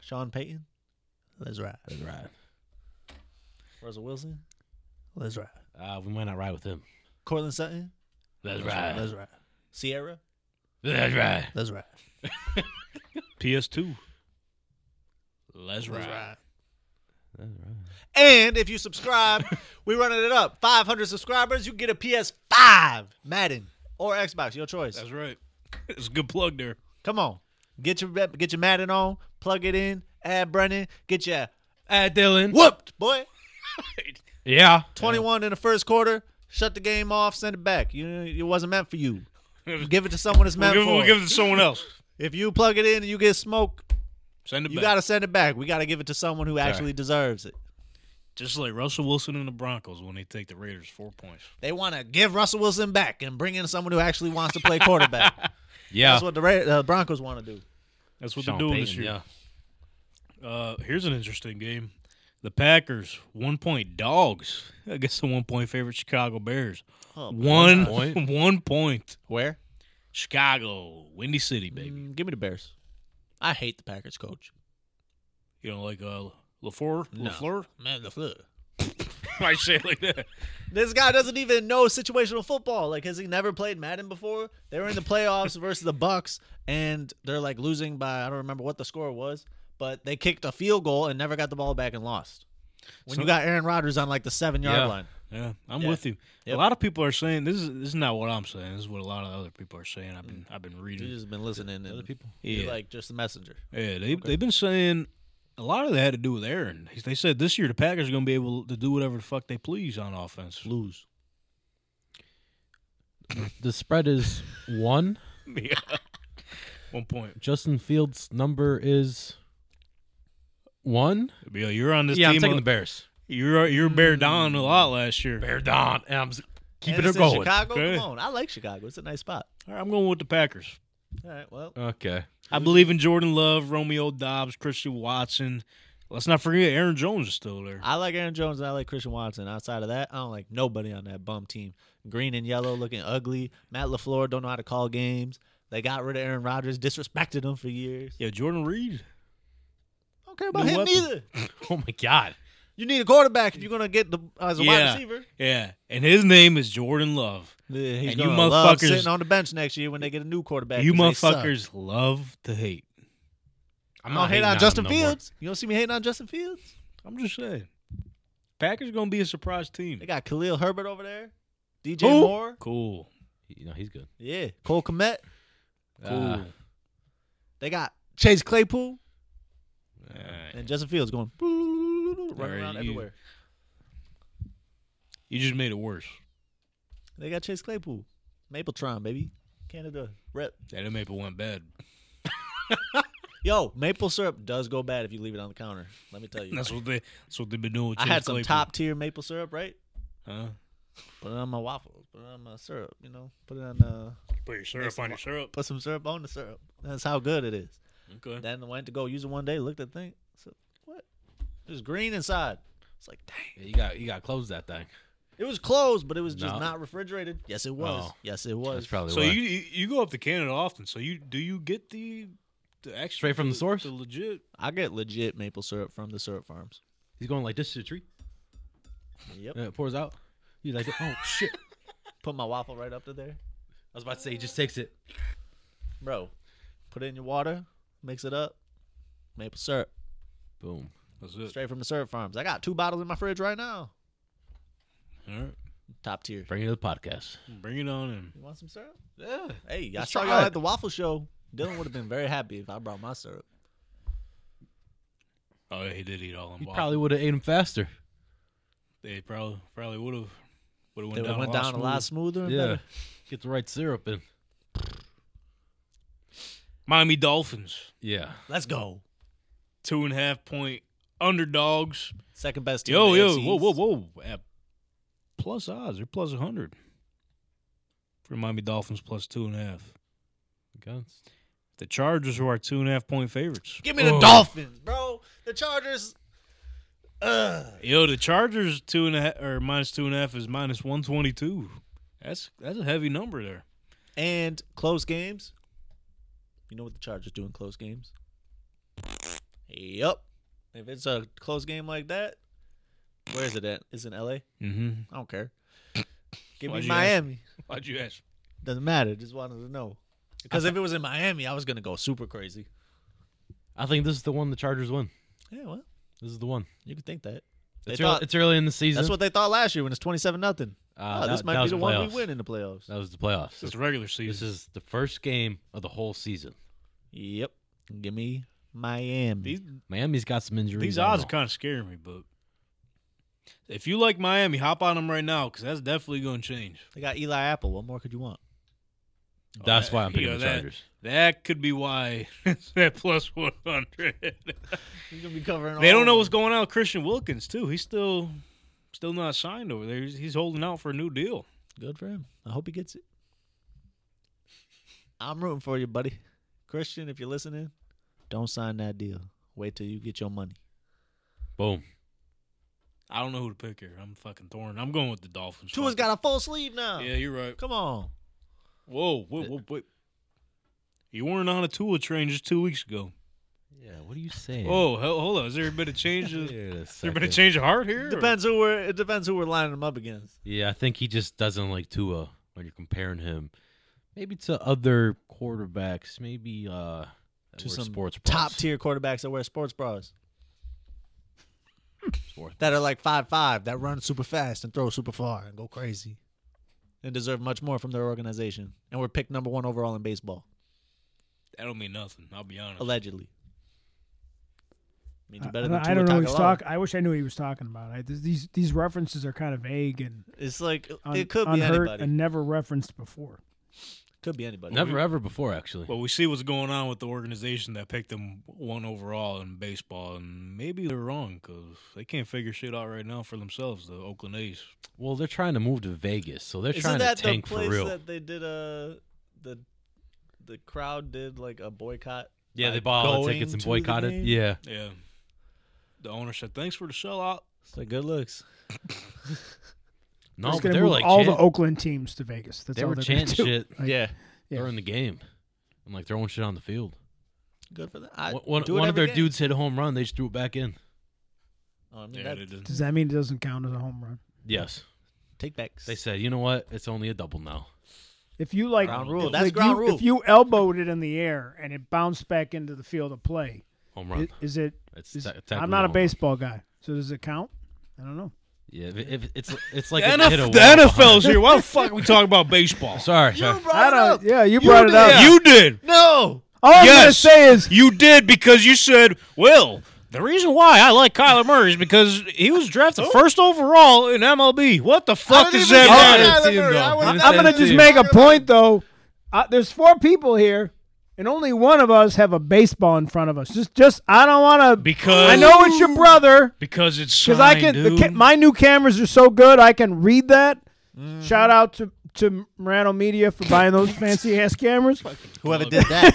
Speaker 3: Sean Payton. Let's ride.
Speaker 4: Let's ride.
Speaker 3: Russell Wilson. Let's ride.
Speaker 4: Uh, we might not ride with him.
Speaker 3: Cortland Sutton.
Speaker 4: Let's
Speaker 3: Let's
Speaker 4: ride.
Speaker 3: ride. Sierra.
Speaker 4: Let's ride.
Speaker 3: Let's ride.
Speaker 2: PS2. Let's, ride.
Speaker 3: And if you subscribe, we running it up. 500 subscribers, you get a PS5, Madden, or Xbox, your choice.
Speaker 2: That's right. It's a good plug there.
Speaker 3: Come on, get your get your Madden on, plug it in, add Brennan, get your
Speaker 4: Uh, Dylan.
Speaker 3: whooped, boy.
Speaker 4: Yeah.
Speaker 3: 21 in the first quarter, shut the game off, send it back. You it wasn't meant for you. Give it to someone it's
Speaker 2: We'll
Speaker 3: meant
Speaker 2: give,
Speaker 3: for.
Speaker 2: we'll give it to someone else.
Speaker 3: if you plug it in and you get smoke,
Speaker 2: Send it
Speaker 3: you
Speaker 2: back.
Speaker 3: gotta send it back. We gotta give it to someone who actually deserves it.
Speaker 2: Just like Russell Wilson and the Broncos when they take the Raiders four points.
Speaker 3: They want to give Russell Wilson back and bring in someone who actually wants to play quarterback.
Speaker 4: Yeah.
Speaker 3: That's what the Ra- uh, Broncos want to do.
Speaker 2: That's what
Speaker 4: Sean
Speaker 2: they're doing this
Speaker 4: Payton,
Speaker 2: year. Uh, here's an interesting game. The Packers, one point dogs against the one point favorite Chicago Bears. One
Speaker 4: point?
Speaker 2: one point.
Speaker 3: Where?
Speaker 2: Chicago, Windy City, baby.
Speaker 3: give me the Bears. I hate the Packers coach.
Speaker 2: You know, like uh, LaFleur? LaFleur?
Speaker 3: Man, the flu.
Speaker 2: I say it like that.
Speaker 3: This guy doesn't even know situational football. Like, has he never played Madden before? They were in the playoffs versus the Bucks, and they're like losing by I don't remember what the score was, but they kicked a field goal and never got the ball back and lost. When you got Aaron Rodgers on like the seven yard
Speaker 4: Yeah.
Speaker 3: line,
Speaker 2: Yeah, I'm
Speaker 3: Yeah.
Speaker 2: with you. A
Speaker 3: Yep.
Speaker 2: lot of people are saying this is this is not what I'm saying. This is what a lot of other people are saying. I've been I've been
Speaker 3: you
Speaker 2: reading.
Speaker 3: just been listening. And
Speaker 4: people.
Speaker 3: you're
Speaker 2: Yeah.
Speaker 3: like just the messenger.
Speaker 2: Yeah, they they've been saying a lot of that had to do with Aaron. They said this year the Packers are going to be able to do whatever the fuck they please on offense.
Speaker 3: Lose.
Speaker 4: The spread is one.
Speaker 2: Yeah. One point.
Speaker 4: Justin Fields' number is one.
Speaker 2: Yeah, you're on this
Speaker 4: yeah, I'm
Speaker 2: team.
Speaker 4: taking
Speaker 2: a-
Speaker 4: the Bears.
Speaker 2: You're you're bear down a lot last year.
Speaker 4: Bear down. And I'm s- keeping
Speaker 3: And
Speaker 4: her
Speaker 3: it's in
Speaker 4: going.
Speaker 3: Chicago,
Speaker 2: Okay.
Speaker 3: come on. I like Chicago. It's a nice spot.
Speaker 2: All right, I'm going with the Packers.
Speaker 3: All right, well,
Speaker 4: Okay.
Speaker 2: I believe in Jordan Love, Romeo Dobbs, Christian Watson. Let's not forget Aaron Jones is still there.
Speaker 3: I like Aaron Jones and I like Christian Watson. Outside of that, I don't like nobody on that bum team. Green and yellow looking ugly. Matt LaFleur don't know how to call games. They got rid of Aaron Rodgers, disrespected him for years.
Speaker 2: Yeah, Jordan Reed.
Speaker 3: I don't care about
Speaker 2: New
Speaker 3: him
Speaker 2: weapon.
Speaker 3: either.
Speaker 4: Oh my God.
Speaker 3: You need a quarterback if you're gonna get the uh, as a
Speaker 2: Yeah.
Speaker 3: wide receiver.
Speaker 2: Yeah, and his name is Jordan Love.
Speaker 3: Yeah, he's
Speaker 2: And you
Speaker 3: gonna love
Speaker 2: motherfuckers-
Speaker 3: sitting on the bench next year when they get a new quarterback.
Speaker 2: you
Speaker 3: 'cause they suck.
Speaker 2: motherfuckers love to hate.
Speaker 4: I'm
Speaker 3: I don't hate
Speaker 4: hating
Speaker 3: on
Speaker 4: him
Speaker 3: Justin
Speaker 4: no more.
Speaker 3: Fields. You don't see me hating on Justin Fields.
Speaker 2: I'm just saying. Packers gonna be a surprise team.
Speaker 3: They got Khalil Herbert over there, DJ
Speaker 2: Who?
Speaker 3: Moore,
Speaker 2: Cool.
Speaker 4: He- No, he's good.
Speaker 3: yeah, Cole Komet. Ah.
Speaker 2: Cool.
Speaker 4: Uh,
Speaker 3: They got Chase Claypool
Speaker 2: All right.
Speaker 3: and Justin Fields going running
Speaker 2: Alright,
Speaker 3: around
Speaker 2: you-
Speaker 3: everywhere.
Speaker 2: You just made it worse.
Speaker 3: They got Chase Claypool. Mapletron, baby. Canada rep.
Speaker 2: That maple went bad.
Speaker 3: Yo, maple syrup does go bad if you leave it on the counter. Let me tell you.
Speaker 2: That's what they. That's what they've been doing. With
Speaker 3: I
Speaker 2: Chase
Speaker 3: had some
Speaker 2: Claypool.
Speaker 3: top tier maple syrup, right?
Speaker 2: Huh?
Speaker 3: Put it on my waffles. Put it on my syrup, you know. Put it on uh
Speaker 2: Put your syrup on your syrup.
Speaker 3: put some syrup on the syrup. That's how good it is.
Speaker 2: Okay.
Speaker 3: Then I went to go use it one day, looked at the thing. So what? It was green inside. It's like, dang.
Speaker 4: you got you got to close that thing.
Speaker 3: It was closed, but it was just
Speaker 4: No.
Speaker 3: not refrigerated. Yes, it was.
Speaker 4: Oh.
Speaker 3: Yes, it
Speaker 4: That's
Speaker 3: was.
Speaker 4: probably
Speaker 2: So
Speaker 4: why.
Speaker 2: you you you go up to Canada often. So you do you get the the extra
Speaker 4: Straight from the source?
Speaker 2: The legit.
Speaker 3: I get legit maple syrup from the syrup farms.
Speaker 4: he's going like this to the tree.
Speaker 3: Yep.
Speaker 4: and it pours out. He's like, oh shit. I
Speaker 3: Put my waffle right up to there.
Speaker 4: was about to say, he just takes it.
Speaker 3: Bro, put it in your water, mix it up, maple syrup.
Speaker 4: Boom.
Speaker 2: That's it.
Speaker 3: Straight from the syrup farms. I got two bottles in my fridge right now.
Speaker 2: All right.
Speaker 3: Top tier.
Speaker 4: Bring it to the podcast.
Speaker 2: Bring it on in.
Speaker 3: You want some syrup?
Speaker 4: Yeah.
Speaker 3: Hey, I
Speaker 4: Let's
Speaker 3: saw
Speaker 4: try
Speaker 3: y'all
Speaker 4: it.
Speaker 3: at the waffle show. Dylan would have been very happy if I brought my syrup.
Speaker 2: Oh, yeah, he did eat all them.
Speaker 4: He
Speaker 2: waffles.
Speaker 4: probably would have ate him faster.
Speaker 2: They probably probably would have would have
Speaker 3: They
Speaker 2: went, down,
Speaker 3: would have went down a lot smoother. And
Speaker 4: Yeah.
Speaker 3: better.
Speaker 4: Get the right syrup in.
Speaker 2: Miami Dolphins
Speaker 4: Yeah.
Speaker 3: Let's go.
Speaker 2: two and a half point underdogs.
Speaker 3: Second best team.
Speaker 2: Yo
Speaker 3: in the
Speaker 2: yo
Speaker 3: AFC
Speaker 2: whoa whoa
Speaker 3: East.
Speaker 2: whoa at plus odds they're plus hundred for Miami Dolphins plus two and a half.
Speaker 4: Guns.
Speaker 2: The Chargers who are two and a half point favorites.
Speaker 3: Give me the Dolphins, bro. The Chargers. Ugh.
Speaker 2: Yo, the Chargers two and a half or minus two and a half is minus one twenty two. That's that's a heavy number there.
Speaker 3: And close games. You know what the Chargers do in close games? Yup. If it's a close game like that, where is it at? Is it in LA?
Speaker 2: Mm-hmm.
Speaker 3: I don't care. Give
Speaker 2: Why'd
Speaker 3: me
Speaker 2: you ask?
Speaker 3: Miami.
Speaker 2: Why'd you ask?
Speaker 3: Doesn't matter. Just wanted to know. Because if it was in Miami, I was gonna go super crazy.
Speaker 4: I think this is the one the Chargers win.
Speaker 3: Yeah, well,
Speaker 4: This is the one.
Speaker 3: you could think that. They
Speaker 4: It's, early,
Speaker 3: thought,
Speaker 4: it's early in the season.
Speaker 3: that's what they thought last year when it's twenty-seven nothing.
Speaker 4: Uh,
Speaker 3: oh, this
Speaker 4: that-
Speaker 3: might
Speaker 4: that
Speaker 3: be
Speaker 4: was
Speaker 3: the
Speaker 4: the
Speaker 3: one we
Speaker 4: playoffs.
Speaker 3: win in the playoffs.
Speaker 4: That was the playoffs.
Speaker 2: It's regular season.
Speaker 4: This is the first game of the whole season.
Speaker 3: Yep. Give me Miami.
Speaker 2: These
Speaker 4: Miami's got some injuries.
Speaker 2: These
Speaker 4: I don't
Speaker 2: odds are
Speaker 4: know.
Speaker 2: kind of scaring me, but if you like Miami, hop on them right now because that's definitely going to change.
Speaker 3: they got Eli Apple. What more could you want?
Speaker 4: That's
Speaker 2: Oh, that-
Speaker 4: why I'm
Speaker 2: you
Speaker 4: picking
Speaker 2: know,
Speaker 4: the
Speaker 2: that-
Speaker 4: Chargers.
Speaker 2: That could be why it's at plus 100.
Speaker 3: He's gonna be covering.
Speaker 2: they
Speaker 3: all
Speaker 2: don't know
Speaker 3: of
Speaker 2: what's
Speaker 3: them.
Speaker 2: going on with Christian Wilkins, too. He's still still not signed over there. He's, he's holding out for a new deal.
Speaker 3: Good for him. I hope he gets it. I'm rooting for you, buddy. Christian, if you're listening, don't sign that deal. Wait till you get your money.
Speaker 4: Boom.
Speaker 2: I don't know who to pick here. I'm fucking torn. I'm going with the Dolphins.
Speaker 3: Tua's
Speaker 2: Fuck
Speaker 3: got a full sleeve now.
Speaker 2: it. Yeah, you're right.
Speaker 3: Come on.
Speaker 2: Whoa, whoa, whoa, wait. You weren't on a Tua train just two weeks ago.
Speaker 4: Yeah, what are you saying?
Speaker 2: Oh, hell, hold on. Is there a bit of change? Of, is there a bit of change of heart here? or-
Speaker 3: Depends who we're. It depends who we're lining him up against.
Speaker 4: Yeah, I think he just doesn't like Tua when you're comparing him maybe to other quarterbacks, maybe uh that
Speaker 3: To
Speaker 4: wear
Speaker 3: some
Speaker 4: sports
Speaker 3: Top
Speaker 4: bras.
Speaker 3: tier quarterbacks that wear sports bras.
Speaker 4: Sports.
Speaker 3: That are like five five that run super fast and throw super far and go crazy, and deserve much more from their organization. And we're picked number one overall in baseball,
Speaker 2: That don't mean nothing. I'll be honest.
Speaker 3: allegedly. I mean,
Speaker 5: I,
Speaker 3: you're better
Speaker 5: I
Speaker 3: than
Speaker 5: don't-
Speaker 3: Tua
Speaker 5: I don't know. what He's
Speaker 3: Tagovailoa.
Speaker 5: talk. I wish I knew what he was talking about. I, this, these these references are kind of vague and
Speaker 3: It's like
Speaker 5: un,
Speaker 3: it could be
Speaker 5: unheard
Speaker 3: anybody.
Speaker 5: and never referenced before.
Speaker 3: could be anybody.
Speaker 4: Never ever before actually.
Speaker 2: Well, we see what's going on with the organization that picked them one overall in baseball, and maybe they're wrong because they can't figure shit out right now for themselves. The Oakland A's.
Speaker 4: Well, they're trying to move to Vegas, so they're
Speaker 3: Isn't
Speaker 4: trying
Speaker 3: that
Speaker 4: to tank
Speaker 3: the place
Speaker 4: for real.
Speaker 3: that they did a the the crowd did like a boycott?
Speaker 4: yeah,
Speaker 3: by
Speaker 4: they bought all the
Speaker 3: going
Speaker 4: tickets and
Speaker 3: to the
Speaker 4: boycotted.
Speaker 3: game?
Speaker 4: yeah.
Speaker 2: Yeah. The owner said, "Thanks for the sellout."
Speaker 3: It's like good looks.
Speaker 4: No,
Speaker 5: It's
Speaker 4: but
Speaker 5: gonna
Speaker 4: they're
Speaker 5: move
Speaker 4: like
Speaker 5: all
Speaker 4: chant-
Speaker 5: the Oakland teams to Vegas. That's
Speaker 4: they
Speaker 5: all
Speaker 4: were
Speaker 5: they're gonna
Speaker 4: chanting
Speaker 5: do.
Speaker 4: shit
Speaker 3: Yeah,
Speaker 5: Yeah.
Speaker 4: during the game. And like throwing shit on the field.
Speaker 3: good for that. I,
Speaker 4: One- one
Speaker 3: do it
Speaker 4: one of
Speaker 3: every
Speaker 4: their
Speaker 3: game.
Speaker 4: dudes hit a home run, they just threw it back in.
Speaker 3: Oh, I mean,
Speaker 2: Yeah,
Speaker 3: that-
Speaker 2: they did.
Speaker 5: Does that mean it doesn't count as a home run?
Speaker 4: Yes.
Speaker 3: take backs.
Speaker 4: They said, you know what? It's only a double now.
Speaker 5: If you like
Speaker 3: Ground rule.
Speaker 5: if,
Speaker 3: That's
Speaker 5: like,
Speaker 3: ground
Speaker 5: you-
Speaker 3: rule.
Speaker 5: If you elbowed it in the air and it bounced back into the field of play,
Speaker 4: Home
Speaker 5: i-
Speaker 4: run.
Speaker 5: is, it?
Speaker 4: It's
Speaker 5: is-
Speaker 4: te- technically
Speaker 5: I'm not
Speaker 4: home
Speaker 5: a
Speaker 4: run.
Speaker 5: baseball guy, so does it count? I don't know.
Speaker 4: Yeah, if, if it's it's like
Speaker 2: The
Speaker 4: if you hit a
Speaker 2: NF- the
Speaker 4: wall.
Speaker 2: NFL's here. Why the fuck are we talking about baseball?
Speaker 4: Sorry,
Speaker 3: you
Speaker 4: sorry.
Speaker 3: brought
Speaker 5: I
Speaker 3: it
Speaker 5: don't.
Speaker 3: up.
Speaker 5: Yeah, you brought it
Speaker 3: did.
Speaker 5: up.
Speaker 2: You did.
Speaker 3: No,
Speaker 5: All I'm gonna
Speaker 2: Yes.
Speaker 5: say is
Speaker 2: You did because you said, "Well, the reason why I like Kyler Murray is because he was drafted first overall in MLB." What the
Speaker 3: I
Speaker 2: fuck
Speaker 3: didn't
Speaker 2: does
Speaker 3: even
Speaker 2: that
Speaker 3: get
Speaker 2: matter?
Speaker 3: that.
Speaker 4: Didn't
Speaker 3: Kyler
Speaker 4: see him,
Speaker 3: Murray.
Speaker 4: though.
Speaker 3: I was-
Speaker 4: Didn't
Speaker 5: I'm
Speaker 4: say
Speaker 5: gonna
Speaker 4: it
Speaker 5: just
Speaker 4: you.
Speaker 5: make a point though. Uh, there's four people here, and only one of us have a baseball in front of us. Just, just I don't want to.
Speaker 2: Because-
Speaker 5: I know it's your brother.
Speaker 2: Because it's
Speaker 5: Because
Speaker 2: signed,
Speaker 5: I can. The
Speaker 2: dude.
Speaker 5: ca- my new cameras are so good. I can read that.
Speaker 4: Mm.
Speaker 5: Shout out to to Morano Media for buying those fancy ass cameras.
Speaker 3: whoever did that.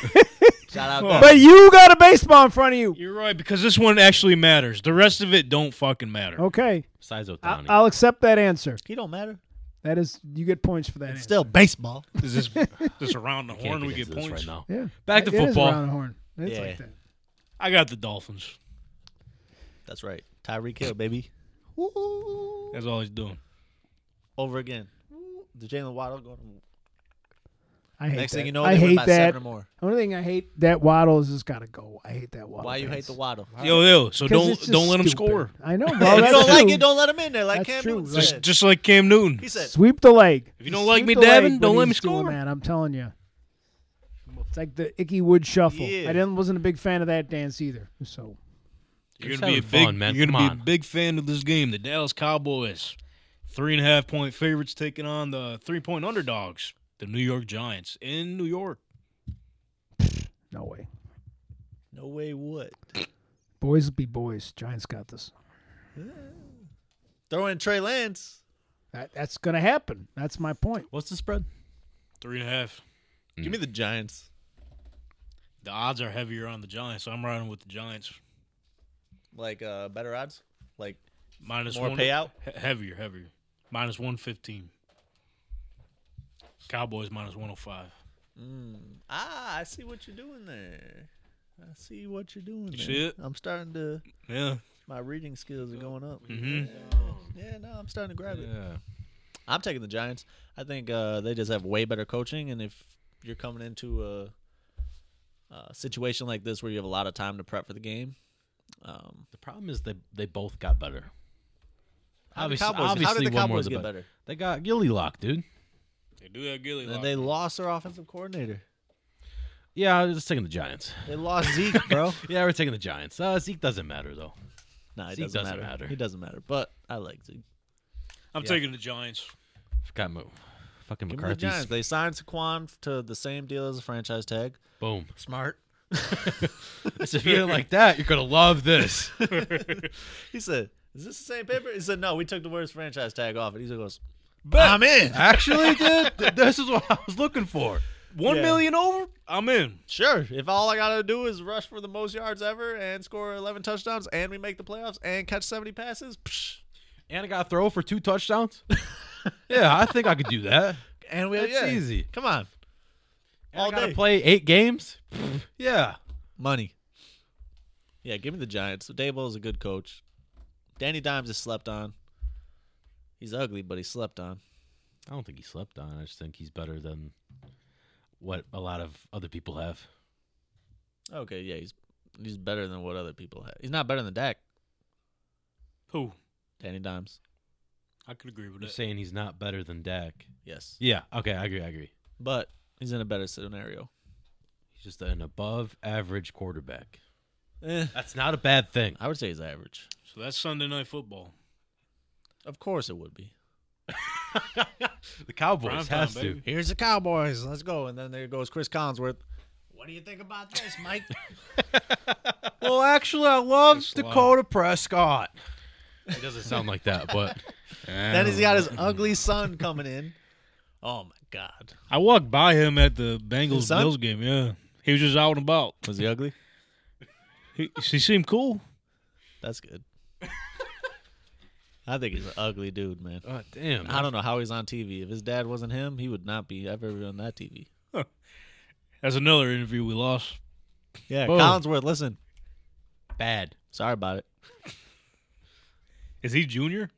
Speaker 3: Shout out. that.
Speaker 5: But you got a baseball in front of you.
Speaker 2: You're right because this one actually matters. The rest of it don't fucking matter.
Speaker 5: Okay,
Speaker 4: Besides
Speaker 5: I,
Speaker 4: Otani.
Speaker 5: I'll accept that answer.
Speaker 3: He don't matter.
Speaker 5: That is, you get points for that. answer.
Speaker 3: Still baseball.
Speaker 2: Is this is this around the
Speaker 4: Can't
Speaker 2: horn? We
Speaker 4: into
Speaker 2: get
Speaker 4: this
Speaker 2: points.
Speaker 4: right now.
Speaker 5: yeah.
Speaker 4: Back to
Speaker 5: It is
Speaker 4: football.
Speaker 5: around the horn. It's
Speaker 3: Yeah.
Speaker 5: like that.
Speaker 2: I got the Dolphins.
Speaker 3: That's right. Tyreek Hill, baby.
Speaker 2: That's all he's doing.
Speaker 3: Over again. The Jalen Waddle going.
Speaker 5: I hate
Speaker 3: Next
Speaker 5: that.
Speaker 3: thing you know,
Speaker 5: I
Speaker 3: they win
Speaker 5: hate
Speaker 3: by
Speaker 5: that.
Speaker 3: seven or more.
Speaker 5: The only thing I hate that waddle is it's got to go. I hate that waddle.
Speaker 3: Why you hate
Speaker 5: dance.
Speaker 3: the Waddle?
Speaker 2: Yo, yo. So
Speaker 5: 'Cause
Speaker 2: don't
Speaker 5: it's just
Speaker 2: don't let him
Speaker 5: stupid.
Speaker 2: score.
Speaker 5: I know, bro.
Speaker 3: if
Speaker 5: that's
Speaker 3: you don't
Speaker 5: true.
Speaker 3: like it, don't let him in there. Like
Speaker 5: That's
Speaker 3: Cam
Speaker 5: true.
Speaker 3: Newton
Speaker 5: Like-
Speaker 3: said.
Speaker 2: Just like Cam Newton.
Speaker 3: he said,
Speaker 5: Sweep the leg.
Speaker 2: If you don't like
Speaker 5: Sweep
Speaker 2: me,
Speaker 5: the leg
Speaker 2: Davin,
Speaker 5: when
Speaker 2: don't let me
Speaker 5: he's doing
Speaker 2: score.
Speaker 5: That, I'm telling you. It's like the Icky Wood shuffle.
Speaker 3: Yeah.
Speaker 5: I didn't wasn't a big fan of that dance either. So
Speaker 2: You're
Speaker 4: Just
Speaker 2: gonna be a
Speaker 4: having
Speaker 2: big
Speaker 4: fun, man.
Speaker 2: You're gonna
Speaker 4: Come
Speaker 2: be a
Speaker 4: on.
Speaker 2: big fan of this game. The Dallas Cowboys, three and a half point favorites, taking on the three point underdogs, the New York Giants in New York.
Speaker 5: no way.
Speaker 3: "No way, what?
Speaker 5: Boys will be boys. Giants got this.
Speaker 3: Throw in Trey Lance.
Speaker 5: That, that's gonna happen. That's my point.
Speaker 4: What's the spread?
Speaker 2: Three and a half.
Speaker 3: Give me the Giants.
Speaker 2: The odds are heavier on the Giants, so I'm riding with the Giants.
Speaker 3: Like uh, better odds. Like
Speaker 2: Minus
Speaker 3: More
Speaker 2: one
Speaker 3: payout?
Speaker 2: he- heavier, heavier. Minus one fifteen. Cowboys minus one hundred five.
Speaker 3: ah, I see what you're doing there. I see what you're doing.
Speaker 2: You
Speaker 3: there.
Speaker 2: see it?
Speaker 3: I'm starting to.
Speaker 2: Yeah,
Speaker 3: My reading skills are going up.
Speaker 2: Mhm.
Speaker 3: Yeah, no, I'm starting to grab it.
Speaker 4: Mm-hmm. Yeah.
Speaker 3: I'm taking the Giants. I think uh, they just have way better coaching, and if you're coming into a, a situation like this where you have a lot of time to prep for the game, um,
Speaker 4: The problem is they they both got better.
Speaker 3: how did
Speaker 4: Obviously-
Speaker 3: Cowboys- how
Speaker 4: obviously
Speaker 3: did the
Speaker 4: one more
Speaker 3: Cowboys
Speaker 4: is
Speaker 3: get
Speaker 4: better.
Speaker 3: better?
Speaker 4: They got Gilly locked, dude.
Speaker 2: they do have Gilly.
Speaker 3: And they lost their offensive coordinator.
Speaker 4: Yeah, I was just taking the Giants.
Speaker 3: They lost Zeke, bro.
Speaker 4: Yeah, we're taking the Giants. Uh, Zeke doesn't matter though.
Speaker 3: nah, it
Speaker 4: Zeke
Speaker 3: doesn't,
Speaker 4: doesn't
Speaker 3: matter.
Speaker 4: matter.
Speaker 3: It doesn't matter. But I like Zeke.
Speaker 2: I'm
Speaker 3: Yeah.
Speaker 2: taking the Giants.
Speaker 4: Forgot Mo- fucking
Speaker 3: Give me the
Speaker 4: McCarthy's
Speaker 3: Giants. They signed Saquon to the same deal as a franchise tag.
Speaker 4: boom.
Speaker 3: Smart.
Speaker 4: if you didn't like that, you're gonna love this.
Speaker 3: He said, "Is this the same paper?" He said, "No, we took the words franchise tag off." And he goes, "I'm in."
Speaker 4: Actually, dude, th- this is what I was looking for.
Speaker 2: One
Speaker 3: Yeah.
Speaker 2: million over, I'm in.
Speaker 3: Sure. If all I gotta do is rush for the most yards ever and score eleven touchdowns and we make the playoffs and catch seventy passes, psh,
Speaker 4: And I got a throw for two touchdowns. yeah, I think I could do that.
Speaker 3: and we
Speaker 4: That's
Speaker 3: yeah.
Speaker 4: easy.
Speaker 3: Come on,
Speaker 4: And
Speaker 3: all
Speaker 4: I gotta
Speaker 3: day
Speaker 4: play eight games. Pfft, yeah,
Speaker 3: money. Yeah, give me the Giants. Dable is a good coach. Danny Dimes is slept on. He's ugly, but he slept on.
Speaker 4: I don't think he slept on. I just think he's better than what a lot of other people have.
Speaker 3: Okay, yeah, he's he's better than what other people have. He's not better than Dak.
Speaker 2: Who?
Speaker 3: Danny Dimes.
Speaker 2: I could agree with
Speaker 4: You're
Speaker 2: that.
Speaker 4: saying he's not better than Dak.
Speaker 3: Yes,
Speaker 4: Yeah. Okay, I agree. I agree.
Speaker 3: but he's in a better scenario.
Speaker 4: He's just an above average quarterback.
Speaker 3: Eh,
Speaker 4: That's not a bad thing.
Speaker 3: I would say he's average.
Speaker 2: So that's Sunday night football.
Speaker 3: Of course, it would be.
Speaker 4: The Cowboys
Speaker 2: Prime time,
Speaker 4: has to.
Speaker 2: baby.
Speaker 3: Here's the Cowboys. Let's go. And then there goes Chris Collinsworth. What do you think about this, Mike?
Speaker 4: Well, actually, I love
Speaker 2: It's
Speaker 4: Dakota Prescott. He doesn't sound like that, but Eh.
Speaker 3: then he's got his ugly son coming in. Oh my God.
Speaker 2: I walked by him at the Bengals
Speaker 3: son?
Speaker 2: Bills game. Yeah, he was just out and about.
Speaker 3: Was he ugly?
Speaker 2: He, he seemed cool.
Speaker 3: That's good. I think he's an ugly dude, man.
Speaker 4: uh, damn,
Speaker 3: I don't know how he's on TV. If his dad wasn't him, he would not be ever on that TV.
Speaker 2: That's another interview we lost.
Speaker 3: Yeah,
Speaker 4: Boom.
Speaker 3: Collinsworth, listen.
Speaker 4: bad.
Speaker 3: Sorry about it.
Speaker 2: Is he junior?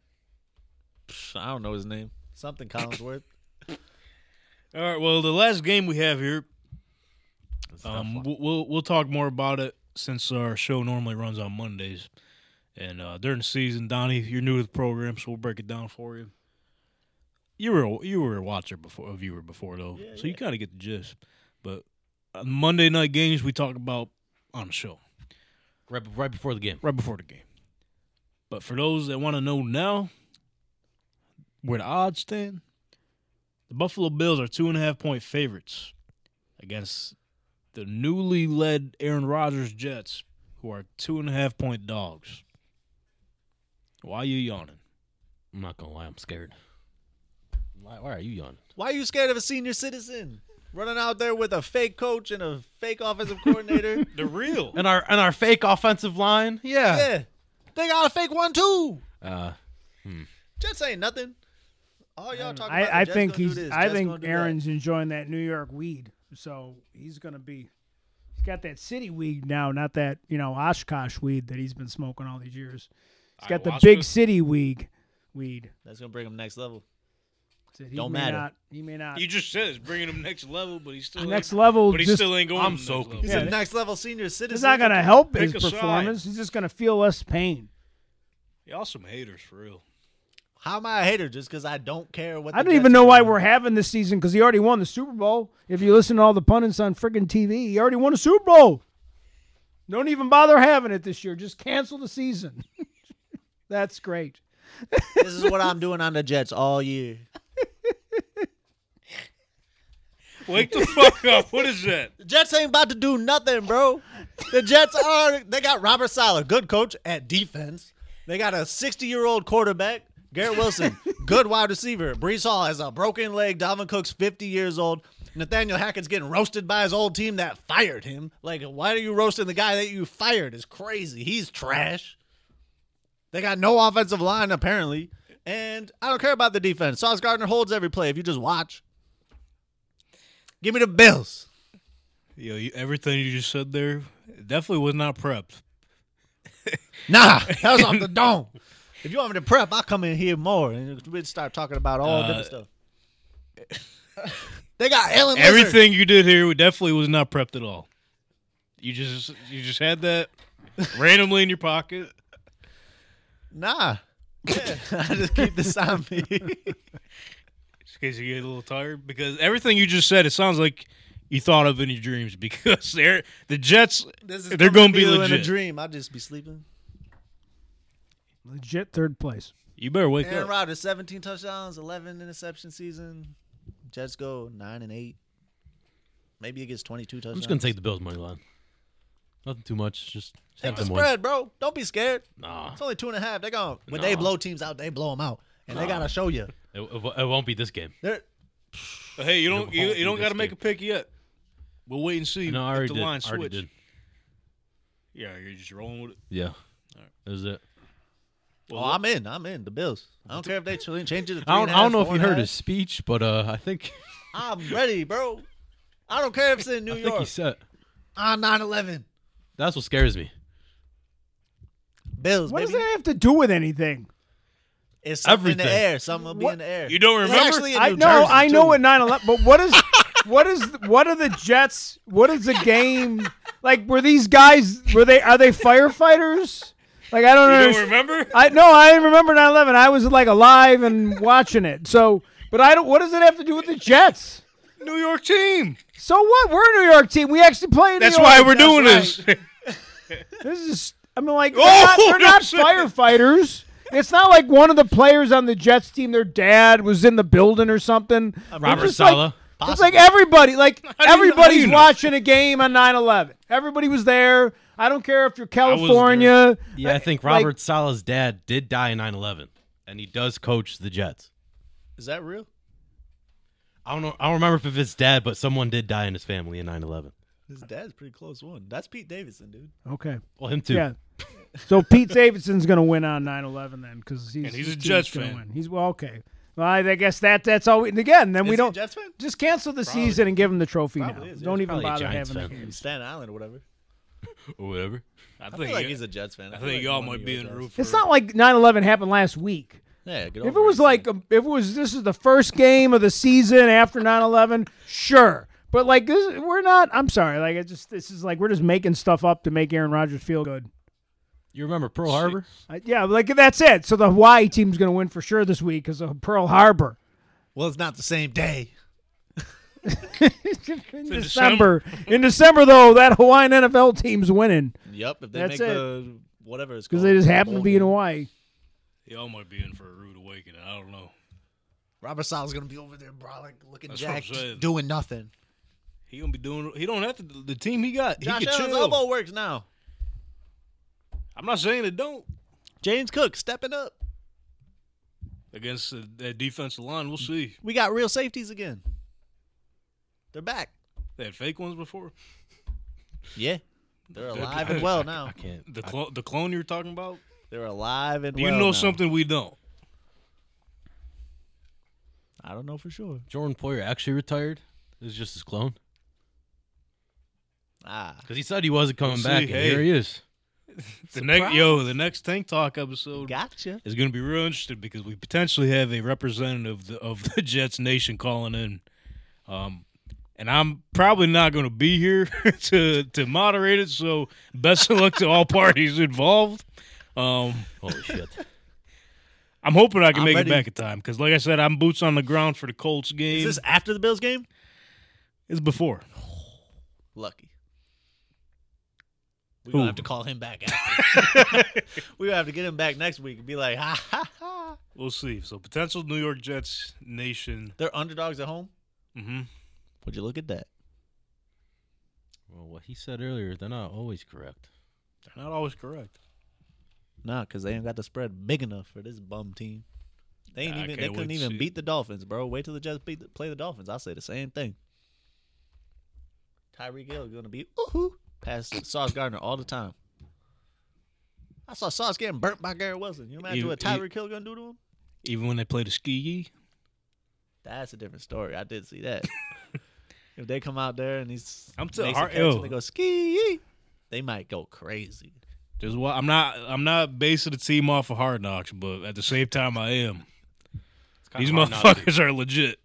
Speaker 3: Psh, I don't know his name. Something Collinsworth.
Speaker 2: All right. Well, the last game we have here,
Speaker 4: That's a tough
Speaker 2: um,
Speaker 4: one.
Speaker 2: we'll, we'll we'll talk more about it since our show normally runs on Mondays. And uh, during the season, Donnie, you're new to the program, so we'll break it down for you. You were a- you were a watcher before, a viewer before though, so you kind of get the gist. But uh, Monday night games we talk about on the show.
Speaker 4: right, right before the game.
Speaker 2: right before the game. But for those that want to know now where the odds stand, the Buffalo Bills are two and a half point favorites against the newly led Aaron Rodgers Jets, who are two and a half point dogs. Why you yawning?
Speaker 4: I'm not gonna lie, I'm scared. Why, why are you yawning?
Speaker 3: Why are you scared of a senior citizen? Running out there with a fake coach and a fake offensive coordinator.
Speaker 2: The real.
Speaker 4: And our and our fake offensive line. Yeah.
Speaker 3: yeah. They got a fake one too.
Speaker 4: Uh,
Speaker 3: Jets ain't nothing. All y'all talking about.
Speaker 5: I, I
Speaker 3: the Jets
Speaker 5: think
Speaker 3: gonna do
Speaker 5: he's.
Speaker 3: this,
Speaker 5: I
Speaker 3: Jets gonna
Speaker 5: think
Speaker 3: do
Speaker 5: Aaron's enjoying that New York weed, so he's gonna be. He's got that city weed now, not that you know Oshkosh weed that he's been smoking all these years. He's got the
Speaker 2: Ayahuasca?
Speaker 5: big city weed. Weed.
Speaker 3: That's gonna bring him next level.
Speaker 5: So he
Speaker 3: Don't
Speaker 5: may
Speaker 3: matter.
Speaker 5: Not, he may not.
Speaker 2: You just said it's bringing him next level, but he's still
Speaker 5: Next level.
Speaker 2: But he
Speaker 5: just,
Speaker 2: still ain't going.
Speaker 4: I'm
Speaker 2: to the
Speaker 4: so
Speaker 2: next level.
Speaker 3: He's
Speaker 5: Yeah,
Speaker 3: a
Speaker 5: that-
Speaker 3: next level senior citizen.
Speaker 5: it's not going to help
Speaker 2: Pick
Speaker 5: his
Speaker 2: a side.
Speaker 5: performance. He's just going to feel less pain.
Speaker 2: Y'all some haters for real.
Speaker 3: How am I a hater just because I don't care what?
Speaker 5: I
Speaker 3: the
Speaker 5: don't
Speaker 3: Jets
Speaker 5: even
Speaker 3: are
Speaker 5: know why
Speaker 3: doing?
Speaker 5: we're having this season because he already won the Super Bowl. If you listen to all the pundits on friggin' TV, he already won a Super Bowl. Don't even bother having it this year. Just cancel the season. That's great.
Speaker 3: This is what I'm doing on the Jets all year.
Speaker 2: Wake the fuck up! What is that?
Speaker 3: The Jets ain't about to do nothing, bro. The Jets are. They got Robert Sala, good coach at defense. They got a 60 year old quarterback, Garrett Wilson, good wide receiver. Brees Hall has a broken leg. Dalvin Cook's 50 years old. Nathaniel Hackett's getting roasted by his old team that fired him. Like, why are you roasting the guy that you fired? It's crazy. He's trash. They got no offensive line, apparently. And I don't care about the defense. Sauce Gardner holds every play if you just watch. Give me the Bills.
Speaker 2: Yo, you, everything you just said there definitely was not prepped.
Speaker 3: Nah, that was off the dome. If you want me to prep, I'll come in here more and we'd start talking about all different stuff. they got Ellen Lizard.
Speaker 2: Everything you did here definitely was not prepped at all. You just you just had that randomly in your pocket.
Speaker 3: Nah. Yeah, I just keep this on me.
Speaker 2: Just in case you get a little tired, because everything you just said, it sounds like you thought of in your dreams. Because they're the Jets,
Speaker 3: This is
Speaker 2: they're
Speaker 3: coming
Speaker 2: going
Speaker 3: to
Speaker 2: to be
Speaker 3: you in a
Speaker 2: legit.
Speaker 3: dream. I'll just be sleeping.
Speaker 5: Legit third place.
Speaker 2: You better wake
Speaker 3: Aaron
Speaker 2: up.
Speaker 3: Rodgers, 17 touchdowns, 11 interception season. Jets go 9 and 8. Maybe it gets 22 touchdowns.
Speaker 4: I'm just gonna take the Bills money line. Nothing too much. Just, just
Speaker 3: Take
Speaker 4: have
Speaker 3: the
Speaker 4: them win.
Speaker 3: spread, bro. Don't be scared.
Speaker 4: Nah,
Speaker 3: It's only two and a half. They're gone. When they
Speaker 4: Nah.
Speaker 3: blow teams out, they blow them out. And they got to show you.
Speaker 4: it, it won't- it won't be this game.
Speaker 3: They're,
Speaker 2: Hey, you don't you,
Speaker 4: won't
Speaker 2: you don't
Speaker 4: be
Speaker 2: got to
Speaker 4: this
Speaker 2: make a
Speaker 4: game.
Speaker 2: pick yet. We'll wait and see.
Speaker 4: No, I
Speaker 2: if
Speaker 4: already
Speaker 2: the
Speaker 4: did.
Speaker 2: line
Speaker 4: I already
Speaker 2: switch.
Speaker 4: did.
Speaker 2: Yeah, you're just rolling with it.
Speaker 4: Yeah, that was it.
Speaker 3: Oh, I'm in. I'm in the Bills. I don't care if they ch- change it. To three
Speaker 4: I don't,
Speaker 3: and a
Speaker 4: I
Speaker 3: half,
Speaker 4: don't know if
Speaker 3: four
Speaker 4: you
Speaker 3: and a
Speaker 4: heard
Speaker 3: half.
Speaker 4: his speech, but uh, I think
Speaker 3: I'm ready, bro. I don't care if it's in New
Speaker 4: I think
Speaker 3: York. Ah,
Speaker 4: he said
Speaker 3: On 9/11,
Speaker 4: that's what scares me.
Speaker 3: Bills.
Speaker 5: What does
Speaker 3: baby.
Speaker 5: that have to do with anything?
Speaker 3: It's something in the
Speaker 4: Everything.
Speaker 3: air. Something will be in the air.
Speaker 2: You don't
Speaker 3: It's
Speaker 2: remember?
Speaker 3: actually in
Speaker 5: I
Speaker 3: New
Speaker 5: know,
Speaker 3: Jersey,
Speaker 5: I know
Speaker 3: too.
Speaker 5: what 9 11, but what is, what is, what are the Jets, what is the game? Like, were these guys, were they, are they firefighters? Like, I don't
Speaker 2: You
Speaker 5: understand.
Speaker 2: don't remember?
Speaker 5: I no, I didn't remember 9/11. I was like alive and watching it. So, but I don't. What does it have to do with the Jets?
Speaker 2: New York team.
Speaker 5: So what? We're a New York team. We actually play in
Speaker 2: That's
Speaker 5: New
Speaker 2: why
Speaker 5: York.
Speaker 2: we're doing this.
Speaker 5: This is. I'm like, they're
Speaker 2: Oh,
Speaker 5: not, they're
Speaker 2: what
Speaker 5: not
Speaker 2: I'm saying.
Speaker 5: firefighters. It's not like one of the players on the Jets team, their dad was in the building or something. They're
Speaker 4: Uh, Robert
Speaker 5: just like-
Speaker 4: Saleh.
Speaker 5: it's like everybody, like
Speaker 2: do you know- how do
Speaker 5: everybody's
Speaker 2: you know?
Speaker 5: watching a game on 9/11. Everybody was there. I don't care if you're
Speaker 2: was there.
Speaker 5: California.
Speaker 4: Yeah, I think
Speaker 5: Like-
Speaker 4: Robert Sala's dad did die in 9/11, and he does coach the Jets.
Speaker 3: Is that real?
Speaker 4: I don't know. I don't remember if it's his dad, but someone did die in his family in 9/11.
Speaker 3: His dad's pretty close one. That's Pete Davidson, dude.
Speaker 5: Okay.
Speaker 4: Well, him too.
Speaker 5: Yeah. So Pete Davidson's going to win on 9/11 then, because he's
Speaker 2: And he's a
Speaker 5: his team's
Speaker 2: Jets
Speaker 5: gonna
Speaker 2: fan.
Speaker 5: Win. He's well, okay. Well, I, I guess that that's all. We, and again, then
Speaker 3: Is
Speaker 5: we
Speaker 3: he
Speaker 5: don't
Speaker 3: a Jets fan?
Speaker 5: just cancel the season and give him the trophy now.
Speaker 3: Probably is, yeah.
Speaker 5: don't even
Speaker 4: Probably a
Speaker 5: bother
Speaker 4: Giants
Speaker 5: having the
Speaker 4: fan.
Speaker 5: game.
Speaker 3: From Staten Island or whatever.
Speaker 4: or whatever.
Speaker 2: I
Speaker 3: I
Speaker 2: think
Speaker 3: feel like
Speaker 2: you-
Speaker 3: he's a Jets fan.
Speaker 2: I
Speaker 3: feel
Speaker 2: think
Speaker 3: like
Speaker 2: y'all
Speaker 3: he's one of
Speaker 2: might
Speaker 3: New
Speaker 2: be
Speaker 3: York
Speaker 2: in the
Speaker 3: Jets.
Speaker 2: roof.
Speaker 5: It's
Speaker 2: for-
Speaker 5: not like 9/11 happened last week.
Speaker 3: Yeah, get
Speaker 5: If
Speaker 3: over
Speaker 5: it was
Speaker 3: son.
Speaker 5: like um, if it was this is the first game of the season after 9/11, sure. But like this, we're not. I'm sorry. Like it just this is like we're just making stuff up to make Aaron Rodgers feel good.
Speaker 4: You remember Pearl Harbor?
Speaker 5: I, yeah, like that's it. So the Hawaii team's going to win for sure this week because of Pearl Harbor.
Speaker 3: well, it's not the same day.
Speaker 5: in
Speaker 2: in
Speaker 5: December. in December, though, that Hawaiian NFL team's winning
Speaker 3: Yep. If they make
Speaker 5: That's it.
Speaker 3: the whatever it's
Speaker 5: because
Speaker 3: called,
Speaker 5: they just
Speaker 3: the
Speaker 5: happen to
Speaker 3: bowl
Speaker 5: be in
Speaker 3: game.
Speaker 5: Hawaii.
Speaker 2: y'all might be in for a rude awakening. I don't know.
Speaker 3: Robert Sala's gonna be over there, bro, like looking
Speaker 2: That's what I'm saying.
Speaker 3: jacked, doing nothing.
Speaker 2: He gonna be doing. He don't have to. The team he got.
Speaker 3: Josh
Speaker 2: he can
Speaker 3: Allen's
Speaker 2: chill.
Speaker 3: elbow works now.
Speaker 2: I'm not saying it don't
Speaker 3: James Cook stepping up.
Speaker 2: against the, that defensive line. We'll see.
Speaker 3: We got real safeties again. They're back.
Speaker 2: They had fake ones before.
Speaker 3: Yeah. They're
Speaker 2: They're
Speaker 3: alive
Speaker 2: back.
Speaker 3: and well now.
Speaker 4: I can't.
Speaker 2: The clo- the clone you're talking about.
Speaker 3: They're alive and
Speaker 2: Do you
Speaker 3: well.
Speaker 2: know
Speaker 3: now.
Speaker 2: something we don't?
Speaker 3: I don't know for sure.
Speaker 4: Jordan Poyer actually retired. This is just his clone
Speaker 3: Ah.
Speaker 4: because he said he wasn't coming
Speaker 2: We'll
Speaker 4: back,
Speaker 2: see.
Speaker 4: and here
Speaker 2: Hey.
Speaker 4: he is.
Speaker 2: The next yo, the next Tank Talk episode
Speaker 3: Gotcha.
Speaker 2: is going to be real interesting because we potentially have a representative of the, of the Jets Nation calling in, um, and I'm probably not going to be here to to moderate it. So best of luck to all parties involved. Um,
Speaker 4: Holy shit!
Speaker 2: I'm hoping I can
Speaker 3: I'm
Speaker 2: make
Speaker 3: ready.
Speaker 2: it back in time because, like I said, I'm boots on the ground for the Colts game.
Speaker 3: Is this after the Bills game?
Speaker 2: it's before.
Speaker 3: Lucky. We're
Speaker 2: Who?
Speaker 3: gonna have to call him back. After. we gonna have to get him back next week and be like, ha ha ha.
Speaker 2: We'll see. So potential New York Jets Nation.
Speaker 3: They're underdogs at home.
Speaker 2: hmm
Speaker 3: Would you look at that?
Speaker 4: Well, what he said earlier, they're not always correct.
Speaker 2: They're not always correct.
Speaker 3: Nah, cause they ain't got the spread big enough for this bum team. They ain't
Speaker 2: I
Speaker 3: even.
Speaker 2: can't
Speaker 3: They
Speaker 2: wait
Speaker 3: couldn't
Speaker 2: to
Speaker 3: even
Speaker 2: see it.
Speaker 3: beat the Dolphins, bro. Wait till the Jets beat the, play the Dolphins. I'll say the same thing. Tyreek Hill gonna be ooh past Sauce Gardner all the time. I saw Sauce getting burnt by Garrett Wilson. You imagine
Speaker 2: You-
Speaker 3: what
Speaker 2: you-
Speaker 3: Tyreek Hill gonna do to him?
Speaker 2: Even when they play the ski,
Speaker 3: That's a different story. I did see that. if they come out there and he's
Speaker 2: I'm tell-
Speaker 3: makes a
Speaker 2: Har-
Speaker 3: catch and
Speaker 2: yo.
Speaker 3: they go ski, they might go crazy.
Speaker 2: Just why I'm not I'm not basing the team off of Hard Knocks, but at the same time I am. These motherfuckers are legit.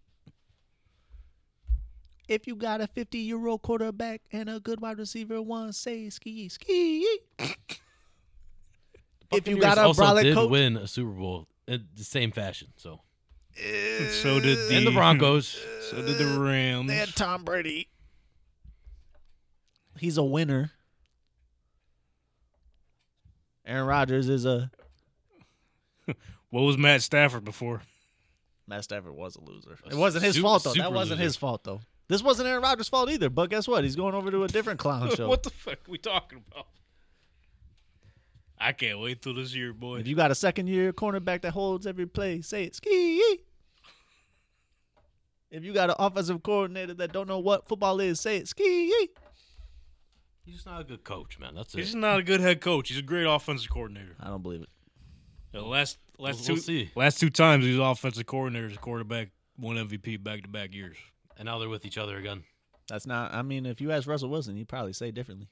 Speaker 3: If you got a 50 year old quarterback and a good wide receiver, one say ski ski. if you got a
Speaker 4: also
Speaker 3: brolic
Speaker 4: did
Speaker 3: coach,
Speaker 4: win a Super Bowl in the same fashion. So
Speaker 2: So did the,
Speaker 4: and the Broncos.
Speaker 2: So did the Rams.
Speaker 3: they had Tom Brady. He's a winner. Aaron Rodgers is a
Speaker 2: What was Matt Stafford before?
Speaker 3: Matt Stafford was a loser. It wasn't his
Speaker 4: su-
Speaker 3: fault though.
Speaker 4: super
Speaker 3: That wasn't
Speaker 4: loser.
Speaker 3: his fault though. This wasn't Aaron Rodgers' fault either. But guess what? He's going over to a different clown show.
Speaker 2: what the fuck are we talking about? I can't wait till this year, boy.
Speaker 3: if you got a second year cornerback that holds every play, say it ski. If you got an offensive coordinator that don't know what football is, say it ski.
Speaker 4: He's just not a good coach, man. That's
Speaker 2: He's
Speaker 4: it.
Speaker 2: not a good head coach. He's a great offensive coordinator.
Speaker 3: I don't believe it.
Speaker 2: The last last 2
Speaker 4: We'll- we'll see.
Speaker 2: last two times he's offensive coordinator, he's quarterback, one MVP back to back years.
Speaker 4: And now they're with each other again.
Speaker 3: That's not. I mean, if you ask Russell Wilson, he'd probably say differently.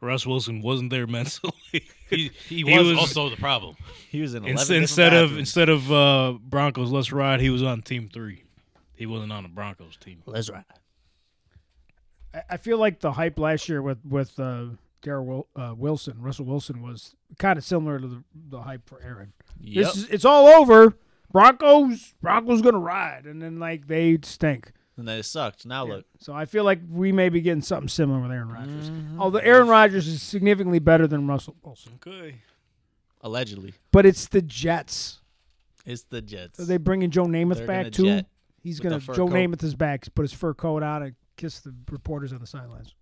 Speaker 2: Russ Wilson wasn't there mentally.
Speaker 4: He, he,
Speaker 2: He
Speaker 4: was,
Speaker 2: was-
Speaker 4: also the problem.
Speaker 3: He was in
Speaker 2: Ins-
Speaker 3: 11
Speaker 2: instead
Speaker 3: different
Speaker 2: of
Speaker 3: bathrooms.
Speaker 2: instead of uh, Broncos, let's ride. He was on Team Three. He wasn't on the Broncos team.
Speaker 3: Let's ride.
Speaker 5: I- I feel like the hype last year with with uh, Darrell Wil- uh, Wilson, Russell Wilson, was kind of similar to the, the hype for Aaron.
Speaker 3: Yep.
Speaker 5: This is, it's all over. Broncos, Broncos gonna ride, and then like they stink.
Speaker 3: and then it sucked. Now look,
Speaker 5: So I feel like we may be getting something similar with Aaron Rodgers. Although Aaron Rodgers is significantly better than Russell Wilson,
Speaker 2: Okay.
Speaker 3: allegedly,
Speaker 5: but it's the Jets.
Speaker 3: it's the Jets.
Speaker 5: Are they bringing Joe Namath
Speaker 3: They're gonna
Speaker 5: back too?
Speaker 3: jet
Speaker 5: He's
Speaker 3: with the
Speaker 5: gonna
Speaker 3: fur
Speaker 5: Joe
Speaker 3: coat.
Speaker 5: Namath is back. Put his fur coat on and kiss the reporters on the sidelines.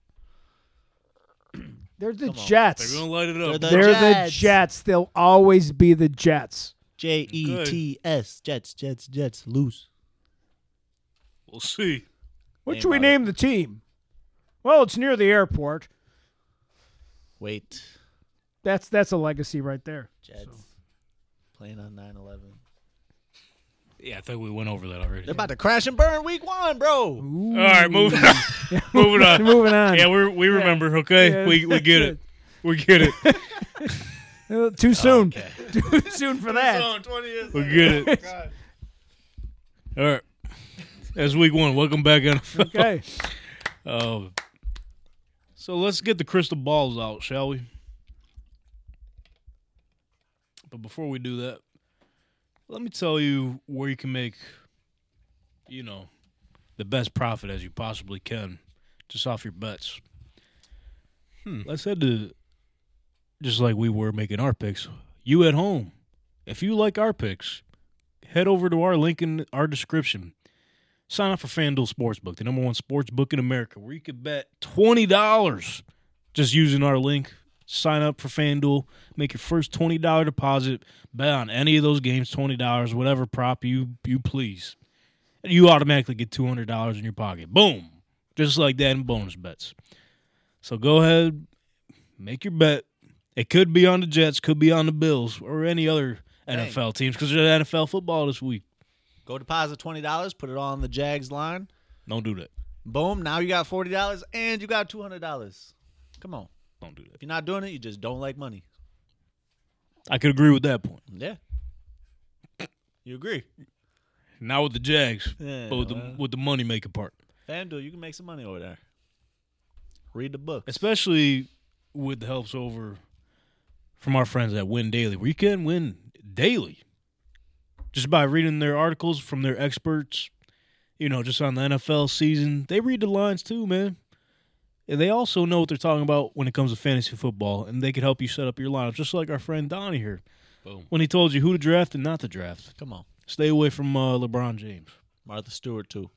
Speaker 5: They're the
Speaker 3: Come on.
Speaker 5: Jets.
Speaker 2: They're gonna light it up.
Speaker 3: They're the-
Speaker 5: They're the
Speaker 3: Jets.
Speaker 5: Jets. They'll always be the Jets.
Speaker 3: J E T S Jets Jets Jets lose.
Speaker 2: we'll see.
Speaker 5: What
Speaker 3: Name
Speaker 5: should we
Speaker 3: about it.
Speaker 5: name the team? Well, it's near the airport.
Speaker 3: Wait,
Speaker 5: That's that's a legacy right there.
Speaker 3: Jets
Speaker 5: So-
Speaker 3: playing on 9/11.
Speaker 2: Yeah, I think we went over that already.
Speaker 3: They're about to crash and burn week one, bro.
Speaker 2: All right, moving on. moving on.
Speaker 5: Moving on.
Speaker 2: Yeah, we we remember. Okay,
Speaker 5: Yeah,
Speaker 2: we we
Speaker 5: that's
Speaker 2: get it. We get it.
Speaker 5: Uh, too soon. Too soon for that.
Speaker 2: We get it. All right. That's week one. Welcome back, NFL.
Speaker 5: Okay.
Speaker 2: Um, so let's get the crystal balls out, shall we? But before we do that, let me tell you where you can make, you know, the best profit as you possibly can, just off your bets. Let's head to, just like we were making our picks. You at home, if you like our picks, head over to our link in our description. Sign up for FanDuel Sportsbook, the number one sports book in America, where you could bet twenty dollars just using our link. Sign up for FanDuel, make your first twenty dollar deposit, bet on any of those games, twenty dollars, whatever prop you you please, and you automatically get two hundred dollars in your pocket. Boom, just like that in bonus bets. So go ahead, make your bet. It could be on the Jets, could be on the Bills, or any other NFL teams because there's NFL football this week.
Speaker 3: Go deposit twenty dollars, put it all on the Jags line.
Speaker 2: Don't do that.
Speaker 3: Boom! Now you got forty dollars and you got two hundred dollars. Come on.
Speaker 2: Don't do that.
Speaker 3: If you're not doing it, you just don't like money.
Speaker 2: I could agree with that point.
Speaker 3: Yeah. You agree?
Speaker 2: Not with the Jags,
Speaker 3: Yeah.
Speaker 2: but with the,
Speaker 3: well,
Speaker 2: with the money making part.
Speaker 3: FanDuel, you can make some money over there. Read the book.
Speaker 2: especially with the helps over from our friends at Win Daily, where you can win daily just by reading their articles from their experts. You know, just on the NFL season, they read the lines too, man. And they also know what they're talking about when it comes to fantasy football, and they can help you set up your lineup, just like our friend Donnie here.
Speaker 4: Boom.
Speaker 2: When he told you who to draft and not to draft,
Speaker 3: Come on.
Speaker 2: stay away from uh, LeBron James.
Speaker 3: Martha Stewart, too.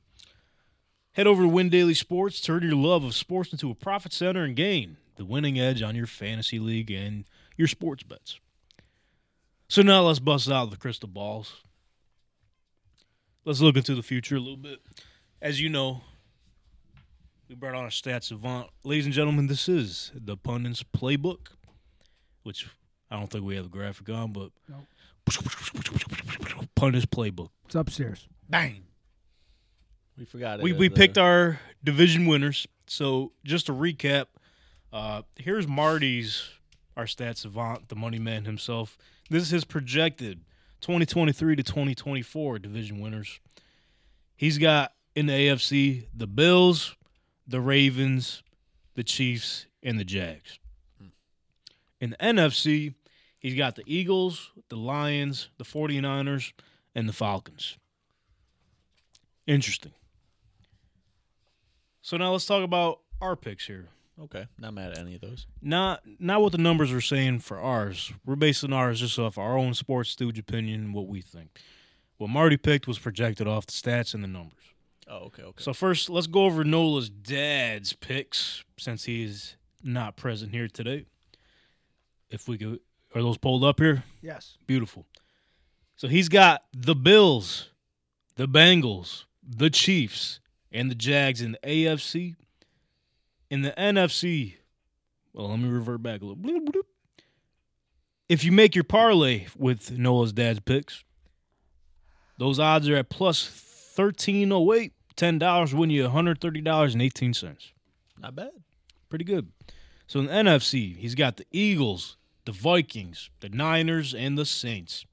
Speaker 2: Head over to Win Daily Sports, turn your love of sports into a profit center, and gain the winning edge on your fantasy league and your sports bets. So now let's bust out the crystal balls. Let's look into the future a little bit. As you know, we brought on our stats savant. Ladies and gentlemen, this is the Pundits Playbook, which I don't think we have a graphic on, but Pundits Playbook.
Speaker 5: It's upstairs.
Speaker 2: Bang!
Speaker 3: We forgot it.
Speaker 2: we,
Speaker 3: as
Speaker 2: we
Speaker 3: a-
Speaker 2: picked our division winners. So just to recap, uh, here's Marty's, our stat savant, the money man himself. This is his projected 2023 to 2024 division winners. He's got in the AFC the Bills, the Ravens, the Chiefs, and the Jags. In the NFC, he's got the Eagles, the Lions, the 49ers, and the Falcons. Interesting. So now let's talk about our picks here.
Speaker 3: Okay. Not mad at any of those.
Speaker 2: Not not what the numbers are saying for ours. We're basing ours just off our own sports stooge opinion, what we think. What Marty picked was projected off the stats and the numbers.
Speaker 3: Oh, okay. Okay.
Speaker 2: So first, let's go over Nola's dad's picks since he is not present here today. If we could, are those pulled up here?
Speaker 5: Yes.
Speaker 2: Beautiful. So he's got the Bills, the Bengals, the Chiefs, and the Jags in the AFC. In the NFC, well, let me revert back a little. Bloop, bloop. If you make your parlay with Noah's dad's picks, those odds are at plus 1308. $10 win you $130.18
Speaker 3: Not bad.
Speaker 2: pretty good. So in the NFC, he's got the Eagles, the Vikings, the Niners, and the Saints.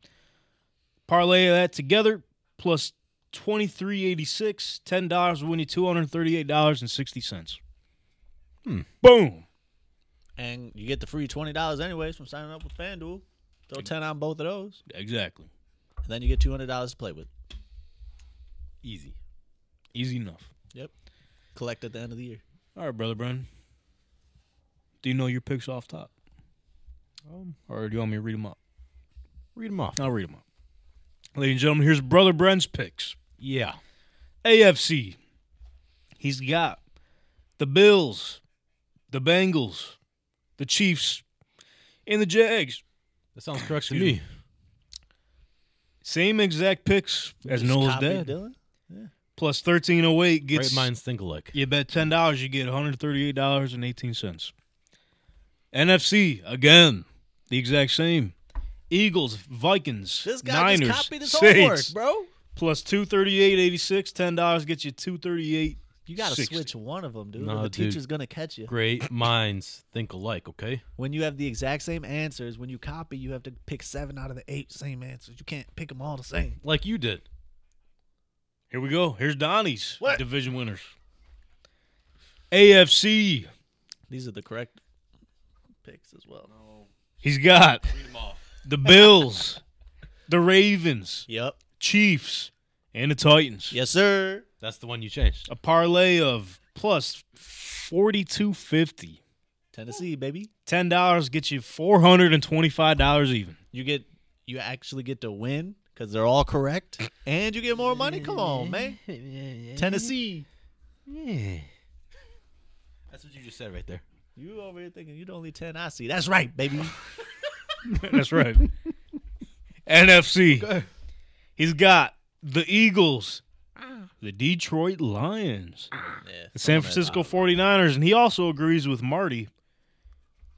Speaker 2: Parlay that together plus twenty three eighty six. Ten dollars will win you two hundred thirty eight dollars and sixty cents. Hmm. Boom.
Speaker 3: And you get the free twenty dollars anyways from signing up with FanDuel. Throw ten on both of those,
Speaker 2: Exactly.
Speaker 3: and then you get two hundred dollars to play with.
Speaker 2: Easy. Easy enough.
Speaker 3: Yep. Collect at the end of the year.
Speaker 2: All right, brother Brennan. Do you know your picks off top? Um, or do you want me to read them up?
Speaker 4: Read them off.
Speaker 2: I'll read them up. Ladies and gentlemen, here's brother Brent's picks.
Speaker 4: Yeah.
Speaker 2: AFC. He's got the Bills, the Bengals, the Chiefs, and the Jags.
Speaker 4: That sounds correct to
Speaker 2: Excuse
Speaker 4: me.
Speaker 2: Same exact picks as
Speaker 3: Just
Speaker 2: Noah's
Speaker 3: copy
Speaker 2: dad.
Speaker 3: Dylan.
Speaker 2: Plus thirteen oh eight
Speaker 4: Great
Speaker 2: gets
Speaker 4: minds think alike.
Speaker 2: you bet ten dollars you get one hundred thirty eight dollars and eighteen cents. NFC again, the exact same. Eagles, Vikings,
Speaker 3: This guy
Speaker 2: Niners,
Speaker 3: just copied his
Speaker 2: Saints.
Speaker 3: homework, bro.
Speaker 2: Plus two thirty eight eighty six. Ten dollars gets you two thirty eight.
Speaker 3: You gotta
Speaker 2: 60.
Speaker 3: switch one of them, dude.
Speaker 4: Nah,
Speaker 3: or the
Speaker 4: dude.
Speaker 3: teacher's gonna catch you.
Speaker 4: Great minds think alike, okay?
Speaker 3: When you have the exact same answers, when you copy, you have to pick seven out of the eight same answers. You can't pick them all the same.
Speaker 4: Like you did.
Speaker 2: Here we go. Here's Donnie's
Speaker 3: What?
Speaker 2: division winners. AFC.
Speaker 3: These are the correct picks as well.
Speaker 2: He's got the Bills, the Ravens,
Speaker 3: Yep.
Speaker 2: Chiefs, and the Titans.
Speaker 3: Yes, sir.
Speaker 4: That's the one you changed.
Speaker 2: A parlay of plus forty two fifty.
Speaker 3: Tennessee, baby.
Speaker 2: Ten dollars gets you four hundred and twenty five dollars even.
Speaker 3: You get you actually get to win because they're all correct, and you get more money. Come on, man. Tennessee.
Speaker 4: That's what you just said right there.
Speaker 3: You over here thinking you the only ten I see. That's right, baby.
Speaker 2: That's right. NFC. He's got the Eagles, the Detroit Lions, the San Francisco 49ers, and he also agrees with Marty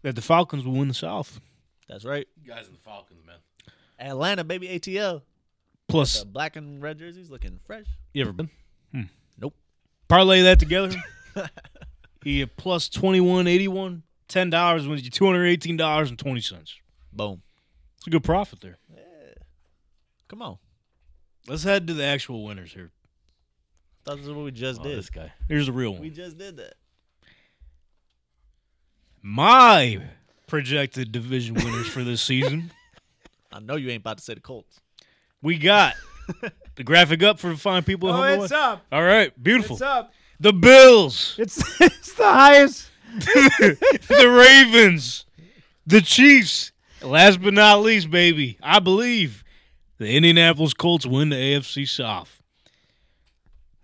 Speaker 2: that the Falcons will win the South.
Speaker 3: That's right.
Speaker 4: You guys and the Falcons, man.
Speaker 3: Atlanta, baby. ATL.
Speaker 2: Plus,
Speaker 3: The black and red jerseys looking fresh.
Speaker 4: You ever been?
Speaker 2: Hmm.
Speaker 3: Nope.
Speaker 2: parlay that together. he had plus 2181, ten dollars wins you two hundred eighteen dollars and twenty cents.
Speaker 3: Boom.
Speaker 2: It's a good profit there.
Speaker 3: Come on.
Speaker 2: Let's head to the actual winners here.
Speaker 3: That's what we just
Speaker 2: Oh,
Speaker 3: did.
Speaker 2: this guy. Here's the real
Speaker 3: We
Speaker 2: one.
Speaker 3: just did that.
Speaker 2: My projected division winners for this season.
Speaker 3: I know you ain't about to say the Colts.
Speaker 2: We got the graphic up for fine people. at
Speaker 5: Oh,
Speaker 2: home to
Speaker 5: it's
Speaker 2: watch.
Speaker 5: up.
Speaker 2: All right, beautiful.
Speaker 5: It's up.
Speaker 2: The Bills,
Speaker 5: It's it's the highest.
Speaker 2: the Ravens, the Chiefs. Last but not least, baby, I believe the Indianapolis Colts win the AFC South.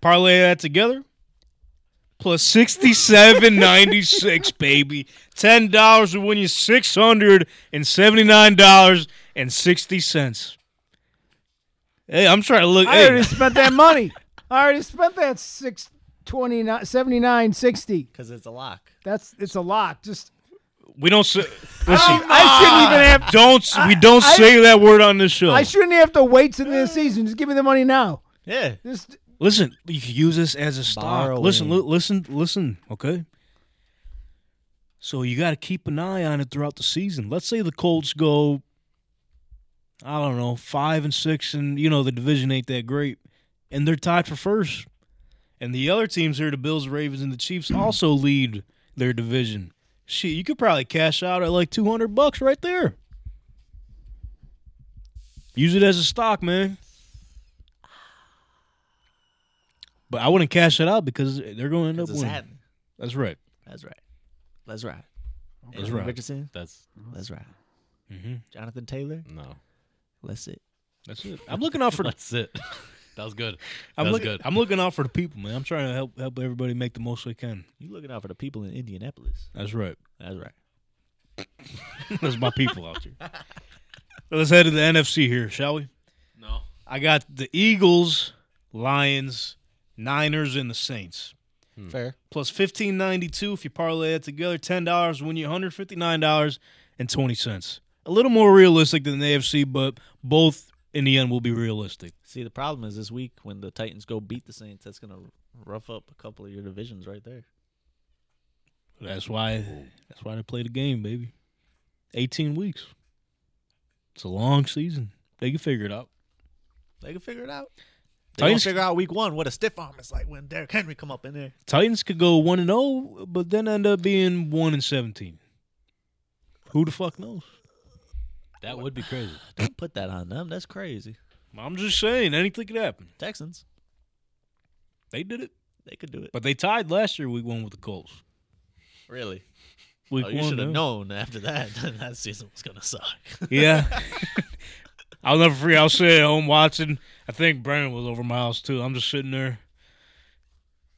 Speaker 2: Parlay that together. Plus sixty seven ninety six, baby. Ten dollars will win you six hundred and seventy nine dollars and sixty cents. Hey, I'm trying to look.
Speaker 5: I
Speaker 2: hey.
Speaker 5: already spent that money. I already spent that six twenty nine seventy nine sixty.
Speaker 3: Because it's a lock.
Speaker 5: That's it's a lot. Just
Speaker 2: We don't say.
Speaker 5: I,
Speaker 2: Listen,
Speaker 5: shouldn't even have.
Speaker 2: don't s- we don't
Speaker 5: I-
Speaker 2: say that word on this show.
Speaker 5: I shouldn't have to wait till the season. Just give me the money now.
Speaker 3: Yeah.
Speaker 5: Just
Speaker 2: listen, you can use this as a stock.
Speaker 3: Borrowing.
Speaker 2: Listen, li- listen, listen. Okay. So you got to keep an eye on it throughout the season. Let's say the Colts go, I don't know, five and six, and you know the division ain't that great, and they're tied for first. And the other teams here, the Bills, Ravens, and the Chiefs, also lead their division. Shit, you could probably cash out at like two hundred bucks right there. Use it as a stock, man. But I wouldn't cash it out because they're going to end up
Speaker 3: 'Cause it's
Speaker 2: winning.
Speaker 3: happening.
Speaker 2: That's right.
Speaker 3: That's right. That's right.
Speaker 2: That's right.
Speaker 3: Richardson.
Speaker 4: That's
Speaker 3: That's right.
Speaker 2: Mhm.
Speaker 3: Jonathan Taylor.
Speaker 4: no.
Speaker 3: That's it.
Speaker 2: That's it. I'm looking out for the,
Speaker 4: That's it. That was good. That
Speaker 2: I'm
Speaker 4: was
Speaker 2: looking
Speaker 4: good.
Speaker 2: I'm looking out for the people, man. I'm trying to help help everybody make the most they can.
Speaker 3: You looking out for the people in Indianapolis.
Speaker 2: That's right.
Speaker 3: That's right.
Speaker 2: That's my people out there. So let's head to the NFC here, shall we?
Speaker 4: No.
Speaker 2: I got the Eagles, Lions, Niners, and the Saints.
Speaker 3: Fair.
Speaker 2: Plus fifteen ninety two if you parlay that together. Ten dollars win you one hundred fifty nine dollars and twenty cents. A little more realistic than the AFC, but both in the end will be realistic.
Speaker 3: See, the problem is this week when the Titans go beat the Saints, that's going to rough up a couple of your divisions right there.
Speaker 2: That's why. That's why they play the game, baby. Eighteen weeks. It's a long season. They can figure it out.
Speaker 3: They can figure it out. They can
Speaker 2: Titans,
Speaker 3: figure out week one what a stiff arm is like when Derrick Henry come up in there.
Speaker 2: Titans could go one and zero, but then end up being one and seventeen. Who the fuck knows?
Speaker 4: That would be crazy.
Speaker 3: Don't put that on them. That's crazy.
Speaker 2: I'm just saying, anything could happen.
Speaker 3: Texans,
Speaker 2: They did it,
Speaker 3: they could do it.
Speaker 2: but they tied last year, week one with the Colts.
Speaker 3: Really?
Speaker 2: Week
Speaker 3: Oh, you
Speaker 2: one,
Speaker 3: should have
Speaker 2: yeah.
Speaker 3: known after that that season was going to suck.
Speaker 2: Yeah. I'll never forget. I was sitting at home watching. I think Brandon was over my house too. I'm just sitting there,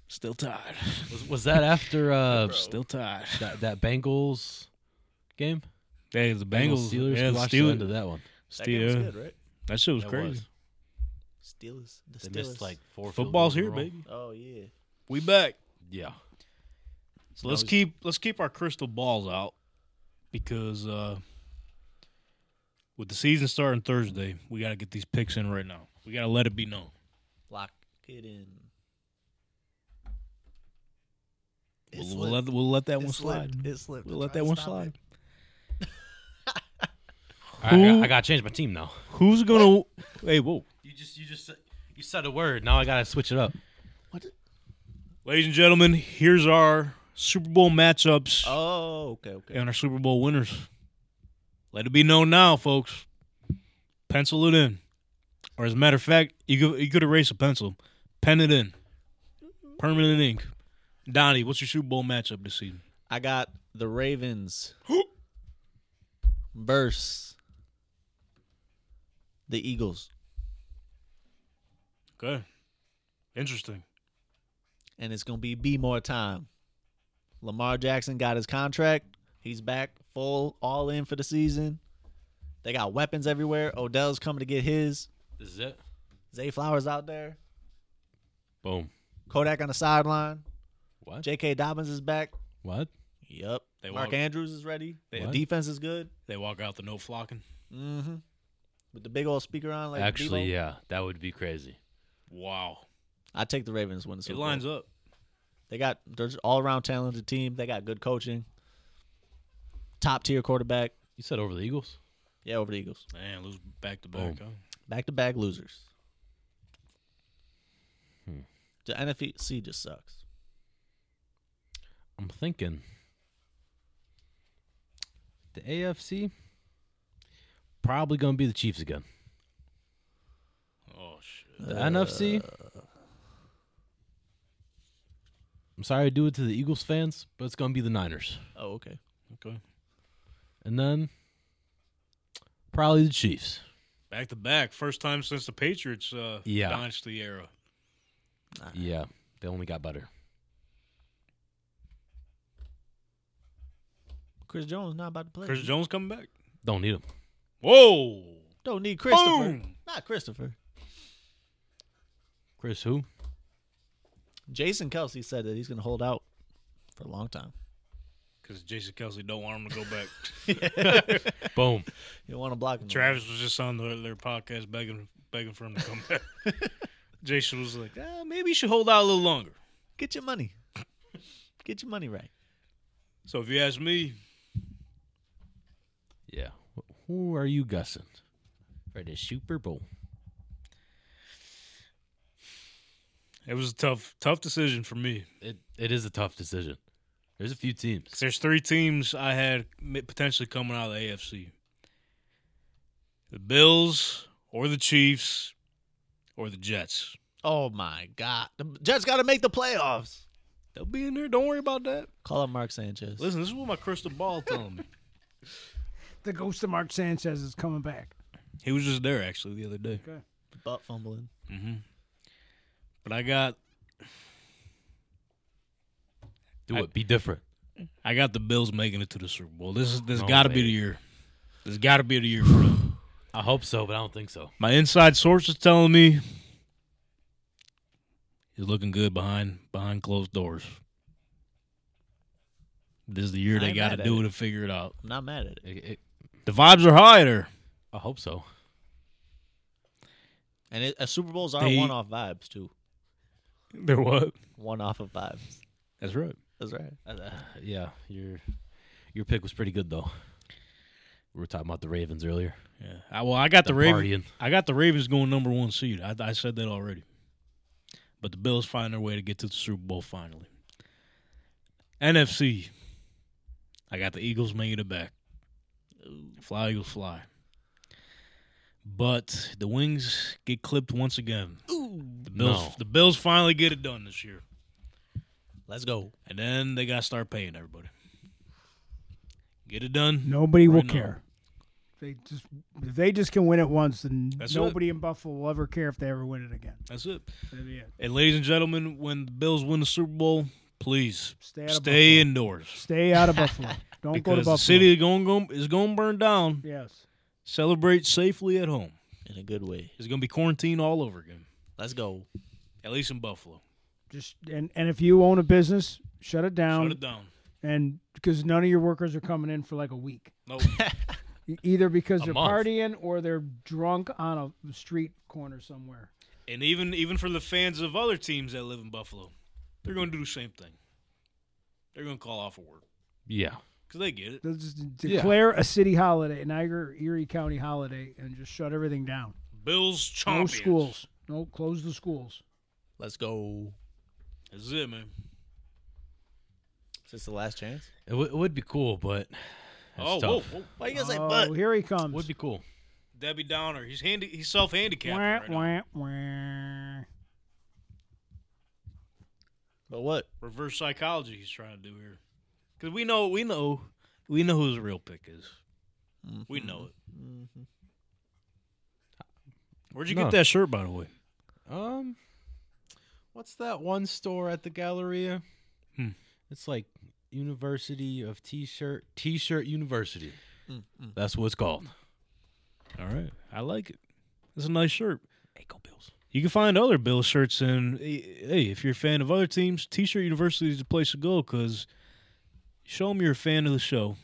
Speaker 2: still tired,
Speaker 4: Was, was that after uh,
Speaker 2: still tired.
Speaker 4: that, that Bengals game?
Speaker 2: Hey, the Bengals,
Speaker 4: Steelers.
Speaker 2: yeah,
Speaker 4: we
Speaker 2: the
Speaker 4: watched the end of
Speaker 2: Steelers.
Speaker 4: that one.
Speaker 3: That game was
Speaker 2: Steel-
Speaker 3: good, right?
Speaker 2: That shit was
Speaker 4: That
Speaker 2: crazy.
Speaker 4: was.
Speaker 3: Steelers. The
Speaker 4: They
Speaker 3: Steelers.
Speaker 4: missed like four. field
Speaker 2: Football's
Speaker 4: goals in a
Speaker 2: here,
Speaker 4: row.
Speaker 2: baby.
Speaker 3: oh, yeah.
Speaker 2: We back.
Speaker 4: Yeah.
Speaker 2: So let's keep let's keep our crystal balls out because uh with the season starting Thursday, we got to get these picks in right now. We got to let it be known.
Speaker 3: Lock it in. It
Speaker 2: We'll,
Speaker 3: slipped.
Speaker 2: we'll let we'll let that
Speaker 3: It
Speaker 2: one slide.
Speaker 3: slipped. It slipped.
Speaker 2: We'll
Speaker 3: I
Speaker 2: let
Speaker 3: tried
Speaker 2: that
Speaker 3: to
Speaker 2: one
Speaker 3: stop
Speaker 2: slide.
Speaker 3: it.
Speaker 4: I, I,
Speaker 2: Who-
Speaker 4: got- I gotta change my team now.
Speaker 2: Who's gonna? hey, whoa,
Speaker 4: You just you just you said a word. Now I gotta switch it up.
Speaker 2: ladies and gentlemen, here's our Super Bowl matchups
Speaker 3: Oh, okay, okay.
Speaker 2: and our Super Bowl winners. Let it be known now, folks. Pencil it in, or as a matter of fact, you could, you could erase a pencil, pen it in, permanent ink. Donnie, what's your Super Bowl matchup this season?
Speaker 3: I got the Ravens versus the Eagles,
Speaker 2: Okay, interesting.
Speaker 3: and it's gonna be be more time. Lamar Jackson got his contract. He's back full, all in for the season. They got weapons everywhere. Odell's coming to get his.
Speaker 4: This is it.
Speaker 3: Zay Flowers out there.
Speaker 4: Boom.
Speaker 3: Kodak on the sideline.
Speaker 4: What?
Speaker 3: J.K. Dobbins is back.
Speaker 4: What?
Speaker 3: Yep.
Speaker 2: They
Speaker 3: Mark
Speaker 2: walk-
Speaker 3: Andrews is ready. The
Speaker 4: What?
Speaker 3: defense is good.
Speaker 2: They walk out the no flocking.
Speaker 3: Mm-hmm. With the big old speaker on, like
Speaker 4: Actually,
Speaker 3: Debo.
Speaker 4: yeah, that would be crazy.
Speaker 2: Wow,
Speaker 3: I take the Ravens to win the Super
Speaker 2: it
Speaker 3: Bowl.
Speaker 2: lines up.
Speaker 3: They got they're all around talented team. They got good coaching. top tier quarterback.
Speaker 4: You said over the Eagles.
Speaker 3: Yeah, over the Eagles.
Speaker 2: Man, lose back to back. huh?
Speaker 3: Back to back losers.
Speaker 2: Hmm.
Speaker 3: The NFC just sucks.
Speaker 4: I'm thinking the AFC probably going to be the Chiefs again.
Speaker 2: Oh shit.
Speaker 4: The NFC. I'm sorry to do it to the Eagles fans, but it's going to be the Niners.
Speaker 3: Oh, okay.
Speaker 2: Okay.
Speaker 4: And then probably the Chiefs.
Speaker 2: Back to back. First time since the Patriots uh,
Speaker 4: Yeah.
Speaker 2: dynasty era.
Speaker 4: Yeah, they only got better.
Speaker 3: Chris Jones not about to play.
Speaker 2: Chris Jones coming back.
Speaker 4: Don't need them.
Speaker 2: Whoa.
Speaker 3: Don't need Christopher.
Speaker 2: Boom.
Speaker 3: Not Christopher.
Speaker 4: Chris, who?
Speaker 3: Jason Kelsey said that he's going to hold out for a long time.
Speaker 2: Because Jason Kelsey don't want him to go back.
Speaker 4: Boom.
Speaker 3: You don't want to block him.
Speaker 2: Travis was just on their, their podcast begging begging for him to come back. Jason was like, ah, maybe you should hold out a little longer.
Speaker 3: Get your money. Get your money right.
Speaker 2: So if you ask me,
Speaker 4: Yeah. Wh- Who are you guessing for the Super Bowl?
Speaker 2: it was a tough tough decision for me.
Speaker 4: It it is a tough decision. There's a few teams.
Speaker 2: There's three teams I had mi- potentially coming out of the AFC: the Bills, or the Chiefs, or the Jets.
Speaker 3: Oh my God! The Jets got to make the playoffs.
Speaker 2: They'll be in there. Don't worry about that.
Speaker 3: Call up Mark Sanchez.
Speaker 2: Listen, this is what my crystal ball telling me.
Speaker 5: The ghost of Mark Sanchez is coming back.
Speaker 2: He was just there actually the other day.
Speaker 3: Butt fumbling.
Speaker 2: But I got
Speaker 4: Do it. Be different.
Speaker 2: I got the Bills making it to the Super Bowl. This is this
Speaker 4: Oh,
Speaker 2: got to be the
Speaker 4: baby.
Speaker 2: year. This got to be the year for them.
Speaker 4: I hope so, but I don't think so.
Speaker 2: My inside source is telling me he's looking good behind behind closed doors. This is the year
Speaker 3: I
Speaker 2: they
Speaker 3: ain't
Speaker 2: got to
Speaker 3: mad at
Speaker 2: do
Speaker 3: it.
Speaker 2: it to figure it out.
Speaker 3: I'm not mad at it.
Speaker 4: It- it-
Speaker 2: The vibes are high there.
Speaker 4: I hope so.
Speaker 3: And it, uh, Super Bowls are
Speaker 2: They-
Speaker 3: one-off vibes too.
Speaker 2: They're what?
Speaker 3: One-off of vibes.
Speaker 2: That's right.
Speaker 3: That's right.
Speaker 4: yeah, your your pick was pretty good though. We were talking about the Ravens earlier.
Speaker 2: Yeah. I, well, I got the
Speaker 4: They're
Speaker 2: Ravens.
Speaker 4: partying.
Speaker 2: I got the Ravens going number one seed. I, I said that already. But the Bills find their way to get to the Super Bowl finally. NFC. I got the Eagles making it back. Fly Eagles fly. But the wings get clipped once again. The Bills.
Speaker 4: No.
Speaker 2: The Bills finally get it done this year,
Speaker 3: Let's go.
Speaker 2: and then they got to start paying everybody. Get it done.
Speaker 5: Nobody will
Speaker 2: Right now.
Speaker 5: care. They just if they just can win it once, then
Speaker 2: That's it.
Speaker 5: nobody in Buffalo will ever care if they ever win it again.
Speaker 2: That's it.
Speaker 5: That'd be it.
Speaker 2: And ladies and gentlemen, when the Bills win the Super Bowl, please
Speaker 5: Stay out of
Speaker 2: stay indoors
Speaker 5: Stay out of Buffalo. Don't go to
Speaker 2: because
Speaker 5: Buffalo.
Speaker 2: the city is going, going is going to burn down.
Speaker 5: Yes.
Speaker 2: Celebrate safely at home.
Speaker 3: In a good way.
Speaker 2: It's going to be quarantine all over again.
Speaker 3: Let's go.
Speaker 2: At least in Buffalo.
Speaker 5: Just and and if you own a business, shut it down.
Speaker 2: Shut it down.
Speaker 5: And because none of your workers are coming in for like a week,
Speaker 2: No,
Speaker 5: E- either because they're
Speaker 4: month.
Speaker 5: partying or they're drunk on a street corner somewhere.
Speaker 2: and even even for the fans of other teams that live in Buffalo, they're going to do the same thing. They're going to call off of work
Speaker 4: Yeah,
Speaker 2: because they get it.
Speaker 5: They'll just
Speaker 4: Yeah.
Speaker 5: declare a city holiday, Niagara Erie County holiday, and just shut everything down.
Speaker 2: Bills
Speaker 5: No
Speaker 2: champions.
Speaker 5: schools. No, close the schools.
Speaker 3: Let's go.
Speaker 2: That's it, man.
Speaker 3: Is this the last chance?
Speaker 4: it, w- it would be cool, but it's
Speaker 2: Oh,
Speaker 4: tough.
Speaker 2: whoa, whoa.
Speaker 3: Why you gonna say
Speaker 5: oh,
Speaker 3: but?
Speaker 5: here he comes.
Speaker 4: would be cool.
Speaker 2: Debbie Downer. He's handy. He's self handicapped.
Speaker 5: Wah,
Speaker 2: right now.
Speaker 5: wah, wah.
Speaker 3: But what?
Speaker 2: reverse psychology he's trying to do here. Because we know, we know, we know who his real pick is. We know it. Where'd you
Speaker 4: No.
Speaker 2: get that shirt, by the way?
Speaker 4: Um, what's that one store at the Galleria?
Speaker 2: Hmm.
Speaker 4: It's like University of T-shirt, T-shirt University. That's what it's called.
Speaker 2: All right, I like it. It's a nice shirt.
Speaker 4: Hey, go Bills!
Speaker 2: You can find other Bill shirts, and hey, if you're a fan of other teams, T-shirt University is the place to go. Because show them you're a fan of the show.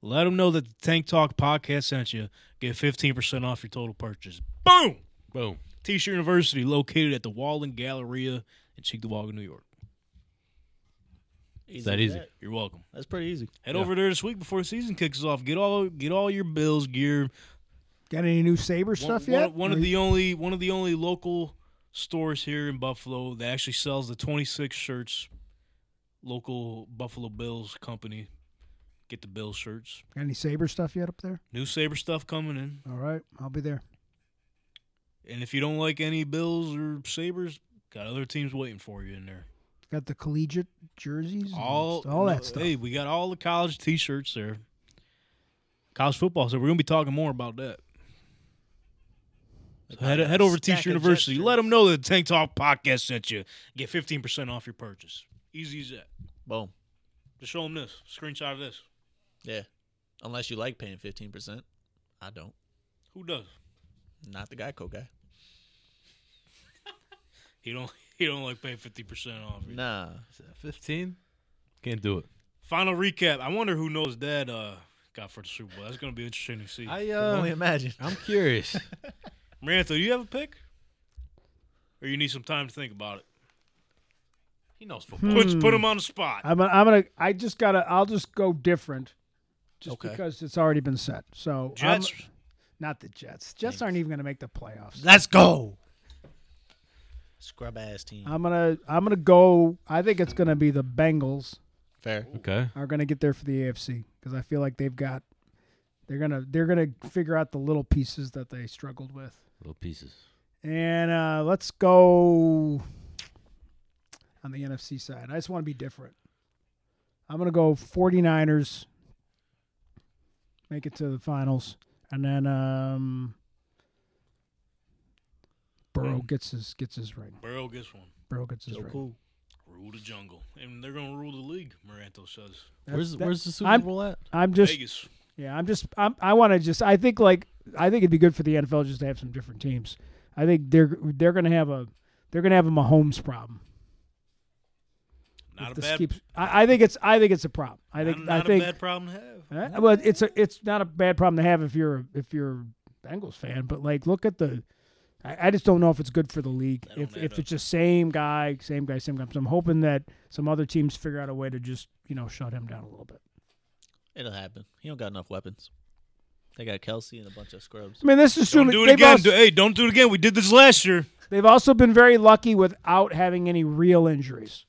Speaker 2: Let them know that the Tank Talk podcast sent you. Get 15% off your total purchase. Boom!
Speaker 4: Boom!
Speaker 2: T-shirt University, located at the Walden Galleria in Cheektowaga, New York.
Speaker 3: Easy
Speaker 4: that
Speaker 3: as
Speaker 4: easy.
Speaker 2: You're welcome.
Speaker 3: That's pretty easy.
Speaker 2: Head over there this week before the season kicks off. Get all get all your bills, gear.
Speaker 5: Got any new Saber
Speaker 2: One-
Speaker 5: stuff
Speaker 2: one,
Speaker 5: yet?
Speaker 2: One of the only one of the only local stores here in Buffalo that actually sells the 26 shirts. Local Buffalo Bills company. Get the Bill shirts.
Speaker 5: Got any Saber stuff yet up there?
Speaker 2: New Saber stuff coming in.
Speaker 5: All right, I'll be there.
Speaker 2: And if you don't like any Bills or Sabers, got other teams waiting for you in there.
Speaker 5: Got the collegiate jerseys, and
Speaker 2: all
Speaker 5: st- all
Speaker 2: no,
Speaker 5: that stuff.
Speaker 2: Hey, we got all the college T-shirts there. College football, so we're gonna be talking more about that. So head, head over to
Speaker 3: Stack of
Speaker 2: T-shirt University.
Speaker 3: Jets
Speaker 2: Let them know that the Tank Talk podcast sent you. Get fifteen percent off your purchase. Easy as that.
Speaker 3: Boom.
Speaker 2: Just show them this screenshot of this.
Speaker 3: Yeah. Unless you like paying 15%. I don't.
Speaker 2: Who does?
Speaker 3: Not the Geico guy.
Speaker 2: He don't. He don't like paying fifty percent off.
Speaker 3: Nah.
Speaker 4: Fifteen? Can't do it.
Speaker 2: Final recap. I wonder who knows dad uh, got for the Super Bowl. That's gonna be interesting to see.
Speaker 4: I
Speaker 3: Can only
Speaker 4: uh,
Speaker 3: imagine.
Speaker 4: I'm curious.
Speaker 2: Marantha, do you have a pick? Or you need some time to think about it?
Speaker 4: he knows football.
Speaker 2: Put, put him on the spot.
Speaker 5: I'm gonna, I'm gonna. Hmm. I just gotta. I'll just go different, just
Speaker 3: Okay.
Speaker 5: because it's already been set. So I'm-
Speaker 2: Jets.
Speaker 5: not the Jets. Jets aren't even gonna make the playoffs.
Speaker 3: Let's go. Scrub ass team.
Speaker 5: I'm gonna. I'm gonna go. I think it's gonna be the Bengals
Speaker 3: Fair.
Speaker 4: Okay.
Speaker 5: are gonna get there for the AFC because I feel like they've got. They're gonna. They're gonna figure out the little pieces that they struggled with.
Speaker 4: Little pieces.
Speaker 5: And uh, let's go on the NFC side. I just want to be different. I'm going to go 49ers, make it to the finals. And then um, Burrow
Speaker 2: Mm.
Speaker 5: gets his gets his ring.
Speaker 2: Burrow gets one.
Speaker 5: Burrow gets his ring.
Speaker 3: cool.
Speaker 2: Rule the jungle. And they're going to rule the league, Maranto says.
Speaker 5: That-
Speaker 4: where's
Speaker 5: that-
Speaker 4: where's the Super
Speaker 5: I'm-
Speaker 4: Bowl at?
Speaker 5: I'm just
Speaker 2: Vegas.
Speaker 5: yeah. I'm just I'm, I want to just I think like I think it'd be good for the NFL just to have some different teams. I think they're they're gonna have a they're gonna have a Mahomes problem.
Speaker 2: Not
Speaker 5: if
Speaker 2: a
Speaker 5: this
Speaker 2: bad
Speaker 5: keeps- I, I think it's I think it's a problem. I think
Speaker 2: not,
Speaker 5: I
Speaker 2: not
Speaker 5: think
Speaker 2: a bad problem to have.
Speaker 5: Uh, well, it's a, it's not a bad problem to have if you're if you're a Bengals fan, but like look at the. I, I just don't know if it's good for the league.
Speaker 2: That don't
Speaker 5: If
Speaker 2: add
Speaker 5: if
Speaker 2: up.
Speaker 5: it's just same guy, same guy, same guy. So I'm hoping that some other teams figure out a way to just you know shut him down a little bit.
Speaker 3: It'll happen. He don't got enough weapons. They got Kelsey and a bunch of scrubs.
Speaker 5: I mean, this is
Speaker 2: Don't
Speaker 5: soon-
Speaker 2: do it
Speaker 5: they've
Speaker 2: again.
Speaker 5: Also,
Speaker 2: Do- hey, don't do it again. We did this last year.
Speaker 5: they've also been very lucky without having any real injuries.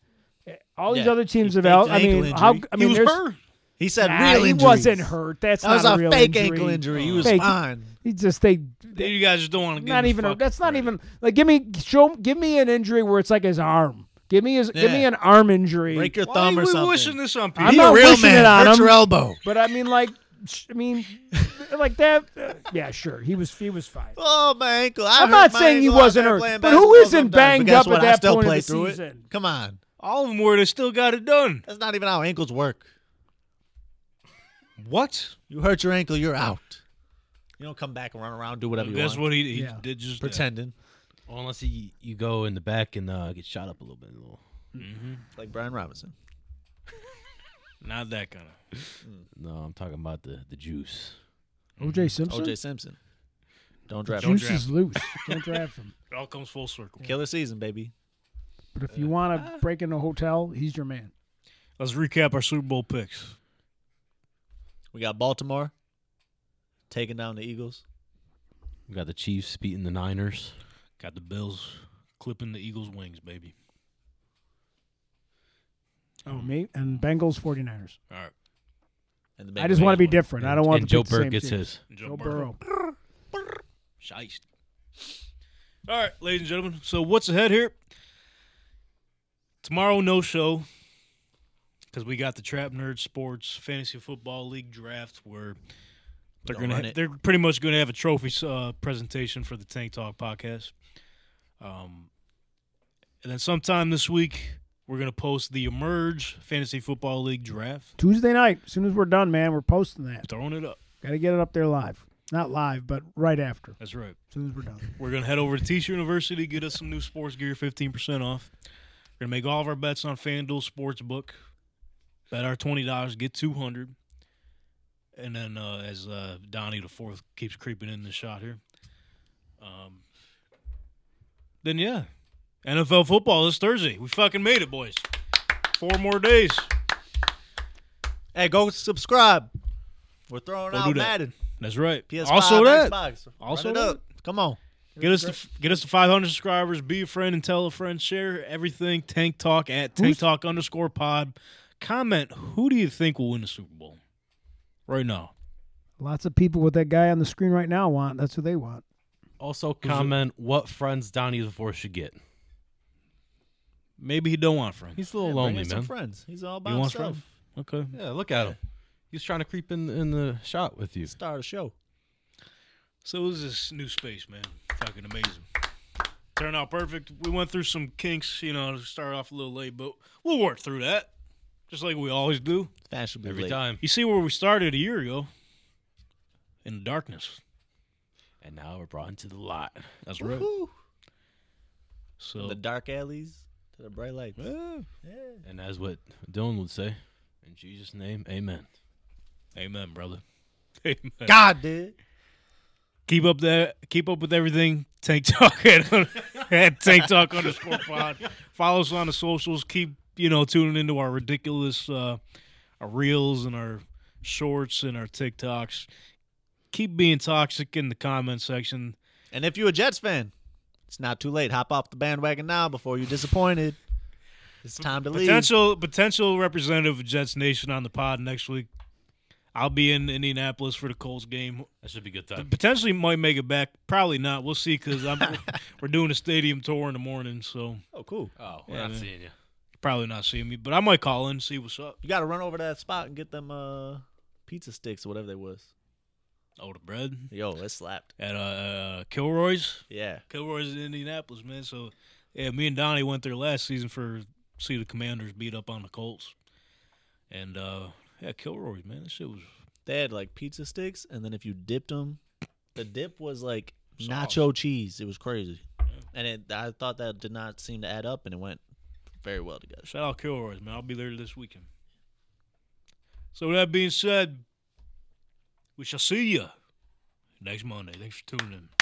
Speaker 5: Eh, All these
Speaker 3: Yeah,
Speaker 5: other teams
Speaker 3: he
Speaker 5: have out.
Speaker 3: faked
Speaker 5: I
Speaker 3: an
Speaker 5: mean,
Speaker 3: ankle
Speaker 5: how?
Speaker 3: injury.
Speaker 5: I mean,
Speaker 2: he was
Speaker 5: there's,
Speaker 2: hurt.
Speaker 3: He said
Speaker 5: Nah,
Speaker 3: real
Speaker 5: he
Speaker 3: injuries.
Speaker 5: wasn't hurt. That's
Speaker 3: That was
Speaker 5: not
Speaker 3: a,
Speaker 5: a real
Speaker 3: fake
Speaker 5: injury. Oh.
Speaker 3: ankle injury. He was
Speaker 5: Fake-
Speaker 3: fine.
Speaker 5: He just they
Speaker 2: You guys just don't want to give
Speaker 5: not
Speaker 2: him
Speaker 5: even a,
Speaker 2: fucking
Speaker 5: that's not
Speaker 2: credit.
Speaker 5: even like give me show give me an injury where it's like his arm. Give me his give me
Speaker 3: Yeah.
Speaker 5: an arm injury.
Speaker 3: Break your
Speaker 2: Why
Speaker 3: thumb
Speaker 2: are
Speaker 3: or
Speaker 2: we
Speaker 3: something.
Speaker 2: wishing this on people?
Speaker 5: I'm
Speaker 3: Be
Speaker 5: not
Speaker 3: a real
Speaker 5: wishing
Speaker 3: man.
Speaker 5: it on
Speaker 3: Hurt
Speaker 5: him.
Speaker 3: your elbow.
Speaker 5: but I mean like sh- I mean like that uh, yeah sure he was he was fine.
Speaker 3: Oh, my ankle. I
Speaker 5: I'm
Speaker 3: hurt
Speaker 5: not
Speaker 3: my
Speaker 5: saying he
Speaker 3: ankle out
Speaker 5: wasn't
Speaker 3: there
Speaker 5: hurt,
Speaker 3: playing
Speaker 5: but who
Speaker 3: basketball
Speaker 5: isn't
Speaker 3: sometimes. But
Speaker 5: banged
Speaker 3: guess
Speaker 5: up at
Speaker 3: what? I
Speaker 5: that
Speaker 3: still
Speaker 5: point of
Speaker 3: play
Speaker 5: the
Speaker 3: through it.
Speaker 5: season?
Speaker 3: Come on.
Speaker 2: All of them where they still got it done.
Speaker 3: That's not even how ankles work.
Speaker 2: What?
Speaker 3: You hurt your ankle, you're out. You don't come back and run around, do whatever you
Speaker 2: That's
Speaker 3: want.
Speaker 2: what he, he
Speaker 5: Yeah.
Speaker 2: did just
Speaker 3: Pretending.
Speaker 4: Well, unless you, you go in the back and uh, get shot up a little bit. A little.
Speaker 3: Like Brian Robinson.
Speaker 2: Not that kind of.
Speaker 4: No, I'm talking about the, the juice.
Speaker 5: OJ Simpson.
Speaker 3: OJ Simpson. Don't draft him.
Speaker 5: Juice is loose. Don't draft him.
Speaker 2: It all comes full circle.
Speaker 3: Killer season, baby.
Speaker 5: But if you want to break into a hotel, he's your man.
Speaker 2: Let's recap our Super Bowl picks.
Speaker 3: We got Baltimore taking down the Eagles.
Speaker 4: We got the Chiefs beating the Niners.
Speaker 2: Got the Bills clipping the Eagles' wings, baby.
Speaker 5: Oh me and Bengals 49ers.
Speaker 2: All right.
Speaker 3: And the
Speaker 5: I just want to be
Speaker 3: Bengals won.
Speaker 5: different. I don't want
Speaker 4: and
Speaker 5: to
Speaker 4: Joe
Speaker 5: pick the
Speaker 4: Burke
Speaker 5: same
Speaker 4: gets
Speaker 5: teams.
Speaker 4: his.
Speaker 5: Joe Burrow.
Speaker 2: Shiest. All right, ladies and gentlemen. So what's ahead here? Tomorrow, no show because we got the Trap Nerd Sports Fantasy Football League draft where they're
Speaker 3: Gonna
Speaker 2: gonna
Speaker 3: run
Speaker 2: ha-
Speaker 3: it.
Speaker 2: they're pretty much gonna have a trophy uh, presentation for the Tank Talk podcast. Um, and then sometime this week we're gonna post the Emerge Fantasy Football League draft.
Speaker 5: Tuesday night, as soon as we're done, man, we're posting that.
Speaker 2: Throwing it up.
Speaker 5: Got to get it up there live. Not live, but right after,
Speaker 2: That's right.
Speaker 5: as soon as we're done.
Speaker 2: We're gonna head over to T-shirt University, get us some new sports gear, fifteen percent off. We're gonna make all of our bets on FanDuel Sportsbook. Bet our twenty dollars, get two hundred, and then uh, as uh, Donnie the fourth keeps creeping in the shot here, um, then yeah, NFL football this Thursday. We fucking made it, boys. Four more days.
Speaker 3: Hey, go subscribe. We're throwing
Speaker 2: Go do that.
Speaker 3: out Madden.
Speaker 2: That's right.
Speaker 3: PS5,
Speaker 2: also that.
Speaker 3: Xbox. Run
Speaker 2: Also
Speaker 3: it
Speaker 2: that.
Speaker 3: up. Come on.
Speaker 2: Get us to get us to 500 subscribers. Be a friend and tell a friend. Share everything. Tank Talk at Tank Talk underscore Pod. Comment. Who do you think will win the Super Bowl? Right now,
Speaker 5: Lots of people with that guy on the screen right now want. That's who they want.
Speaker 4: Also, comment what friends Donnie the Force should get.
Speaker 2: maybe he don't want friends.
Speaker 4: He's a little
Speaker 3: Yeah, bring
Speaker 4: lonely,
Speaker 3: in some
Speaker 4: man.
Speaker 3: friends. He's all by
Speaker 2: You want
Speaker 3: himself.
Speaker 2: friends? Okay.
Speaker 4: Yeah, look at him. He's trying to creep in in the shot with you.
Speaker 3: Start a show.
Speaker 2: So it was this new space, man. Fucking amazing. Turned out perfect. We went through some kinks, you know, to start off a little late, but we'll work through that. Just like we always do.
Speaker 3: Fashionably
Speaker 4: Every
Speaker 3: late.
Speaker 4: time.
Speaker 2: You see where we started a year ago? In the darkness.
Speaker 4: And now we're brought into the light.
Speaker 2: That's right.
Speaker 3: Woo.
Speaker 2: So
Speaker 3: The dark alleys to the bright lights.
Speaker 4: And as what Dylan would say, in Jesus' name, amen.
Speaker 2: Amen, brother. Amen.
Speaker 3: God did.
Speaker 2: Keep up that keep up with everything. Tank Talk at, at Tank Talk underscore pod. Follow us on the socials. Keep, you know, tuning into our ridiculous uh our reels and our shorts and our TikToks. Keep being toxic in the comment section.
Speaker 3: And if you're a Jets fan, it's not too late. Hop off the bandwagon now before you're disappointed. It's time to leave.
Speaker 2: Potential potential representative of Jets Nation on the pod next week. I'll be in Indianapolis for the Colts game.
Speaker 4: That should be a good time.
Speaker 2: Potentially might make it back. Probably not. We'll see because I'm we're doing a stadium tour in the morning, so
Speaker 3: Oh, cool.
Speaker 4: Oh, we're
Speaker 2: Yeah,
Speaker 4: not
Speaker 2: man.
Speaker 4: seeing you.
Speaker 2: probably not seeing me. But I might call in and see what's up.
Speaker 3: You got to run over to that spot and get them uh, pizza sticks or whatever they was.
Speaker 2: Oh, the bread
Speaker 3: Yo, it slapped.
Speaker 2: at uh, uh Kilroy's.
Speaker 3: Yeah.
Speaker 2: Kilroy's in Indianapolis, man. So yeah, me and Donnie went there last season for see the Commanders beat up on the Colts, and uh yeah, Kilroy's man. That shit was
Speaker 3: They had like pizza sticks, and then if you dipped them, the dip was like
Speaker 2: Sauce.
Speaker 3: nacho cheese. It was crazy. And it, I thought that did not seem to add up, and it went very well together.
Speaker 2: Shout out Kilroy's, man. I'll be there this weekend. So with that being said, we shall see you next Monday. Thanks for tuning in.